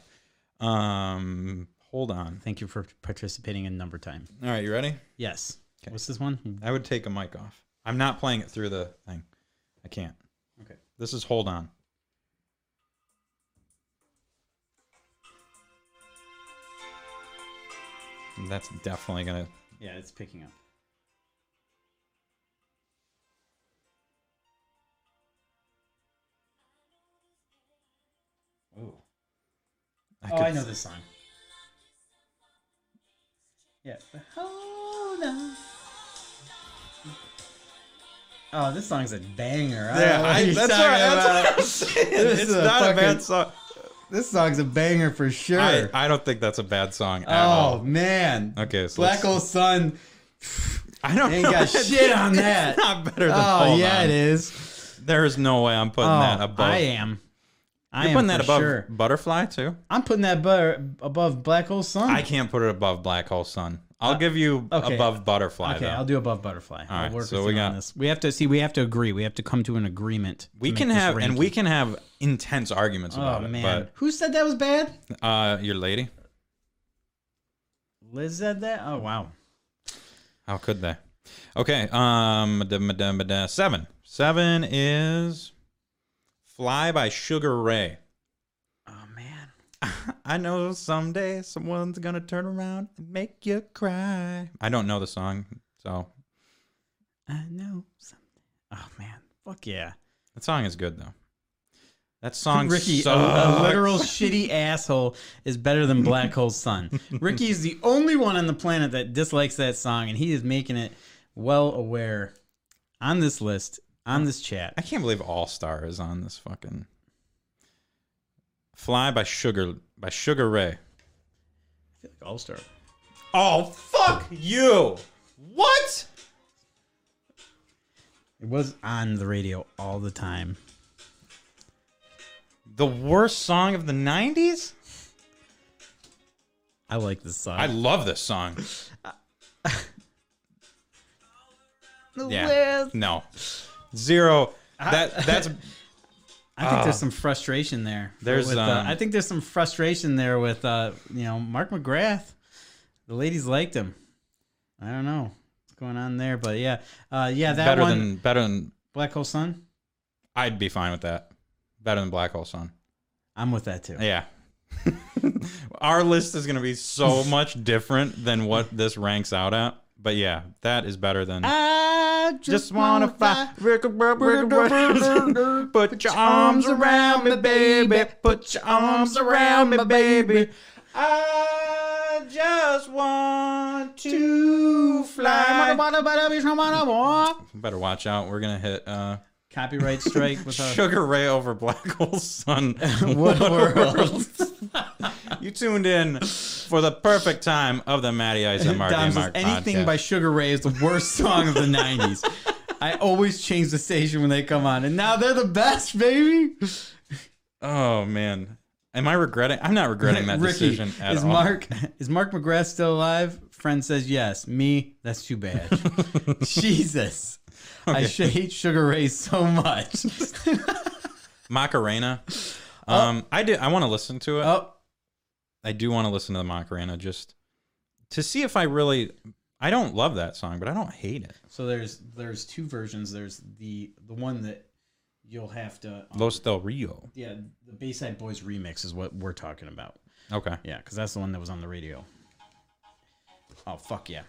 Speaker 1: Um, hold on.
Speaker 2: Thank you for participating in number time.
Speaker 1: All right, you ready?
Speaker 2: Yes. What's this one?
Speaker 1: I would take a mic off. I'm not playing it through the thing. I can't.
Speaker 2: Okay.
Speaker 1: This is hold on. That's definitely gonna.
Speaker 2: Yeah, it's picking up. Oh,
Speaker 1: I
Speaker 2: I,
Speaker 1: could-
Speaker 2: know this song. Yeah. Hold on. Oh, this song's a banger.
Speaker 1: (laughs) Yeah, I- that's what I-
Speaker 2: that's what I'm saying. (laughs) This
Speaker 1: it's
Speaker 2: is
Speaker 1: not a
Speaker 2: fucking-
Speaker 1: bad song.
Speaker 2: This song's a banger for sure.
Speaker 1: I, I don't think that's a bad song at
Speaker 2: oh
Speaker 1: all.
Speaker 2: man.
Speaker 1: Okay, so
Speaker 2: Black
Speaker 1: let's-
Speaker 2: Hole Sun
Speaker 1: I don't
Speaker 2: ain't
Speaker 1: know.
Speaker 2: got shit on that.
Speaker 1: It's not better than
Speaker 2: Oh
Speaker 1: Hold
Speaker 2: yeah,
Speaker 1: On.
Speaker 2: it is.
Speaker 1: There is no way I'm putting
Speaker 2: Oh,
Speaker 1: that above.
Speaker 2: I am. I
Speaker 1: You're
Speaker 2: am
Speaker 1: putting that
Speaker 2: for
Speaker 1: above
Speaker 2: sure.
Speaker 1: Butterfly too.
Speaker 2: I'm putting that bu- above Black Hole Sun.
Speaker 1: I can't put it above Black Hole Sun. I'll give you
Speaker 2: Uh, okay.
Speaker 1: above Butterfly
Speaker 2: okay,
Speaker 1: though.
Speaker 2: I'll do above Butterfly. All
Speaker 1: right,
Speaker 2: I'll work
Speaker 1: so
Speaker 2: with
Speaker 1: we
Speaker 2: you on
Speaker 1: got-
Speaker 2: this. We have to see. We have to agree. We have to come to an agreement.
Speaker 1: we
Speaker 2: to
Speaker 1: can
Speaker 2: make this
Speaker 1: have and we
Speaker 2: ranking.
Speaker 1: can have intense arguments about
Speaker 2: Oh
Speaker 1: it.
Speaker 2: man, who said that was bad?
Speaker 1: But uh, your lady,
Speaker 2: Liz said that. Oh wow.
Speaker 1: how could they? Okay, um, da- ma- da- ma- da- seven. Seven is "Fly" by Sugar Ray.
Speaker 2: Oh man.
Speaker 1: I know someday someone's gonna turn around and make you cry. I don't know the song, so
Speaker 2: I know. Something. Oh man. Fuck yeah.
Speaker 1: that song is good though. That song,
Speaker 2: (laughs) Ricky, a, a
Speaker 1: sucks.
Speaker 2: literal shitty asshole, is
Speaker 1: (laughs)
Speaker 2: better than Black Hole Sun. Ricky is the only one on the planet that dislikes that song, and he is making it well aware on this list, on this
Speaker 1: I
Speaker 2: chat.
Speaker 1: can't believe All Star is on this fucking. Fly by Sugar by Sugar Ray.
Speaker 2: All star.
Speaker 1: Oh fuck you! What?
Speaker 2: It was on the radio all the time.
Speaker 1: The worst song of the '90s?
Speaker 2: I like this song.
Speaker 1: I love this song.
Speaker 5: The
Speaker 1: Yeah.
Speaker 5: world's
Speaker 1: No. Zero. That that's
Speaker 2: I think there's some frustration there.
Speaker 1: There's,
Speaker 2: with, uh,
Speaker 1: um,
Speaker 2: I think there's some frustration there with uh, you know Mark McGrath. The ladies liked him. I don't know what's going on there, but yeah, uh, yeah, that
Speaker 1: better
Speaker 2: one.
Speaker 1: than better than.
Speaker 2: Black Hole Sun.
Speaker 1: I'd be fine with that. Better than Black Hole Sun.
Speaker 2: I'm with that too.
Speaker 1: Yeah. (laughs) Our list is gonna be (laughs) so much different than what this ranks out at. But yeah, that is better than.
Speaker 2: I just,
Speaker 1: just wanna fly. (laughs) Put your arms around me, baby. Put your arms around me, baby. I just want to fly. Better watch out. We're gonna hit uh,
Speaker 2: Copyright strike with a
Speaker 1: Sugar Ray over Black (laughs) Hole Sun. (laughs)
Speaker 2: what world?
Speaker 1: you tuned in for the perfect time of the Matty Ice and Mark
Speaker 2: Dom
Speaker 1: and
Speaker 2: says,
Speaker 1: Mark
Speaker 2: anything
Speaker 1: podcast.
Speaker 2: by Sugar Ray is the worst song
Speaker 1: (laughs)
Speaker 2: of the '90s. I always change the station when they come on, and now they're the best, baby.
Speaker 1: Oh man, am I regretting? I'm not regretting that
Speaker 2: (laughs) Ricky,
Speaker 1: decision at
Speaker 2: is
Speaker 1: all.
Speaker 2: Mark is Mark McGrath still alive? Friend says yes. Me, that's too
Speaker 1: (laughs)
Speaker 2: bad. Jesus, I sh- hate Sugar Ray so much. (laughs)
Speaker 1: Macarena. Um, I do. I want to listen to it.
Speaker 2: oh,
Speaker 1: I do want to listen to the Macarena just to see if I really. I don't love that song, but I don't hate it.
Speaker 2: So there's there's two versions. There's the the one that you'll have to um,
Speaker 1: Los Del Rio.
Speaker 2: yeah the Bayside Boys remix is what we're talking about.
Speaker 1: Okay.
Speaker 2: Yeah, because that's the one that was on the radio. Oh fuck yeah!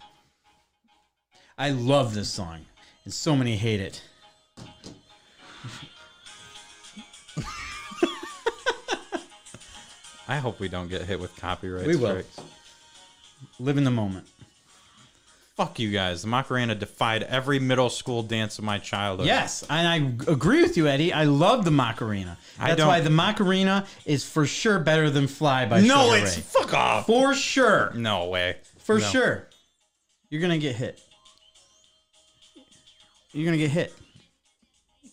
Speaker 2: I love this song, and so many hate it.
Speaker 1: I hope we don't get hit with copyright
Speaker 2: We will.
Speaker 1: strikes.
Speaker 2: Live in the moment.
Speaker 1: Fuck you guys. The Macarena defied every middle school dance of my childhood.
Speaker 2: Yes, and I agree with you, Eddie. I love the Macarena.
Speaker 1: I
Speaker 2: That's
Speaker 1: don't-
Speaker 2: why the Macarena is for sure better than Fly by
Speaker 1: No,
Speaker 2: Sugar
Speaker 1: it's
Speaker 2: Ray.
Speaker 1: fuck off.
Speaker 2: for sure.
Speaker 1: No way.
Speaker 2: For
Speaker 1: No.
Speaker 2: sure. You're gonna get hit. You're gonna get hit.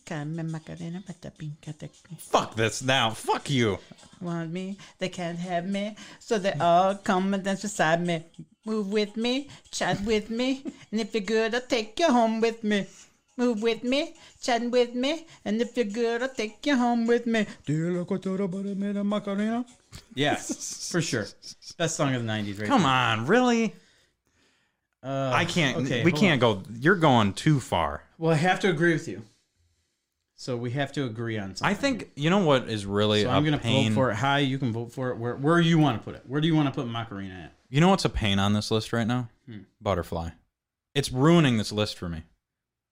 Speaker 5: Come and Macarena, but the pink cat that
Speaker 1: Fuck this now. Fuck you.
Speaker 5: want me, they can't have me, so they all come and dance beside me. Move with me, chat with me, and if you're good, I'll take you home with me. Move with me, chat with me, and if you're good, I'll take you home with me.
Speaker 2: Yes, for sure. Best song of the '90s, right?
Speaker 1: Come on, really?
Speaker 2: Uh,
Speaker 1: I can't.
Speaker 2: okay,
Speaker 1: we
Speaker 2: hold
Speaker 1: can't go. You're going too far.
Speaker 2: Well, I have to agree with you. So we have to agree on something.
Speaker 1: I think you know what is really.
Speaker 2: so
Speaker 1: a
Speaker 2: I'm gonna
Speaker 1: pain.
Speaker 2: vote for it. Hi, you can vote for it. Where where you want to put it? Where do you want to put Macarena at?
Speaker 1: You know what's a pain on this list right now?
Speaker 2: Hmm.
Speaker 1: Butterfly. It's ruining this list for me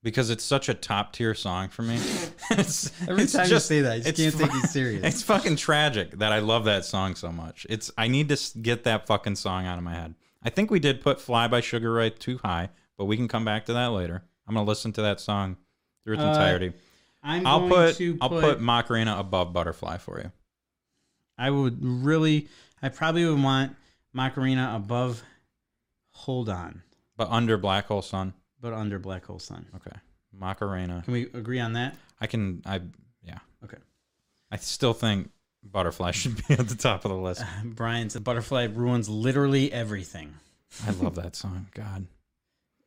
Speaker 1: because it's such a top tier song for me. (laughs) it's,
Speaker 2: Every
Speaker 1: it's
Speaker 2: time you say that, you just
Speaker 1: it's
Speaker 2: can't take
Speaker 1: fu-
Speaker 2: it
Speaker 1: (laughs)
Speaker 2: serious.
Speaker 1: It's fucking tragic that I love that song so much. It's I need to s- get that fucking song out of my head. I think we did put "Fly" by Sugar Ray too high, but we can come back to that later. I'm gonna listen to that song through its
Speaker 2: Uh,
Speaker 1: entirety.
Speaker 2: I'm
Speaker 1: I'll
Speaker 2: going
Speaker 1: put,
Speaker 2: to
Speaker 1: I'll put Macarena above Butterfly for you.
Speaker 2: I would really, I probably would want Macarena above Hold On,
Speaker 1: But under Black Hole Sun.
Speaker 2: but under Black Hole Sun.
Speaker 1: Okay. Macarena.
Speaker 2: Can we agree on that?
Speaker 1: I can I yeah.
Speaker 2: Okay.
Speaker 1: I still think Butterfly (laughs) should be at the top of the list.
Speaker 2: Brian's The Butterfly ruins literally everything.
Speaker 1: I love that song. God.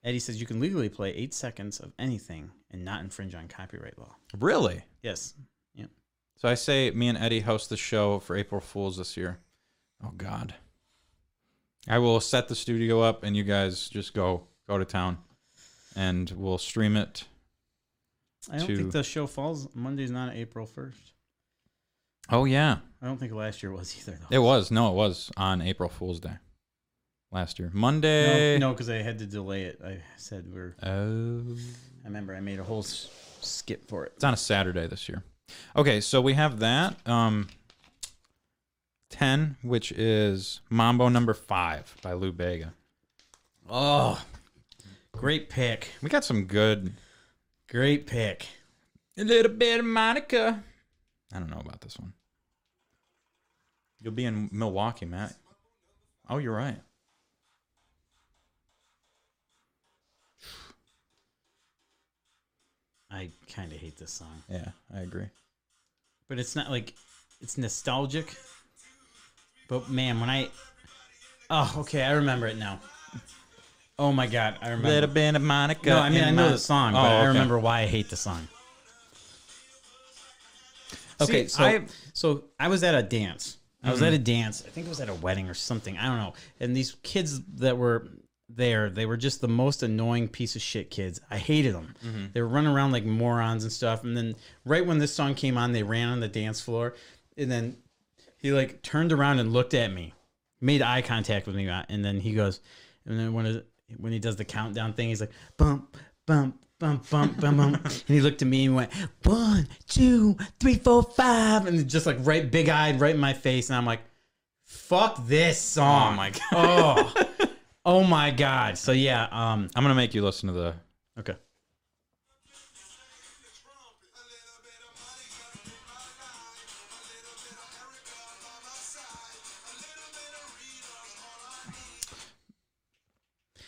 Speaker 2: Eddie says you can legally play eight seconds of anything and not infringe on copyright law.
Speaker 1: Really?
Speaker 2: Yes.
Speaker 1: So I say me and Eddie host the show for April Fools this year. Oh God. I will set the studio up and you guys just go go to town and we'll stream it.
Speaker 2: I don't
Speaker 1: To-
Speaker 2: think the show falls. Monday's not April 1st.
Speaker 1: Oh yeah.
Speaker 2: I don't think last year was (laughs) either, though.
Speaker 1: It was. No, it was on April Fool's Day. Last year. Monday.
Speaker 2: No, because I had to delay it. I said we're.
Speaker 1: Oh.
Speaker 2: I remember I made a whole s- skip for it.
Speaker 1: It's on a Saturday this year. Okay, so we have that. Um, 10, which is Mambo number 5 by Lou Bega.
Speaker 2: Oh, great pick.
Speaker 1: We got some good.
Speaker 2: Great pick.
Speaker 1: A little bit of Monica. I don't know about this one. You'll be in Milwaukee, Matt. Oh, you're right.
Speaker 2: I kind of hate this song,
Speaker 1: Yeah, I agree.
Speaker 2: but it's not like it's nostalgic. But man, when I oh okay, I remember it now. Oh my god, I remember.
Speaker 1: Little bit of Monica.
Speaker 2: no, I mean
Speaker 1: in
Speaker 2: I know
Speaker 1: my-
Speaker 2: the song, but
Speaker 1: Oh,
Speaker 2: I
Speaker 1: okay.
Speaker 2: remember why I hate the song. Okay,
Speaker 1: See,
Speaker 2: so
Speaker 1: I-
Speaker 2: so I was at a dance. I was at a dance. I think it was at a wedding or something. I don't know. And these kids that were there, they were just the most annoying piece of shit kids. I hated them. They were running around like morons and stuff. And then right when this song came on, they ran on the dance floor. And then he like turned around and looked at me, made eye contact with me, and then he goes, and then when it, when he does the countdown thing, he's like bump bump bump bump bump bump, and he looked at me and went one two three four five, and just like right big eyed right in my face, and I'm like, fuck this song,
Speaker 1: Oh,
Speaker 2: (laughs)
Speaker 1: my God.
Speaker 2: oh oh my god, so yeah, um,
Speaker 1: I'm going to make you listen to the.
Speaker 2: okay,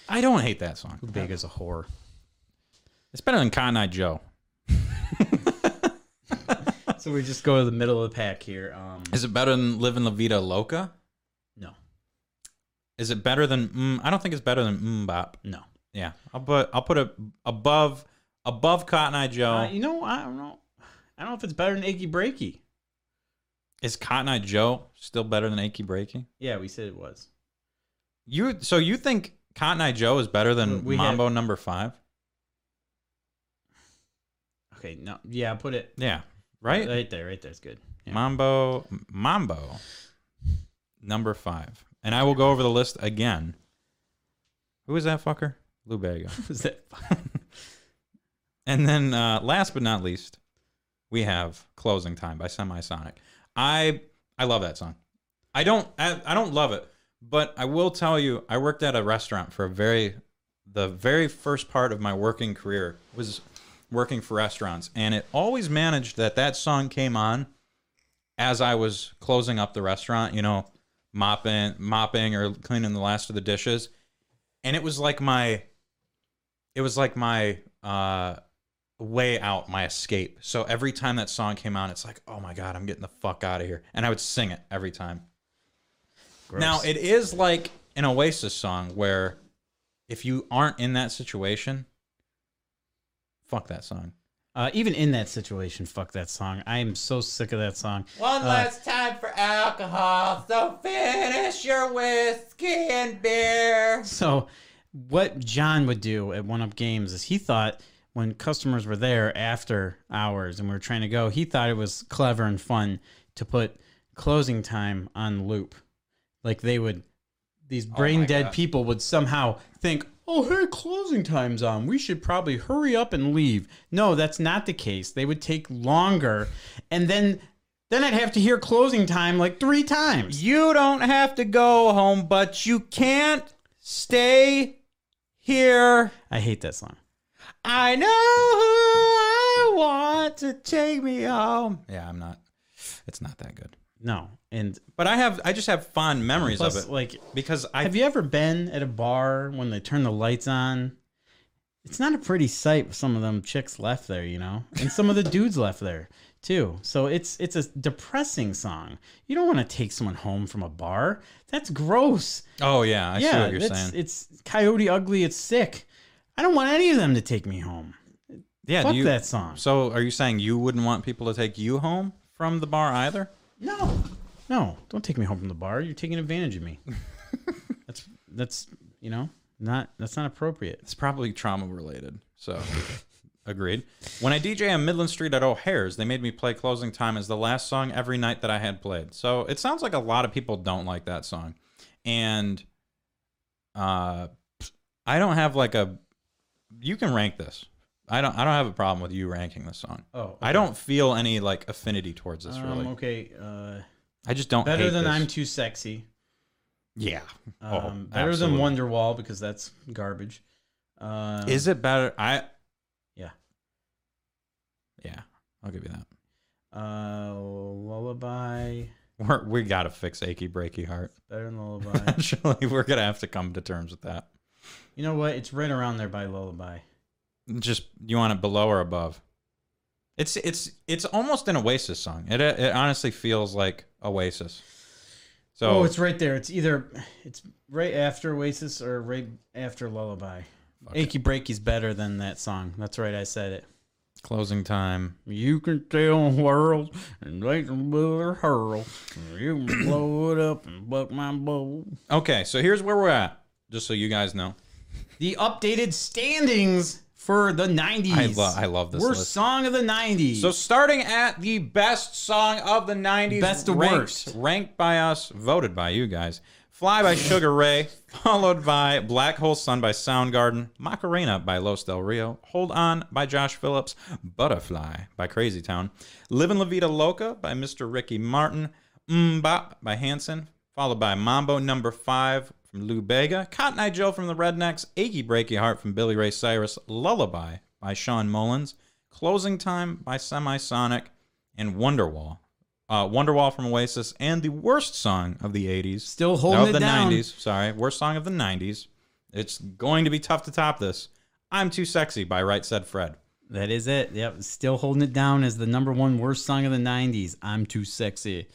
Speaker 1: I don't hate that song.
Speaker 2: big as a whore.
Speaker 1: It's better than Cotton Eye Joe.
Speaker 2: (laughs) So we just go to the middle of the pack here. Um,
Speaker 1: Is it better than Living La Vida Loca?
Speaker 2: no,
Speaker 1: Is it better than? Mm, I don't think it's better than mm bop.
Speaker 2: no.
Speaker 1: Yeah, I'll put I'll put it above above Cotton Eye Joe.
Speaker 2: Uh, you know, I don't know. I don't know if it's better than Iggy Breaky.
Speaker 1: Is Cotton Eye Joe still better than Achy Breaky?
Speaker 2: Yeah, we said it was.
Speaker 1: You so you think Cotton Eye Joe is better than
Speaker 2: We- we
Speaker 1: Mambo Number Five?
Speaker 2: Okay, no, yeah, put it
Speaker 1: Yeah, right.
Speaker 2: right there, right there. It's good. Yeah.
Speaker 1: Mambo Mambo Number Five, and I will go over the list again. Who is that fucker? Lou Bega.
Speaker 2: Is that-
Speaker 1: And then uh, last but not least, we have Closing Time by Semisonic. I I love that song. I don't I, I don't love it, but I will tell you I worked at a restaurant for a very the very first part of my working career was working for restaurants and it always managed that that song came on as I was closing up the restaurant, you know, mopping mopping or cleaning the last of the dishes. And it was like my it was like my uh way out my escape so every time that song came on it's like oh my god i'm getting the fuck out of here and i would sing it every time now it is like an oasis song where if you aren't in that situation fuck that song
Speaker 2: uh, even in that situation, fuck that song. I am so sick of that song.
Speaker 1: one last time for alcohol so finish your whiskey and beer
Speaker 2: So, what John would do at One Up Games is he thought when customers were there after hours and we were trying to go, he thought it was clever and fun to put closing time on loop. Like they would, these brain dead
Speaker 1: God.
Speaker 2: people would somehow think, oh, hey, closing time's on. We should probably hurry up and leave. No, that's not the case. They would take longer. And then. Then I'd have to hear closing time like three times.
Speaker 1: you don't have to go home but you can't stay here
Speaker 2: I hate that song.
Speaker 1: I know who I I want to take me home. Yeah, I'm not. It's not that good.
Speaker 2: No, and
Speaker 1: But I have. I just have fond memories
Speaker 2: plus,
Speaker 1: of it.
Speaker 2: like,
Speaker 1: because I
Speaker 2: have you ever been at a bar when they turn the lights on? It's not a pretty sight. what Some of them chicks left there, you know, and some of the dudes left there too. So it's it's a depressing song. You don't want to take someone home from a bar. That's gross.
Speaker 1: Oh yeah, I see
Speaker 2: yeah,
Speaker 1: what you're
Speaker 2: that's-
Speaker 1: saying.
Speaker 2: it's Coyote Ugly. It's sick. I don't want any of them to take me home.
Speaker 1: yeah, do
Speaker 2: Fuck
Speaker 1: you-
Speaker 2: that song.
Speaker 1: So are you saying you wouldn't want people to take you home from the bar either?
Speaker 2: No, no, don't take me home from the bar. You're taking advantage of me.
Speaker 1: (laughs)
Speaker 2: that's that's you know not that's not appropriate.
Speaker 1: It's probably trauma related. So (laughs) agreed. When I DJ on Midland Street at O'Hare's, they made me play Closing Time as the last song every night that I had played. So it sounds like a lot of people don't like that song. And uh I don't have like a you can rank this. I don't I don't have a problem with you ranking this song.
Speaker 2: Oh, okay.
Speaker 1: I don't feel any like affinity towards this really.
Speaker 2: Um, okay, uh,
Speaker 1: I just don't
Speaker 2: better
Speaker 1: hate
Speaker 2: than
Speaker 1: this. Oh,
Speaker 2: I'm too sexy.
Speaker 1: Yeah.
Speaker 2: Um, better than Wonderwall because that's garbage. Um,
Speaker 1: Is it better? I.
Speaker 2: Yeah.
Speaker 1: Yeah, I'll give you that.
Speaker 2: uh, Lullaby?
Speaker 1: We're, we got to fix achy breaky heart. (laughs)
Speaker 2: Better than Lullaby.
Speaker 1: Actually, we're gonna have to come to terms with that.
Speaker 2: you know what? It's right around there by Lullaby.
Speaker 1: Just you want it below or above? It's it's it's almost an Oasis song. It it honestly feels like Oasis. So
Speaker 2: oh, it's right there. It's either it's right after Oasis or right after Lullaby. Achy Breaky's better than that song. That's right, I said it.
Speaker 1: closing time.
Speaker 2: You can tell world and they can build hurl. You can blow it up and buck my bowl.
Speaker 1: Okay, so here's where we're at. Just so you guys know,
Speaker 2: The updated standings for the 90s.
Speaker 1: I love I love this.
Speaker 2: Worst
Speaker 1: list.
Speaker 2: song of the 90s.
Speaker 1: So starting at the best song of the 90s.
Speaker 2: Best to
Speaker 1: ranked,
Speaker 2: worst.
Speaker 1: Ranked by us, voted by you guys. Fly by Sugar Ray, (laughs) followed by Black Hole Sun by Soundgarden, Macarena by Los Del Rio, Hold On by Josh Phillips, Butterfly by Crazy Town, Livin' La Vida Loca by Mr. Ricky Martin, Mbop by Hanson, followed by Mambo Number Five from Lou Bega, Cotton Eye Joe from the Rednecks, Achy Breaky Heart from Billy Ray Cyrus, Lullaby by Sean Mullins, Closing Time by Semisonic, and Wonderwall. Uh, Wonderwall from Oasis, and the worst song of the 80s.
Speaker 2: Still holding
Speaker 1: of
Speaker 2: it
Speaker 1: the
Speaker 2: down.
Speaker 1: 90s, sorry. Worst song of the 90s. It's going to be tough to top this. I'm Too Sexy by Right Said Fred.
Speaker 2: that is it. Yep. Still holding it down as the number one worst song of the 90s. I'm too sexy.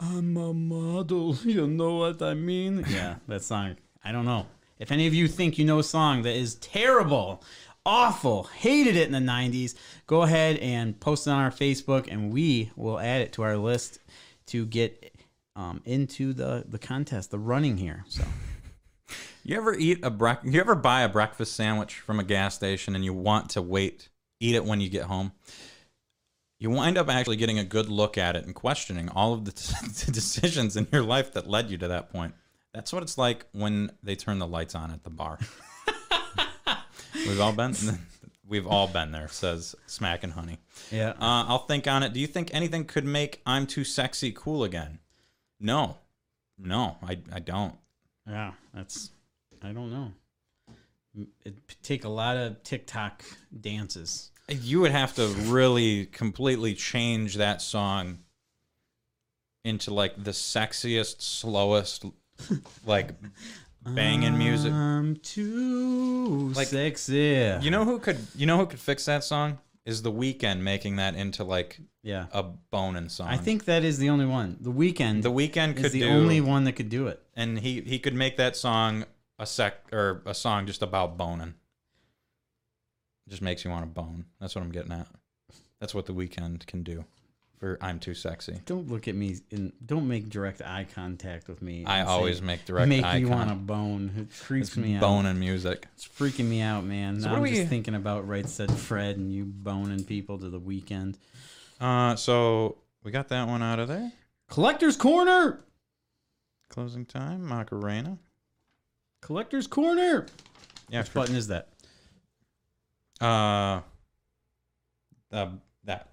Speaker 2: I'm a model. (laughs) You know what I mean? (laughs) Yeah, that song. I don't know. If any of you think you know a song that is terrible, awful, hated it in the 90s, go ahead and post it on our Facebook and we will add it to our list to get um, into the, the contest, the running here. So.
Speaker 1: You ever eat a break? You ever buy a breakfast sandwich from a gas station and you want to wait, eat it when you get home? You wind up actually getting a good look at it and questioning all of the (laughs) decisions in your life that led you to that point. That's what it's like when they turn the lights on at the bar. we've all been, (laughs) we've all been there. Says Smack and Honey.
Speaker 2: Yeah.
Speaker 1: Uh, I'll think on it. Do you think anything could make "I'm Too Sexy" cool again? No, no, I, I don't.
Speaker 2: Yeah, that's I don't know. It take a lot of TikTok dances.
Speaker 1: You would have to really completely change that song into like the sexiest, slowest, like banging music.
Speaker 2: I'm too
Speaker 1: Like-
Speaker 2: sexy.
Speaker 1: You know who could? You know who could fix that song? Is the weekend making that into like
Speaker 2: yeah,
Speaker 1: a boning song?
Speaker 2: I think that is the only one. The weekend
Speaker 1: the weekend could
Speaker 2: is the
Speaker 1: do,
Speaker 2: only one that could do it.
Speaker 1: and he he could make that song a sec or a song just about boning. Just makes you want to bone. That's what I'm getting at. That's what the weekend can do. For I'm too sexy.
Speaker 2: Don't look at me and don't make direct eye contact with me.
Speaker 1: I
Speaker 2: and
Speaker 1: always
Speaker 2: say,
Speaker 1: make direct
Speaker 2: make
Speaker 1: eye
Speaker 2: you want to
Speaker 1: contact.
Speaker 2: bone. It
Speaker 1: It's
Speaker 2: creeps me out.
Speaker 1: boning music.
Speaker 2: It's freaking me out, man.
Speaker 1: So
Speaker 2: Now
Speaker 1: what
Speaker 2: I'm
Speaker 1: do we-
Speaker 2: just thinking about right said Fred and you boning people to the weekend.
Speaker 1: Uh, so we got that one out of there.
Speaker 2: Collector's corner.
Speaker 1: Closing time, Macarena.
Speaker 2: Collector's corner.
Speaker 1: Yeah,
Speaker 2: Which
Speaker 1: for,
Speaker 2: button is that?
Speaker 1: uh, uh, that.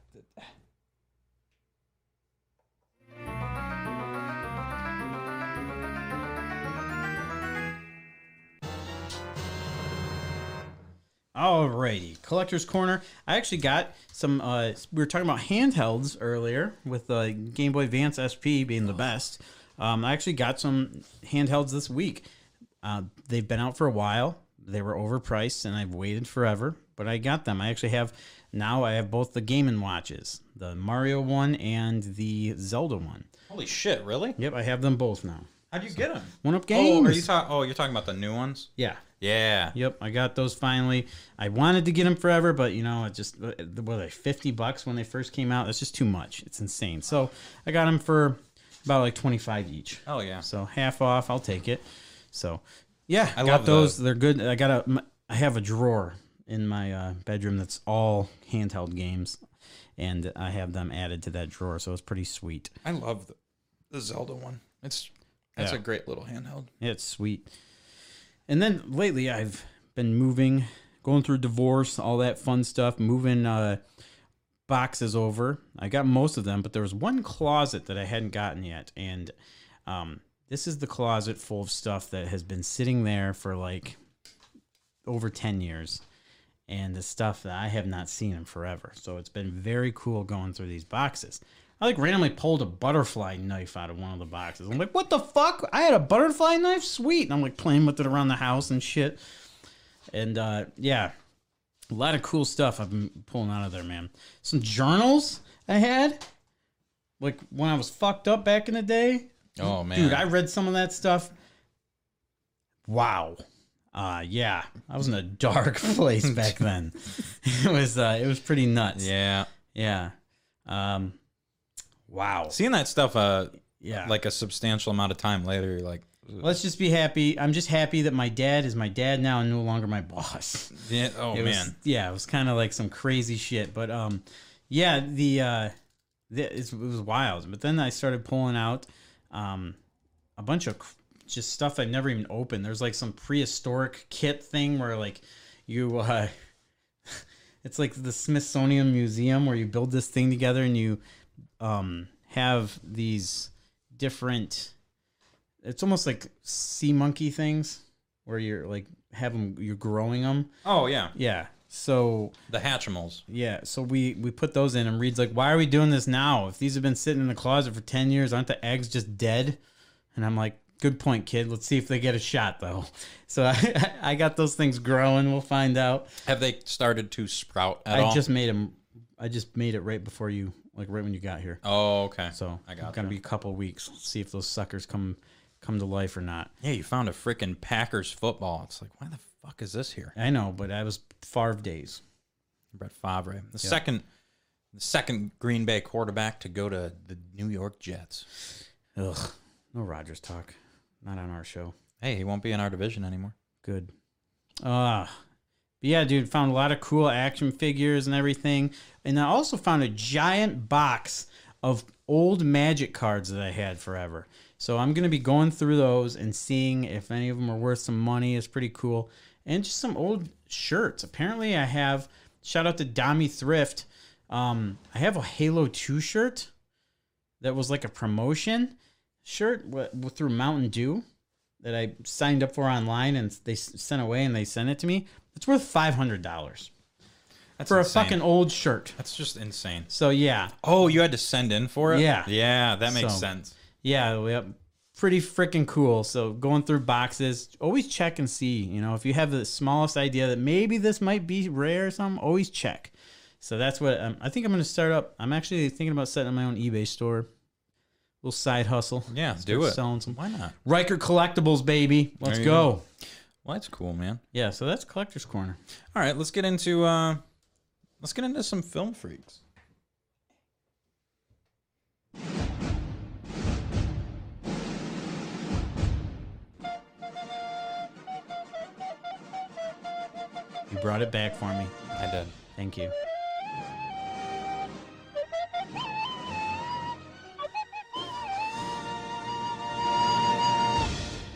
Speaker 2: Alrighty, collector's corner. I actually got some. Uh, we were talking about handhelds earlier with uh, Game Boy Advance SP being the best. Um, I actually got some handhelds this week. Uh, they've been out for a while. They were overpriced, and I've waited forever, but I got them. I actually have now. I have both the Game and Watches, the Mario one and the Zelda one.
Speaker 1: Holy shit! Really?
Speaker 2: Yep, I have them both now.
Speaker 1: How do you get them?
Speaker 2: One up
Speaker 1: Oh,
Speaker 2: games.
Speaker 1: are you talking? Oh, you're talking about the new ones?
Speaker 2: yeah.
Speaker 1: Yeah.
Speaker 2: Yep, I got those finally. I wanted to get them forever, but you know, it just what were they fifty bucks when they first came out? That's just too much. It's insane. So I got them for about like twenty five each.
Speaker 1: Oh yeah.
Speaker 2: So half off, I'll take it. So yeah, I
Speaker 1: love
Speaker 2: got those. They're good. I got a. m- I have a drawer in my uh, bedroom that's all handheld games, and I have them added to that drawer. So it's pretty sweet.
Speaker 1: I love the, the Zelda one. It's that's a great little handheld.
Speaker 2: It's sweet. And then lately, I've been moving, going through divorce, all that fun stuff, moving uh, boxes over. I got most of them, but there was one closet that I hadn't gotten yet. And um, this is the closet full of stuff that has been sitting there for like over 10 years. And the stuff that I have not seen in forever. So it's been very cool going through these boxes. I like randomly pulled a butterfly knife out of one of the boxes. I'm like, what the fuck? I had a butterfly knife? Sweet. And I'm like playing with it around the house and shit. And uh, yeah, a lot of cool stuff I've been pulling out of there, man. Some journals I had, like when I was fucked up back in the day.
Speaker 1: Oh man,
Speaker 2: Dude, I read some of that stuff. Wow. Uh yeah. I was in a dark (laughs) place back then. (laughs) it was uh it was pretty nuts.
Speaker 1: yeah.
Speaker 2: Yeah. Um wow.
Speaker 1: Seeing that stuff, uh,
Speaker 2: Yeah.
Speaker 1: like a substantial amount of time later, you're like,
Speaker 2: let's just be happy. I'm just happy that my dad is my dad now and no longer my boss.
Speaker 1: yeah, oh
Speaker 2: it was-
Speaker 1: man,
Speaker 2: yeah, it was kind of like some crazy shit, but um, yeah, the uh, the, it's, it was wild. But then I started pulling out um, a bunch of cr- just stuff I never even opened. There's like some prehistoric kit thing where like you uh, (laughs) it's like the Smithsonian Museum where you build this thing together and you um have these different. It's almost like sea monkey things where you're like have them you're growing them
Speaker 1: oh yeah,
Speaker 2: yeah. So
Speaker 1: the Hatchimals.
Speaker 2: yeah, so we we put those in, and Reed's like, "Why are we doing this now? If these have been sitting in the closet for ten years, aren't the eggs just dead?" And I'm like, "Good point, kid. Let's see if they get a shot, though." (laughs) So I (laughs) I got those things growing. We'll find out.
Speaker 1: Have they started to sprout at
Speaker 2: I
Speaker 1: all?
Speaker 2: just made them. I just made it right before you, like right when you got here.
Speaker 1: oh okay,
Speaker 2: So
Speaker 1: I
Speaker 2: it's
Speaker 1: got
Speaker 2: gonna
Speaker 1: you.
Speaker 2: be a couple weeks. See if those suckers come come to life or not.
Speaker 1: yeah, you found a freaking Packers football. It's like, why the fuck is this here?
Speaker 2: I know, but I was Favre days.
Speaker 1: Brett Favre, the second, the second Green Bay quarterback to go to the New York Jets.
Speaker 2: Ugh, no Rogers talk. Not on our show.
Speaker 1: Hey, he won't be in our division anymore.
Speaker 2: Good. Ah. but yeah, dude, found a lot of cool action figures and everything. And I also found a giant box of old magic cards that I had forever. So I'm going to be going through those and seeing if any of them are worth some money. It's pretty cool. And just some old shirts. Apparently, I have, shout out to Dami Thrift. Um, I have a Halo 2 shirt that was like a promotion shirt wi- through Mountain Dew that I signed up for online and they s- sent away and they sent it to me. It's worth five hundred dollars
Speaker 1: That's
Speaker 2: for
Speaker 1: insane.
Speaker 2: a fucking old shirt.
Speaker 1: That's just insane.
Speaker 2: So yeah,
Speaker 1: Oh, you had to send in for it.
Speaker 2: Yeah.
Speaker 1: yeah, that makes
Speaker 2: So-
Speaker 1: sense.
Speaker 2: yeah, we have- pretty freaking cool. So going through boxes, always check and see. You know, if you have the smallest idea that maybe this might be rare or something, always check. So that's what um, I think I'm going to start up. I'm actually thinking about setting up my own eBay store, little side hustle.
Speaker 1: Yeah,
Speaker 2: Start
Speaker 1: do it.
Speaker 2: Selling some
Speaker 1: Why not?
Speaker 2: Riker collectibles, baby. Let's
Speaker 1: There
Speaker 2: go.
Speaker 1: you Well, that's cool, man.
Speaker 2: Yeah, so that's collector's corner.
Speaker 1: All right, let's get into uh, let's get into some film freaks.
Speaker 2: You brought it back for me.
Speaker 1: I did.
Speaker 2: Thank you.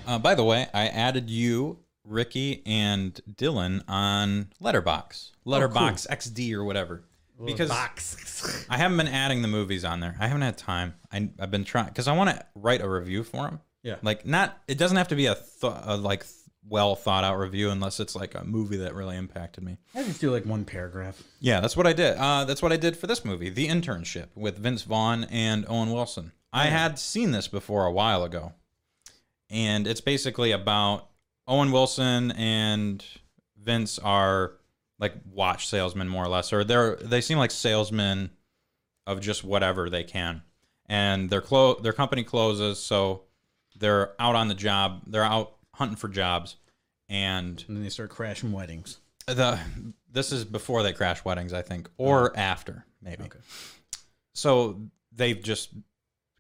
Speaker 1: Uh, by the way, I added you, Ricky, and Dylan on Letterbox,
Speaker 2: Oh,
Speaker 1: Letterbox XD or whatever, because
Speaker 2: box.
Speaker 1: (laughs) I haven't been adding the movies on there. I haven't had time. I, I've been trying because I want to write a review for them.
Speaker 2: Yeah.
Speaker 1: Like not, it doesn't have to be a, th- a like th- well thought out review unless it's like a movie that really impacted me.
Speaker 2: I just do like one paragraph.
Speaker 1: Yeah, that's what I did. Uh, that's what I did for this movie, The Internship, with Vince Vaughn and Owen Wilson. I had seen this before a while ago, and it's basically about Owen Wilson and Vince are like watch salesmen, more or less, or they're they seem like salesmen of just whatever they can. And their clo- their company closes, so they're out on the job. They're out hunting for jobs, and
Speaker 2: And then they start crashing weddings.
Speaker 1: the this is before they crash weddings, I think,
Speaker 2: Oh.
Speaker 1: or after maybe. So they just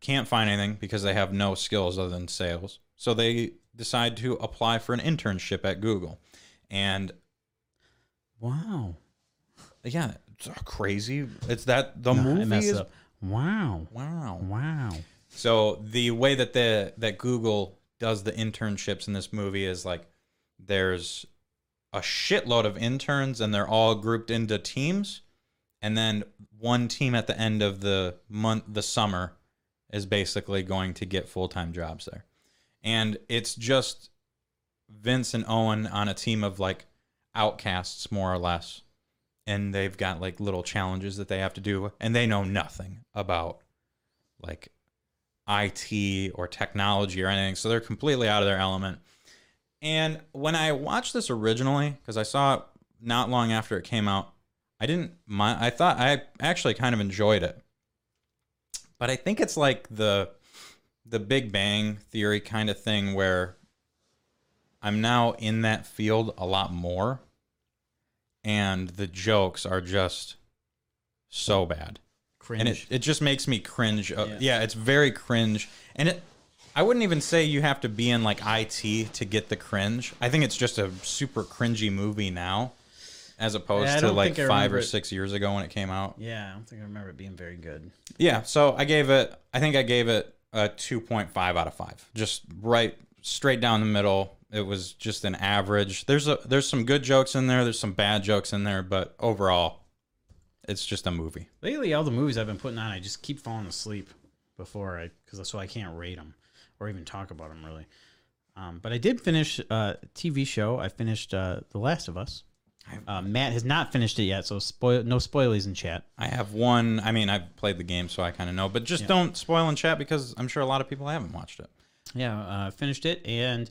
Speaker 1: can't find anything because they have no skills other than sales. So they decide to apply for an internship at Google, and
Speaker 2: Wow.
Speaker 1: yeah, it's crazy. It's that the
Speaker 2: I
Speaker 1: movie
Speaker 2: messed
Speaker 1: is
Speaker 2: up. Wow.
Speaker 1: wow.
Speaker 2: Wow.
Speaker 1: So the way that the that Google does the internships in this movie is like there's a shitload of interns and they're all grouped into teams and then one team at the end of the month the summer is basically going to get full-time jobs there. And it's just Vince and Owen on a team of like outcasts more or less and they've got like little challenges that they have to do and they know nothing about like IT or technology or anything. So they're completely out of their element. And when I watched this originally, because I saw it not long after it came out, I didn't mind. I thought I actually kind of enjoyed it. But I think it's like the the Big Bang Theory kind of thing where I'm now in that field a lot more, and the jokes are just so bad
Speaker 2: Cringe.
Speaker 1: and it, it just makes me cringe. Uh,
Speaker 2: Yeah.
Speaker 1: yeah. it's very cringe, and it. I wouldn't even say you have to be in like IT to get the cringe. I think it's just a super cringy movie now, as opposed
Speaker 2: Yeah, I
Speaker 1: to
Speaker 2: don't
Speaker 1: like
Speaker 2: think I
Speaker 1: five
Speaker 2: remember
Speaker 1: or
Speaker 2: it.
Speaker 1: six years ago when it came out.
Speaker 2: yeah, I don't think I remember it being very good.
Speaker 1: Yeah, so I gave it. I think I gave it a two point five out of five. Just right, straight down the middle. It was just an average. There's a there's some good jokes in there. There's some bad jokes in there, but overall, it's just a movie.
Speaker 2: Lately, all the movies I've been putting on, I just keep falling asleep before I, because so I can't rate them or even talk about them really. Um, but I did finish uh, TV show. I finished uh, The Last of Us. Uh, Matt has not finished it yet, so spoil no spoilies in chat.
Speaker 1: I have one. I mean, I've played the game, so I kind of know. But just don't spoil in chat because I'm sure a lot of people haven't watched it.
Speaker 2: Yeah, uh, finished it and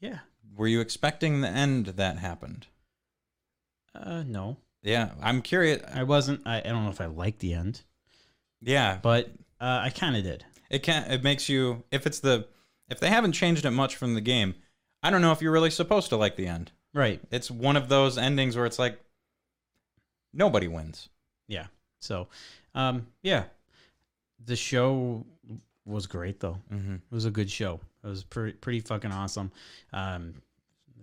Speaker 2: yeah,
Speaker 1: Were you expecting the end that happened?
Speaker 2: uh, no,
Speaker 1: Yeah, I'm curious.
Speaker 2: I wasn't. I, I don't know if I liked the end,
Speaker 1: Yeah, but
Speaker 2: but uh, I kind of did.
Speaker 1: it can. It makes you. If it's the, if they haven't changed it much from the game, I don't know if you're really supposed to like the end.
Speaker 2: Right.
Speaker 1: It's one of those endings where it's like, nobody wins.
Speaker 2: Yeah. So, um, yeah, the show was great though.
Speaker 1: Mm-hmm.
Speaker 2: It was a good show. It was pretty pretty fucking awesome. Um,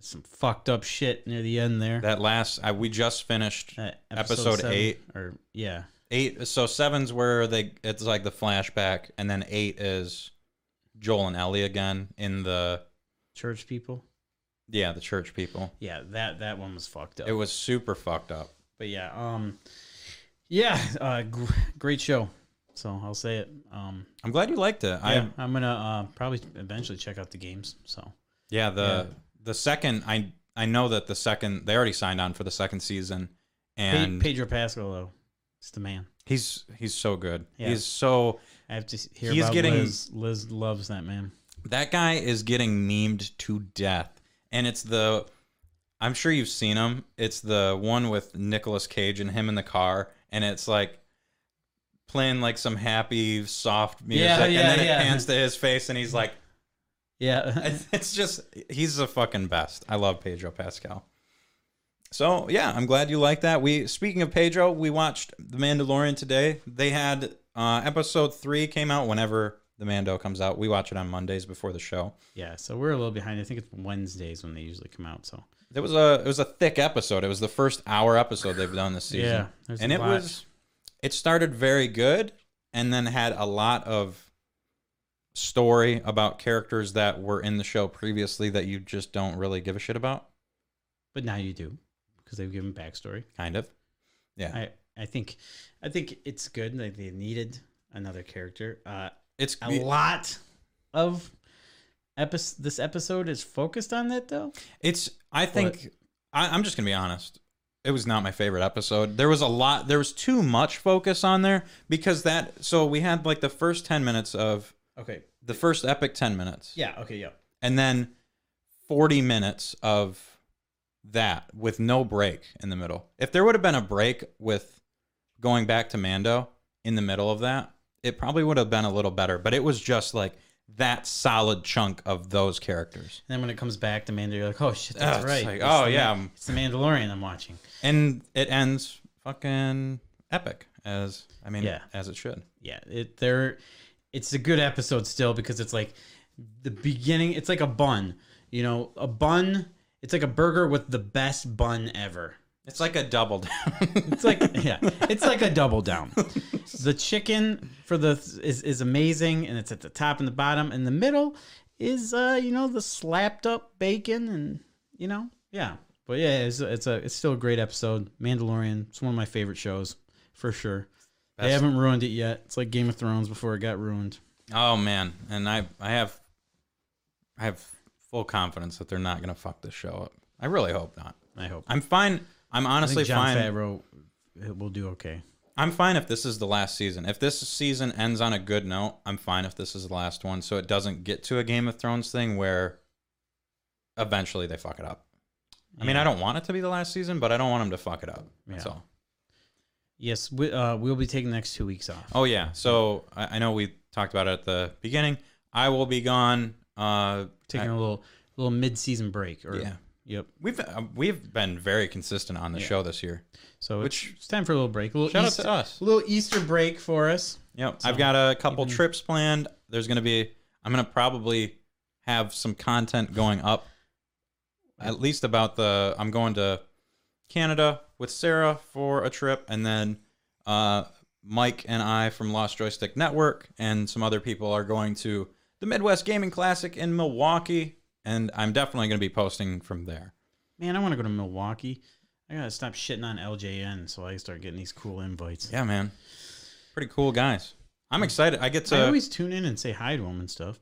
Speaker 2: some fucked up shit near the end there.
Speaker 1: That last, I, we just finished
Speaker 2: Uh,
Speaker 1: episode
Speaker 2: seven,
Speaker 1: eight.
Speaker 2: or yeah,
Speaker 1: eight. So seven's where they. It's like the flashback, and then eight is Joel and Ellie again in the
Speaker 2: church people.
Speaker 1: Yeah, the church people.
Speaker 2: Yeah, that that one was fucked up.
Speaker 1: It was super fucked up.
Speaker 2: but yeah, um, yeah, uh, gr- great show. So I'll say it. Um,
Speaker 1: I'm glad you liked it.
Speaker 2: yeah,
Speaker 1: I
Speaker 2: I, am gonna uh, probably eventually check out the games. So
Speaker 1: yeah, the
Speaker 2: Yeah.
Speaker 1: the second I I know that the second they already signed on for the second season
Speaker 2: Pe-
Speaker 1: and
Speaker 2: Pedro Pascal though, it's the man.
Speaker 1: he's he's so good.
Speaker 2: Yeah.
Speaker 1: He's so
Speaker 2: I have to s- hear
Speaker 1: He's
Speaker 2: about
Speaker 1: getting-
Speaker 2: Liz. Liz loves that man.
Speaker 1: that guy is getting memed to death. And it's the I'm sure you've seen him. It's the one with Nicolas Cage and him in the car and it's like playing like some happy soft music
Speaker 2: Yeah, yeah,
Speaker 1: and then
Speaker 2: yeah.
Speaker 1: it pans to his face and he's like
Speaker 2: Yeah,
Speaker 1: It's- (laughs) it's just he's the fucking best. I love Pedro Pascal. So yeah, I'm glad you like that. We speaking of Pedro, we watched The Mandalorian today. They had uh, episode three came out whenever the Mando comes out. We watch it on Mondays before the show.
Speaker 2: (laughs) yeah. So we're a little behind. I think it's Wednesdays when they usually come out. So
Speaker 1: It was a it was a thick episode. It was the first hour episode they've done this season.
Speaker 2: Yeah, there's
Speaker 1: and
Speaker 2: a
Speaker 1: it
Speaker 2: lot.
Speaker 1: was it started very good and then had a lot of story about characters that were in the show previously that you just don't really give a shit about.
Speaker 2: but now you do because they've given backstory.
Speaker 1: Kind of. Yeah.
Speaker 2: I I think I think it's good. Like they needed another character. Uh,
Speaker 1: it's
Speaker 2: a lot of epis this episode is focused on that though?
Speaker 1: It's. I think. I, I'm just gonna be honest. It was not my favorite episode. There was a lot. There was too much focus on there because that. So we had like the first ten minutes of
Speaker 2: Okay.
Speaker 1: the first epic ten minutes,
Speaker 2: Yeah, okay, yeah.
Speaker 1: and then forty minutes of that with no break in the middle. If there would have been a break with going back to Mando in the middle of that, it probably would have been a little better. But it was just like that solid chunk of those characters.
Speaker 2: And then when it comes back to Mando, you're like, oh shit, that's
Speaker 1: it's
Speaker 2: right.
Speaker 1: like,
Speaker 2: It's
Speaker 1: oh,
Speaker 2: the-
Speaker 1: yeah.
Speaker 2: It's the Mandalorian I'm watching.
Speaker 1: and it ends fucking epic as i mean
Speaker 2: Yeah.
Speaker 1: as it should
Speaker 2: yeah, it there it's a good episode still because it's like the beginning it's like a bun. You know, a bun it's like a burger with the best bun ever.
Speaker 1: it's like a double (laughs) down
Speaker 2: It's like (laughs) yeah, it's like a double down. The chicken for the is is amazing and it's at the top and the bottom and the middle is uh you know the slapped up bacon and you know, yeah. But yeah, it's a- it's a it's still a great episode. Mandalorian, it's one of my favorite shows for sure. They
Speaker 1: Best.
Speaker 2: haven't ruined it yet. It's like Game of Thrones before it got ruined.
Speaker 1: oh man and i i have i have full confidence that they're not gonna fuck this show up i really hope not
Speaker 2: I hope.
Speaker 1: i'm fine i'm
Speaker 2: I
Speaker 1: honestly
Speaker 2: think John
Speaker 1: fine
Speaker 2: Favreau uh, will do okay.
Speaker 1: i'm fine if this is the last season if this season ends on a good note i'm fine if this is the last one so it doesn't get to a game of thrones thing where eventually they fuck it up i mean i don't want it to be the last season but i don't want them to fuck it up that's
Speaker 2: Yeah.
Speaker 1: all
Speaker 2: Yes, we, uh, we'll be taking the next two weeks off.
Speaker 1: Oh yeah. So I, I know we talked about it at the beginning. I will be gone. Uh,
Speaker 2: taking
Speaker 1: I-
Speaker 2: a little little mid season break. Or,
Speaker 1: Yeah.
Speaker 2: Yep.
Speaker 1: we've uh, we've been very consistent on the show this year.
Speaker 2: So
Speaker 1: Which-
Speaker 2: it's, it's time for a little break. A little
Speaker 1: Shout out
Speaker 2: Easter,
Speaker 1: to us.
Speaker 2: A little Easter break for us.
Speaker 1: Yep. I've got a couple trips planned. There's gonna be. I'm gonna probably have some content going up. At least about the. I'm going to Canada with Sarah for a trip, and then uh, Mike and I from Lost Joystick Network and some other people are going to the Midwest Gaming Classic in Milwaukee, and I'm definitely going to be posting from there.
Speaker 2: Man, I want to go to Milwaukee. I gotta stop shitting on LJN so I can start getting these cool invites.
Speaker 1: Yeah, man, pretty cool guys. I'm excited. I get
Speaker 2: Hmm. I
Speaker 1: to
Speaker 2: always tune in and say hi to them and stuff.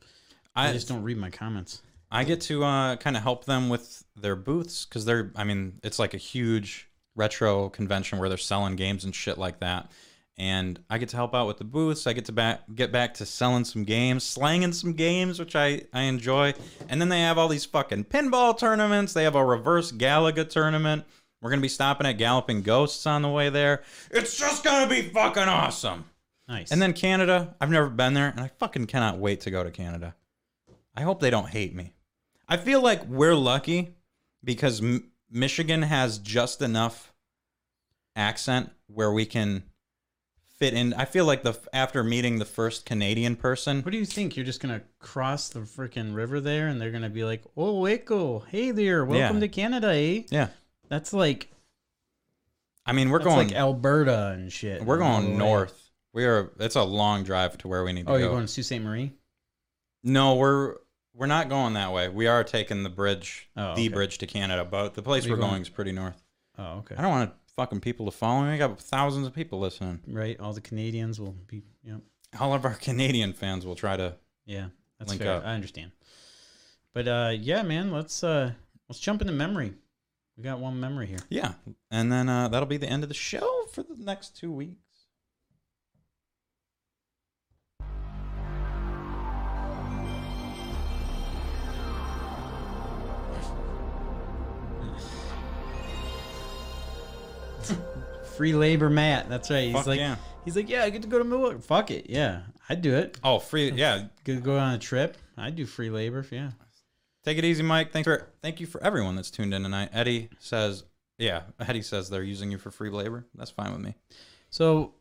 Speaker 2: I,
Speaker 1: I-
Speaker 2: just don't read my comments.
Speaker 1: I get to uh, kind of help them with their booths because they're, I mean, it's like a huge retro convention where they're selling games and shit like that. And I get to help out with the booths. I get to back, get back to selling some games, slanging some games, which I, I enjoy. And then they have all these fucking pinball tournaments. They have a reverse Galaga tournament. We're going to be stopping at Galloping Ghosts on the way there. It's just going to be fucking awesome.
Speaker 2: Nice.
Speaker 1: And then Canada, I've never been there, and I fucking cannot wait to go to Canada. I hope they don't hate me. I feel like we're lucky because M- Michigan has just enough accent where we can fit in. I feel like the f- after meeting the first Canadian person,
Speaker 2: What do you think? You're just gonna cross the freaking river there, and they're gonna be like, "Oh, Waco, hey there, welcome
Speaker 1: Yeah.
Speaker 2: to Canada." Eh?
Speaker 1: yeah.
Speaker 2: That's like
Speaker 1: I mean, we're
Speaker 2: that's
Speaker 1: going
Speaker 2: like Alberta and shit.
Speaker 1: we're
Speaker 2: all the
Speaker 1: going
Speaker 2: way.
Speaker 1: north. We are. It's a long drive to where we need to
Speaker 2: Oh,
Speaker 1: go.
Speaker 2: you're going to Sault Ste. Marie?
Speaker 1: No, we're we're not going that way. We are taking the bridge,
Speaker 2: Oh,
Speaker 1: the
Speaker 2: okay.
Speaker 1: bridge to Canada, but the place
Speaker 2: Where
Speaker 1: we're
Speaker 2: you going?
Speaker 1: going is pretty north.
Speaker 2: Oh, okay.
Speaker 1: I don't want fucking people to follow me. I got thousands of people listening.
Speaker 2: Right, all the Canadians will be. Yep.
Speaker 1: All of our (laughs) Canadian fans will try to.
Speaker 2: Yeah, that's
Speaker 1: Link
Speaker 2: fair.
Speaker 1: up.
Speaker 2: I understand. But uh, yeah, man, let's uh, let's jump into memory. We got one memory here.
Speaker 1: Yeah. And then uh, that'll be the end of the show for the next two weeks.
Speaker 2: Free labor, Matt. That's right. He's
Speaker 1: Fuck
Speaker 2: like,
Speaker 1: yeah.
Speaker 2: he's like, yeah, I get to go to Milwaukee. Fuck it, yeah, I'd do it.
Speaker 1: Oh, free. Yeah.
Speaker 2: Get to go on a trip. I'd do free labor. Yeah.
Speaker 1: Take it easy, Mike. Thanks for thank you for everyone that's tuned in tonight. Eddie says, yeah, Eddie says they're using you for free labor. That's fine with me.
Speaker 2: So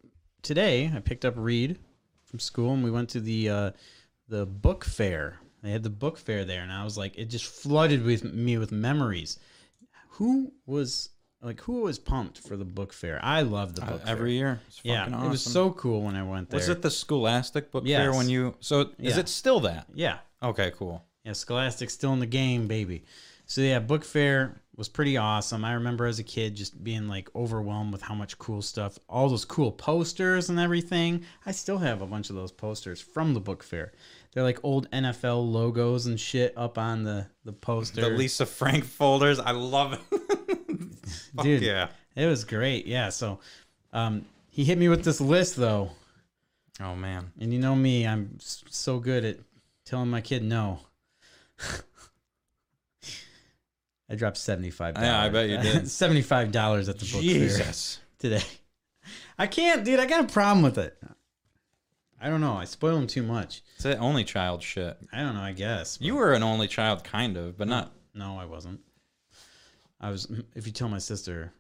Speaker 2: today I picked up Reed from school and we went to the uh, the book fair. They had the book fair there and I was like it just flooded with me with memories. Who was like who was pumped for the book fair? I love the book fair.
Speaker 1: Uh, Every year. It's
Speaker 2: Oh, yeah,
Speaker 1: fucking awesome.
Speaker 2: it was so cool when I went there.
Speaker 1: Was it the Scholastic book fair
Speaker 2: Yes.
Speaker 1: when you? So is
Speaker 2: Yeah.
Speaker 1: it still that?
Speaker 2: yeah.
Speaker 1: Okay, cool.
Speaker 2: Yeah, Scholastic's still in the game, baby. So yeah, book fair was pretty awesome. I remember as a kid just being like overwhelmed with how much cool stuff, all those cool posters and everything. I still have a bunch of those posters from the book fair. They're like old NFL logos and shit up on the the poster.
Speaker 1: The Lisa Frank folders. I love it. (laughs) Fuck
Speaker 2: Dude.
Speaker 1: yeah.
Speaker 2: It was great. Yeah. So, um, he hit me with this list though,
Speaker 1: Oh man.
Speaker 2: and you know me, I'm s- so good at telling my kid no. I dropped seventy five.
Speaker 1: Yeah, I bet you
Speaker 2: (laughs)
Speaker 1: did.
Speaker 2: seventy five dollars at the book fair
Speaker 1: Jesus.
Speaker 2: today. I can't, dude. I got a problem with it. I don't know. I spoil them too much.
Speaker 1: It's that only child shit.
Speaker 2: I don't know. I guess
Speaker 1: You were an only child, kind of, but not.
Speaker 2: No, I wasn't. I was. If you tell my sister,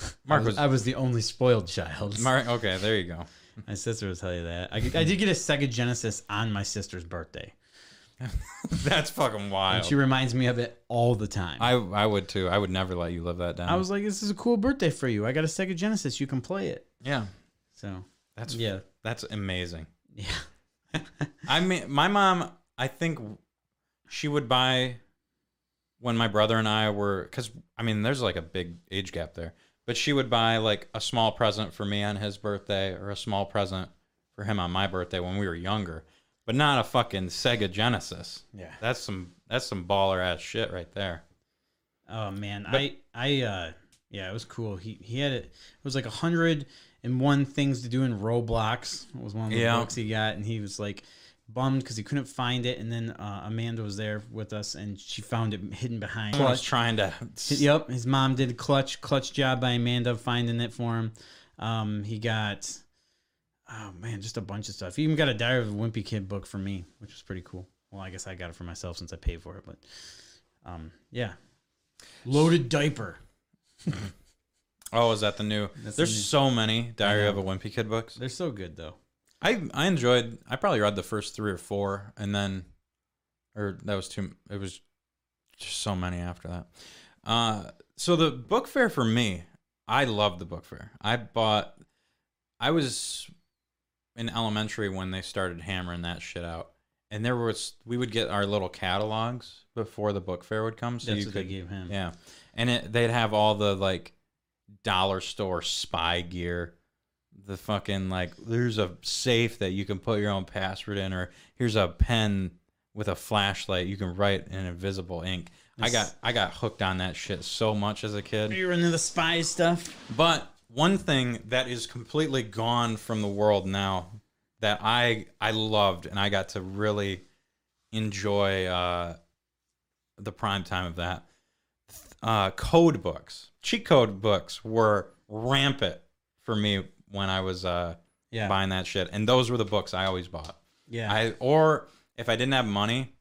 Speaker 2: I
Speaker 1: Mark
Speaker 2: was,
Speaker 1: was.
Speaker 2: I was the only spoiled child.
Speaker 1: Mark. Okay, there you go. (laughs)
Speaker 2: My sister will tell you that. I, I did get a Sega Genesis on my sister's birthday,
Speaker 1: That's fucking
Speaker 2: and
Speaker 1: wild.
Speaker 2: she reminds me of it all the time. I,
Speaker 1: I I would too. I would never let you live that down.
Speaker 2: was like, "This is a cool birthday for you. I got a Sega Genesis. You can play it."
Speaker 1: Yeah.
Speaker 2: So
Speaker 1: That's
Speaker 2: yeah,
Speaker 1: That's amazing.
Speaker 2: yeah.
Speaker 1: I mean, my mom, I think she would buy when my brother and I were, because I mean, there's like a big age gap there, but she would buy like a small present for me on his birthday or a small present for him on my birthday when we were younger, but not a fucking Sega Genesis.
Speaker 2: Yeah.
Speaker 1: That's some, that's some baller ass shit right there.
Speaker 2: Oh man, I I uh yeah, it was cool. He he had it. It was like a hundred and one things to do in Roblox. It was one of the
Speaker 1: Yeah.
Speaker 2: books he got, and he was like bummed because he couldn't find it. And then uh, Amanda was there with us, and she found it hidden behind.
Speaker 1: I was trying to,
Speaker 2: Yep, his mom did a clutch clutch job by Amanda finding it for him. Um, he got oh man, just a bunch of stuff. He even got a Diary of a Wimpy Kid book for me, which was pretty cool. Well, I guess I got it for myself since I paid for it, but um, yeah, loaded diaper.
Speaker 1: oh, is that the new,
Speaker 2: That's the
Speaker 1: there's
Speaker 2: new-
Speaker 1: so many Diary of a Wimpy Kid books.
Speaker 2: They're so good though.
Speaker 1: I I enjoyed. I probably read the first three or four, and then, or that was too. It was just so many after that. Uh, so the book fair for me, I loved the book fair. I bought. I was in elementary when they started hammering that shit out, and there was we would get our little catalogs before the book fair would come, so
Speaker 2: That's
Speaker 1: you
Speaker 2: what
Speaker 1: could
Speaker 2: they gave him.
Speaker 1: yeah, and it, they'd have all the like dollar store spy gear, the fucking like there's a safe that you can put your own password in, or here's a pen with a flashlight you can write in invisible ink. I got I got hooked on that shit so much as a kid.
Speaker 2: You were into the spy stuff.
Speaker 1: But one thing that is completely gone from the world now that I I loved and I got to really enjoy uh, the prime time of that. Uh, code books, cheat code books were rampant for me when I was uh,
Speaker 2: Yeah,
Speaker 1: buying that shit, and those were the books I always bought.
Speaker 2: yeah.
Speaker 1: I or if I didn't have money,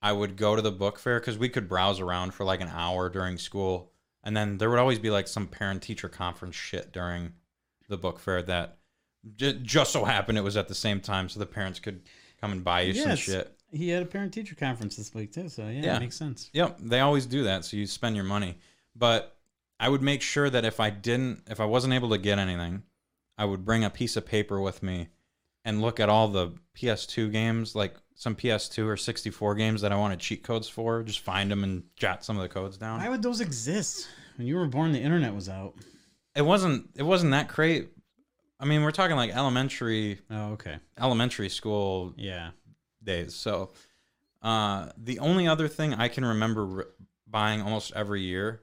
Speaker 1: I would go to the book fair because we could browse around for like an hour during school, and then there would always be like some parent teacher conference shit during the book fair that ju- just so happened it was at the same time, so the parents could come and buy you some
Speaker 2: Yes.
Speaker 1: shit.
Speaker 2: he had a parent teacher conference this week too, so yeah,
Speaker 1: Yeah.
Speaker 2: it makes sense.
Speaker 1: Yep, they always do that, so you spend your money. But I would make sure that if I didn't, if I wasn't able to get anything, I would bring a piece of paper with me and look at all the PS2 games, like some PS2 or 64 games that I wanted cheat codes for. Just find them and jot some of the codes down.
Speaker 2: Why would those exist? When you were born, the internet was out.
Speaker 1: it wasn't. It wasn't that great. I mean, we're talking like elementary,
Speaker 2: Oh, okay.
Speaker 1: elementary school
Speaker 2: Yeah.
Speaker 1: days. So uh, the only other thing I can remember r buying almost every year,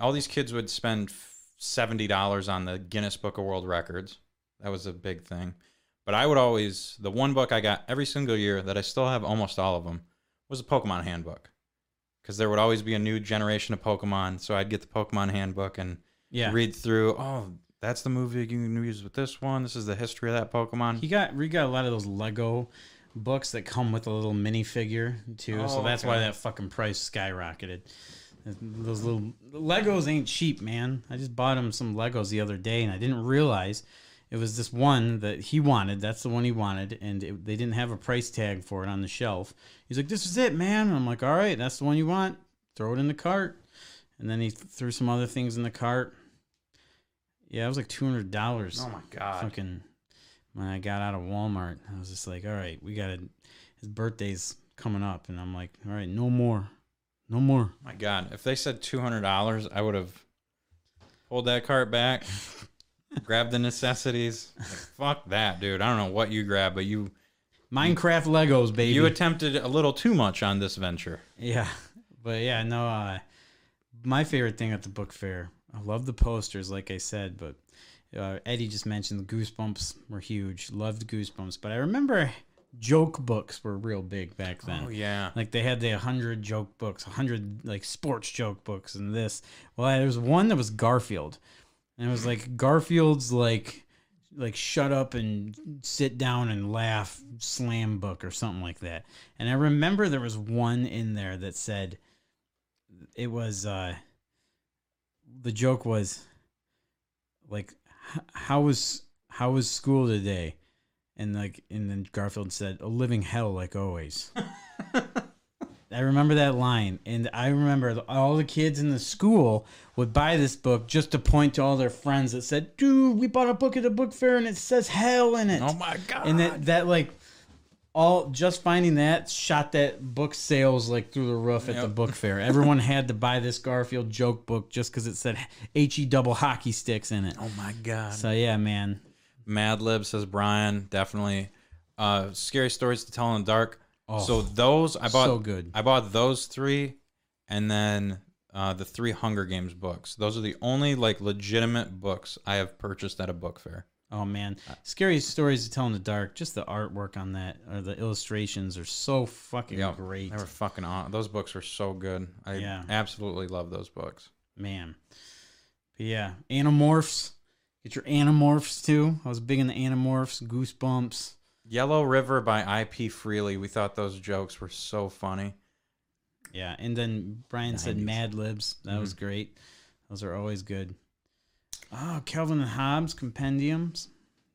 Speaker 1: all these kids would spend f- seventy dollars on the Guinness Book of World Records. That was a big thing. But I would always the one book I got every single year that I still have almost all of them was the Pokemon Handbook. Because there would always be a new generation of Pokemon, so I'd get the Pokemon Handbook and
Speaker 2: Yeah.
Speaker 1: read through. Oh, that's the movie you can use with this one. This is the history of that Pokemon.
Speaker 2: He got we got a lot of those Lego books that come with a little minifigure too, so
Speaker 1: Oh,
Speaker 2: that's
Speaker 1: okay.
Speaker 2: why that fucking price skyrocketed. Those little Legos ain't cheap, man. I just bought him some Legos the other day, and I didn't realize it was this one that he wanted. That's the one he wanted, and it, they didn't have a price tag for it on the shelf. He's like, "This is it, man." And I'm like, "All right, that's the one you want. Throw it in the cart." And then he th- threw some other things in the cart. Yeah, it was like two hundred dollars
Speaker 1: oh my god!
Speaker 2: fucking when I got out of Walmart, I was just like, all right, we gotta his birthday's coming up and I'm like, all right, no more. No more.
Speaker 1: My God, if they said two hundred dollars, I would have pulled that cart
Speaker 2: (laughs)
Speaker 1: back, grabbed the necessities. Like, fuck that, dude. I don't know what you grabbed, but you
Speaker 2: Minecraft Legos, baby.
Speaker 1: You attempted a little too much on this venture.
Speaker 2: (laughs) Yeah, but yeah, no. Uh, my favorite thing at the book fair, I love the posters, like I said. But uh, Eddie just mentioned the Goosebumps were huge. Loved Goosebumps, but I remember joke books were real big back then.
Speaker 1: Oh, yeah.
Speaker 2: like they had the hundred joke books, hundred like sports joke books, and this. Well, there was one that was Garfield, and it was like Garfield's like like shut up and sit down and laugh slam book or something like that. And I remember there was one in there that said it was uh the joke was like h- how was how was school today? And like and then Garfield said a living hell like always. I remember that line, and I remember all the kids in the school would buy this book just to point to all their friends that said, "Dude, we bought a book at a book fair, and it says hell in it."
Speaker 1: Oh my god!
Speaker 2: and that that like all just finding that shot that book sales like through the roof at the book fair. Everyone had to buy this Garfield joke book just because it said H E double hockey sticks in it.
Speaker 1: oh my god!
Speaker 2: So yeah, man,
Speaker 1: Mad Lib says Brian definitely. Uh, scary stories to tell in the dark. so those I bought.
Speaker 2: Oh, so good.
Speaker 1: I bought those three, and then uh, the three Hunger Games books. Those are the only like legitimate books I have purchased at a book fair.
Speaker 2: Oh man, scary stories to tell in the dark. Just the artwork on that, or the illustrations are so fucking
Speaker 1: Yeah,
Speaker 2: great,
Speaker 1: They were fucking aw- Those books were so good. I
Speaker 2: Yeah.
Speaker 1: absolutely love those books.
Speaker 2: man. But yeah, Animorphs. Get your Animorphs too. I was big into Animorphs, Goosebumps.
Speaker 1: Yellow River by IP Freely. We thought those jokes were so funny.
Speaker 2: Yeah, and then Brian said Mad Libs. That was
Speaker 1: Mm-hmm.
Speaker 2: great. Those are always good. Oh, Calvin and Hobbes compendiums.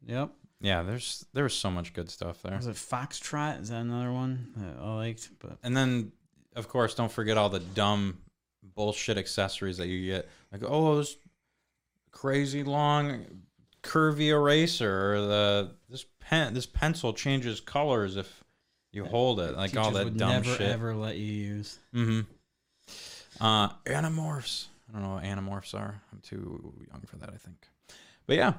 Speaker 2: Yep.
Speaker 1: Yeah, there's there was so much good stuff there.
Speaker 2: Was it Foxtrot? Is that another one that I liked? But
Speaker 1: And then, of course, don't forget all the dumb bullshit accessories that you get. Like, oh, this crazy long curvy eraser or the this pen this pencil changes colors if you hold it. Like all
Speaker 2: teachers
Speaker 1: that
Speaker 2: would
Speaker 1: dumb
Speaker 2: never,
Speaker 1: shit.
Speaker 2: ever let you use.
Speaker 1: Mm-hmm. Uh, Animorphs. I don't know what Animorphs are. I'm too young for that, I think. But yeah,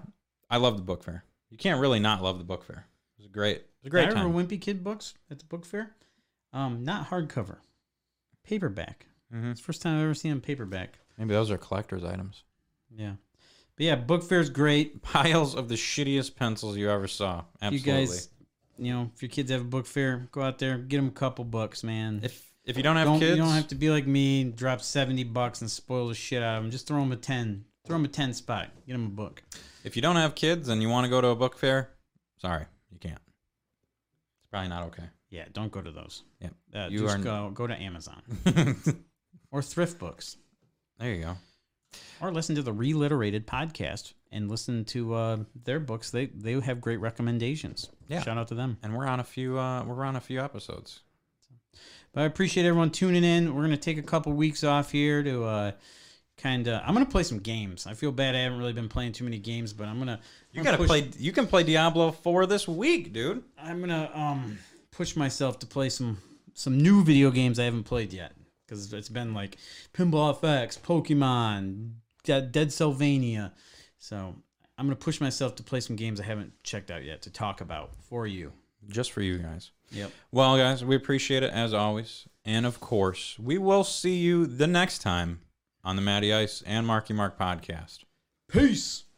Speaker 1: I love the book fair. You can't really not love the book fair. It was great. It was a great
Speaker 2: I
Speaker 1: time.
Speaker 2: remember Wimpy Kid books at the book fair. Um, not hardcover, paperback.
Speaker 1: Mhm.
Speaker 2: It's the first time I've ever seen a paperback.
Speaker 1: Maybe those are collector's items.
Speaker 2: Yeah, but yeah, book fair's great.
Speaker 1: Piles of the shittiest pencils you ever saw. Absolutely.
Speaker 2: You guys, you know, if your kids have a book fair, go out there, get them a couple bucks, man.
Speaker 1: if if you don't have
Speaker 2: don't,
Speaker 1: kids,
Speaker 2: you don't have to be like me, and drop seventy bucks and spoil the shit out of them. Just throw them a ten. Throw them a ten spot. Get them a book.
Speaker 1: if you don't have kids and you want to go to a book fair, sorry, you can't. It's probably not
Speaker 2: Yeah, don't go to those.
Speaker 1: Yep.
Speaker 2: Uh,
Speaker 1: You
Speaker 2: just
Speaker 1: are-
Speaker 2: go go to Amazon
Speaker 1: okay.
Speaker 2: or thrift books.
Speaker 1: (laughs) there you go.
Speaker 2: or listen to the reliterated podcast and listen to uh, their books they they have great recommendations
Speaker 1: Yeah.
Speaker 2: shout out to them
Speaker 1: And we're on a few. Uh, we're on a few episodes.
Speaker 2: but i appreciate everyone tuning in we're gonna take a couple weeks off here to uh kind of i'm gonna play some games i feel bad i haven't really been playing too many games but i'm gonna
Speaker 1: You
Speaker 2: I'm
Speaker 1: gotta
Speaker 2: gonna push-
Speaker 1: play. You can play Diablo Four this week, dude.
Speaker 2: i'm gonna um push myself to play some some new video games i haven't played yet because it's been like pinball fx pokemon dead, dead sylvania so i'm gonna push myself to play some games i haven't checked out yet to talk about for you
Speaker 1: Just for you guys.
Speaker 2: Yep.
Speaker 1: Well, guys, we appreciate it as always, and of course, we will see you the next time on the Matty Ice and Marky Mark podcast.
Speaker 2: Peace.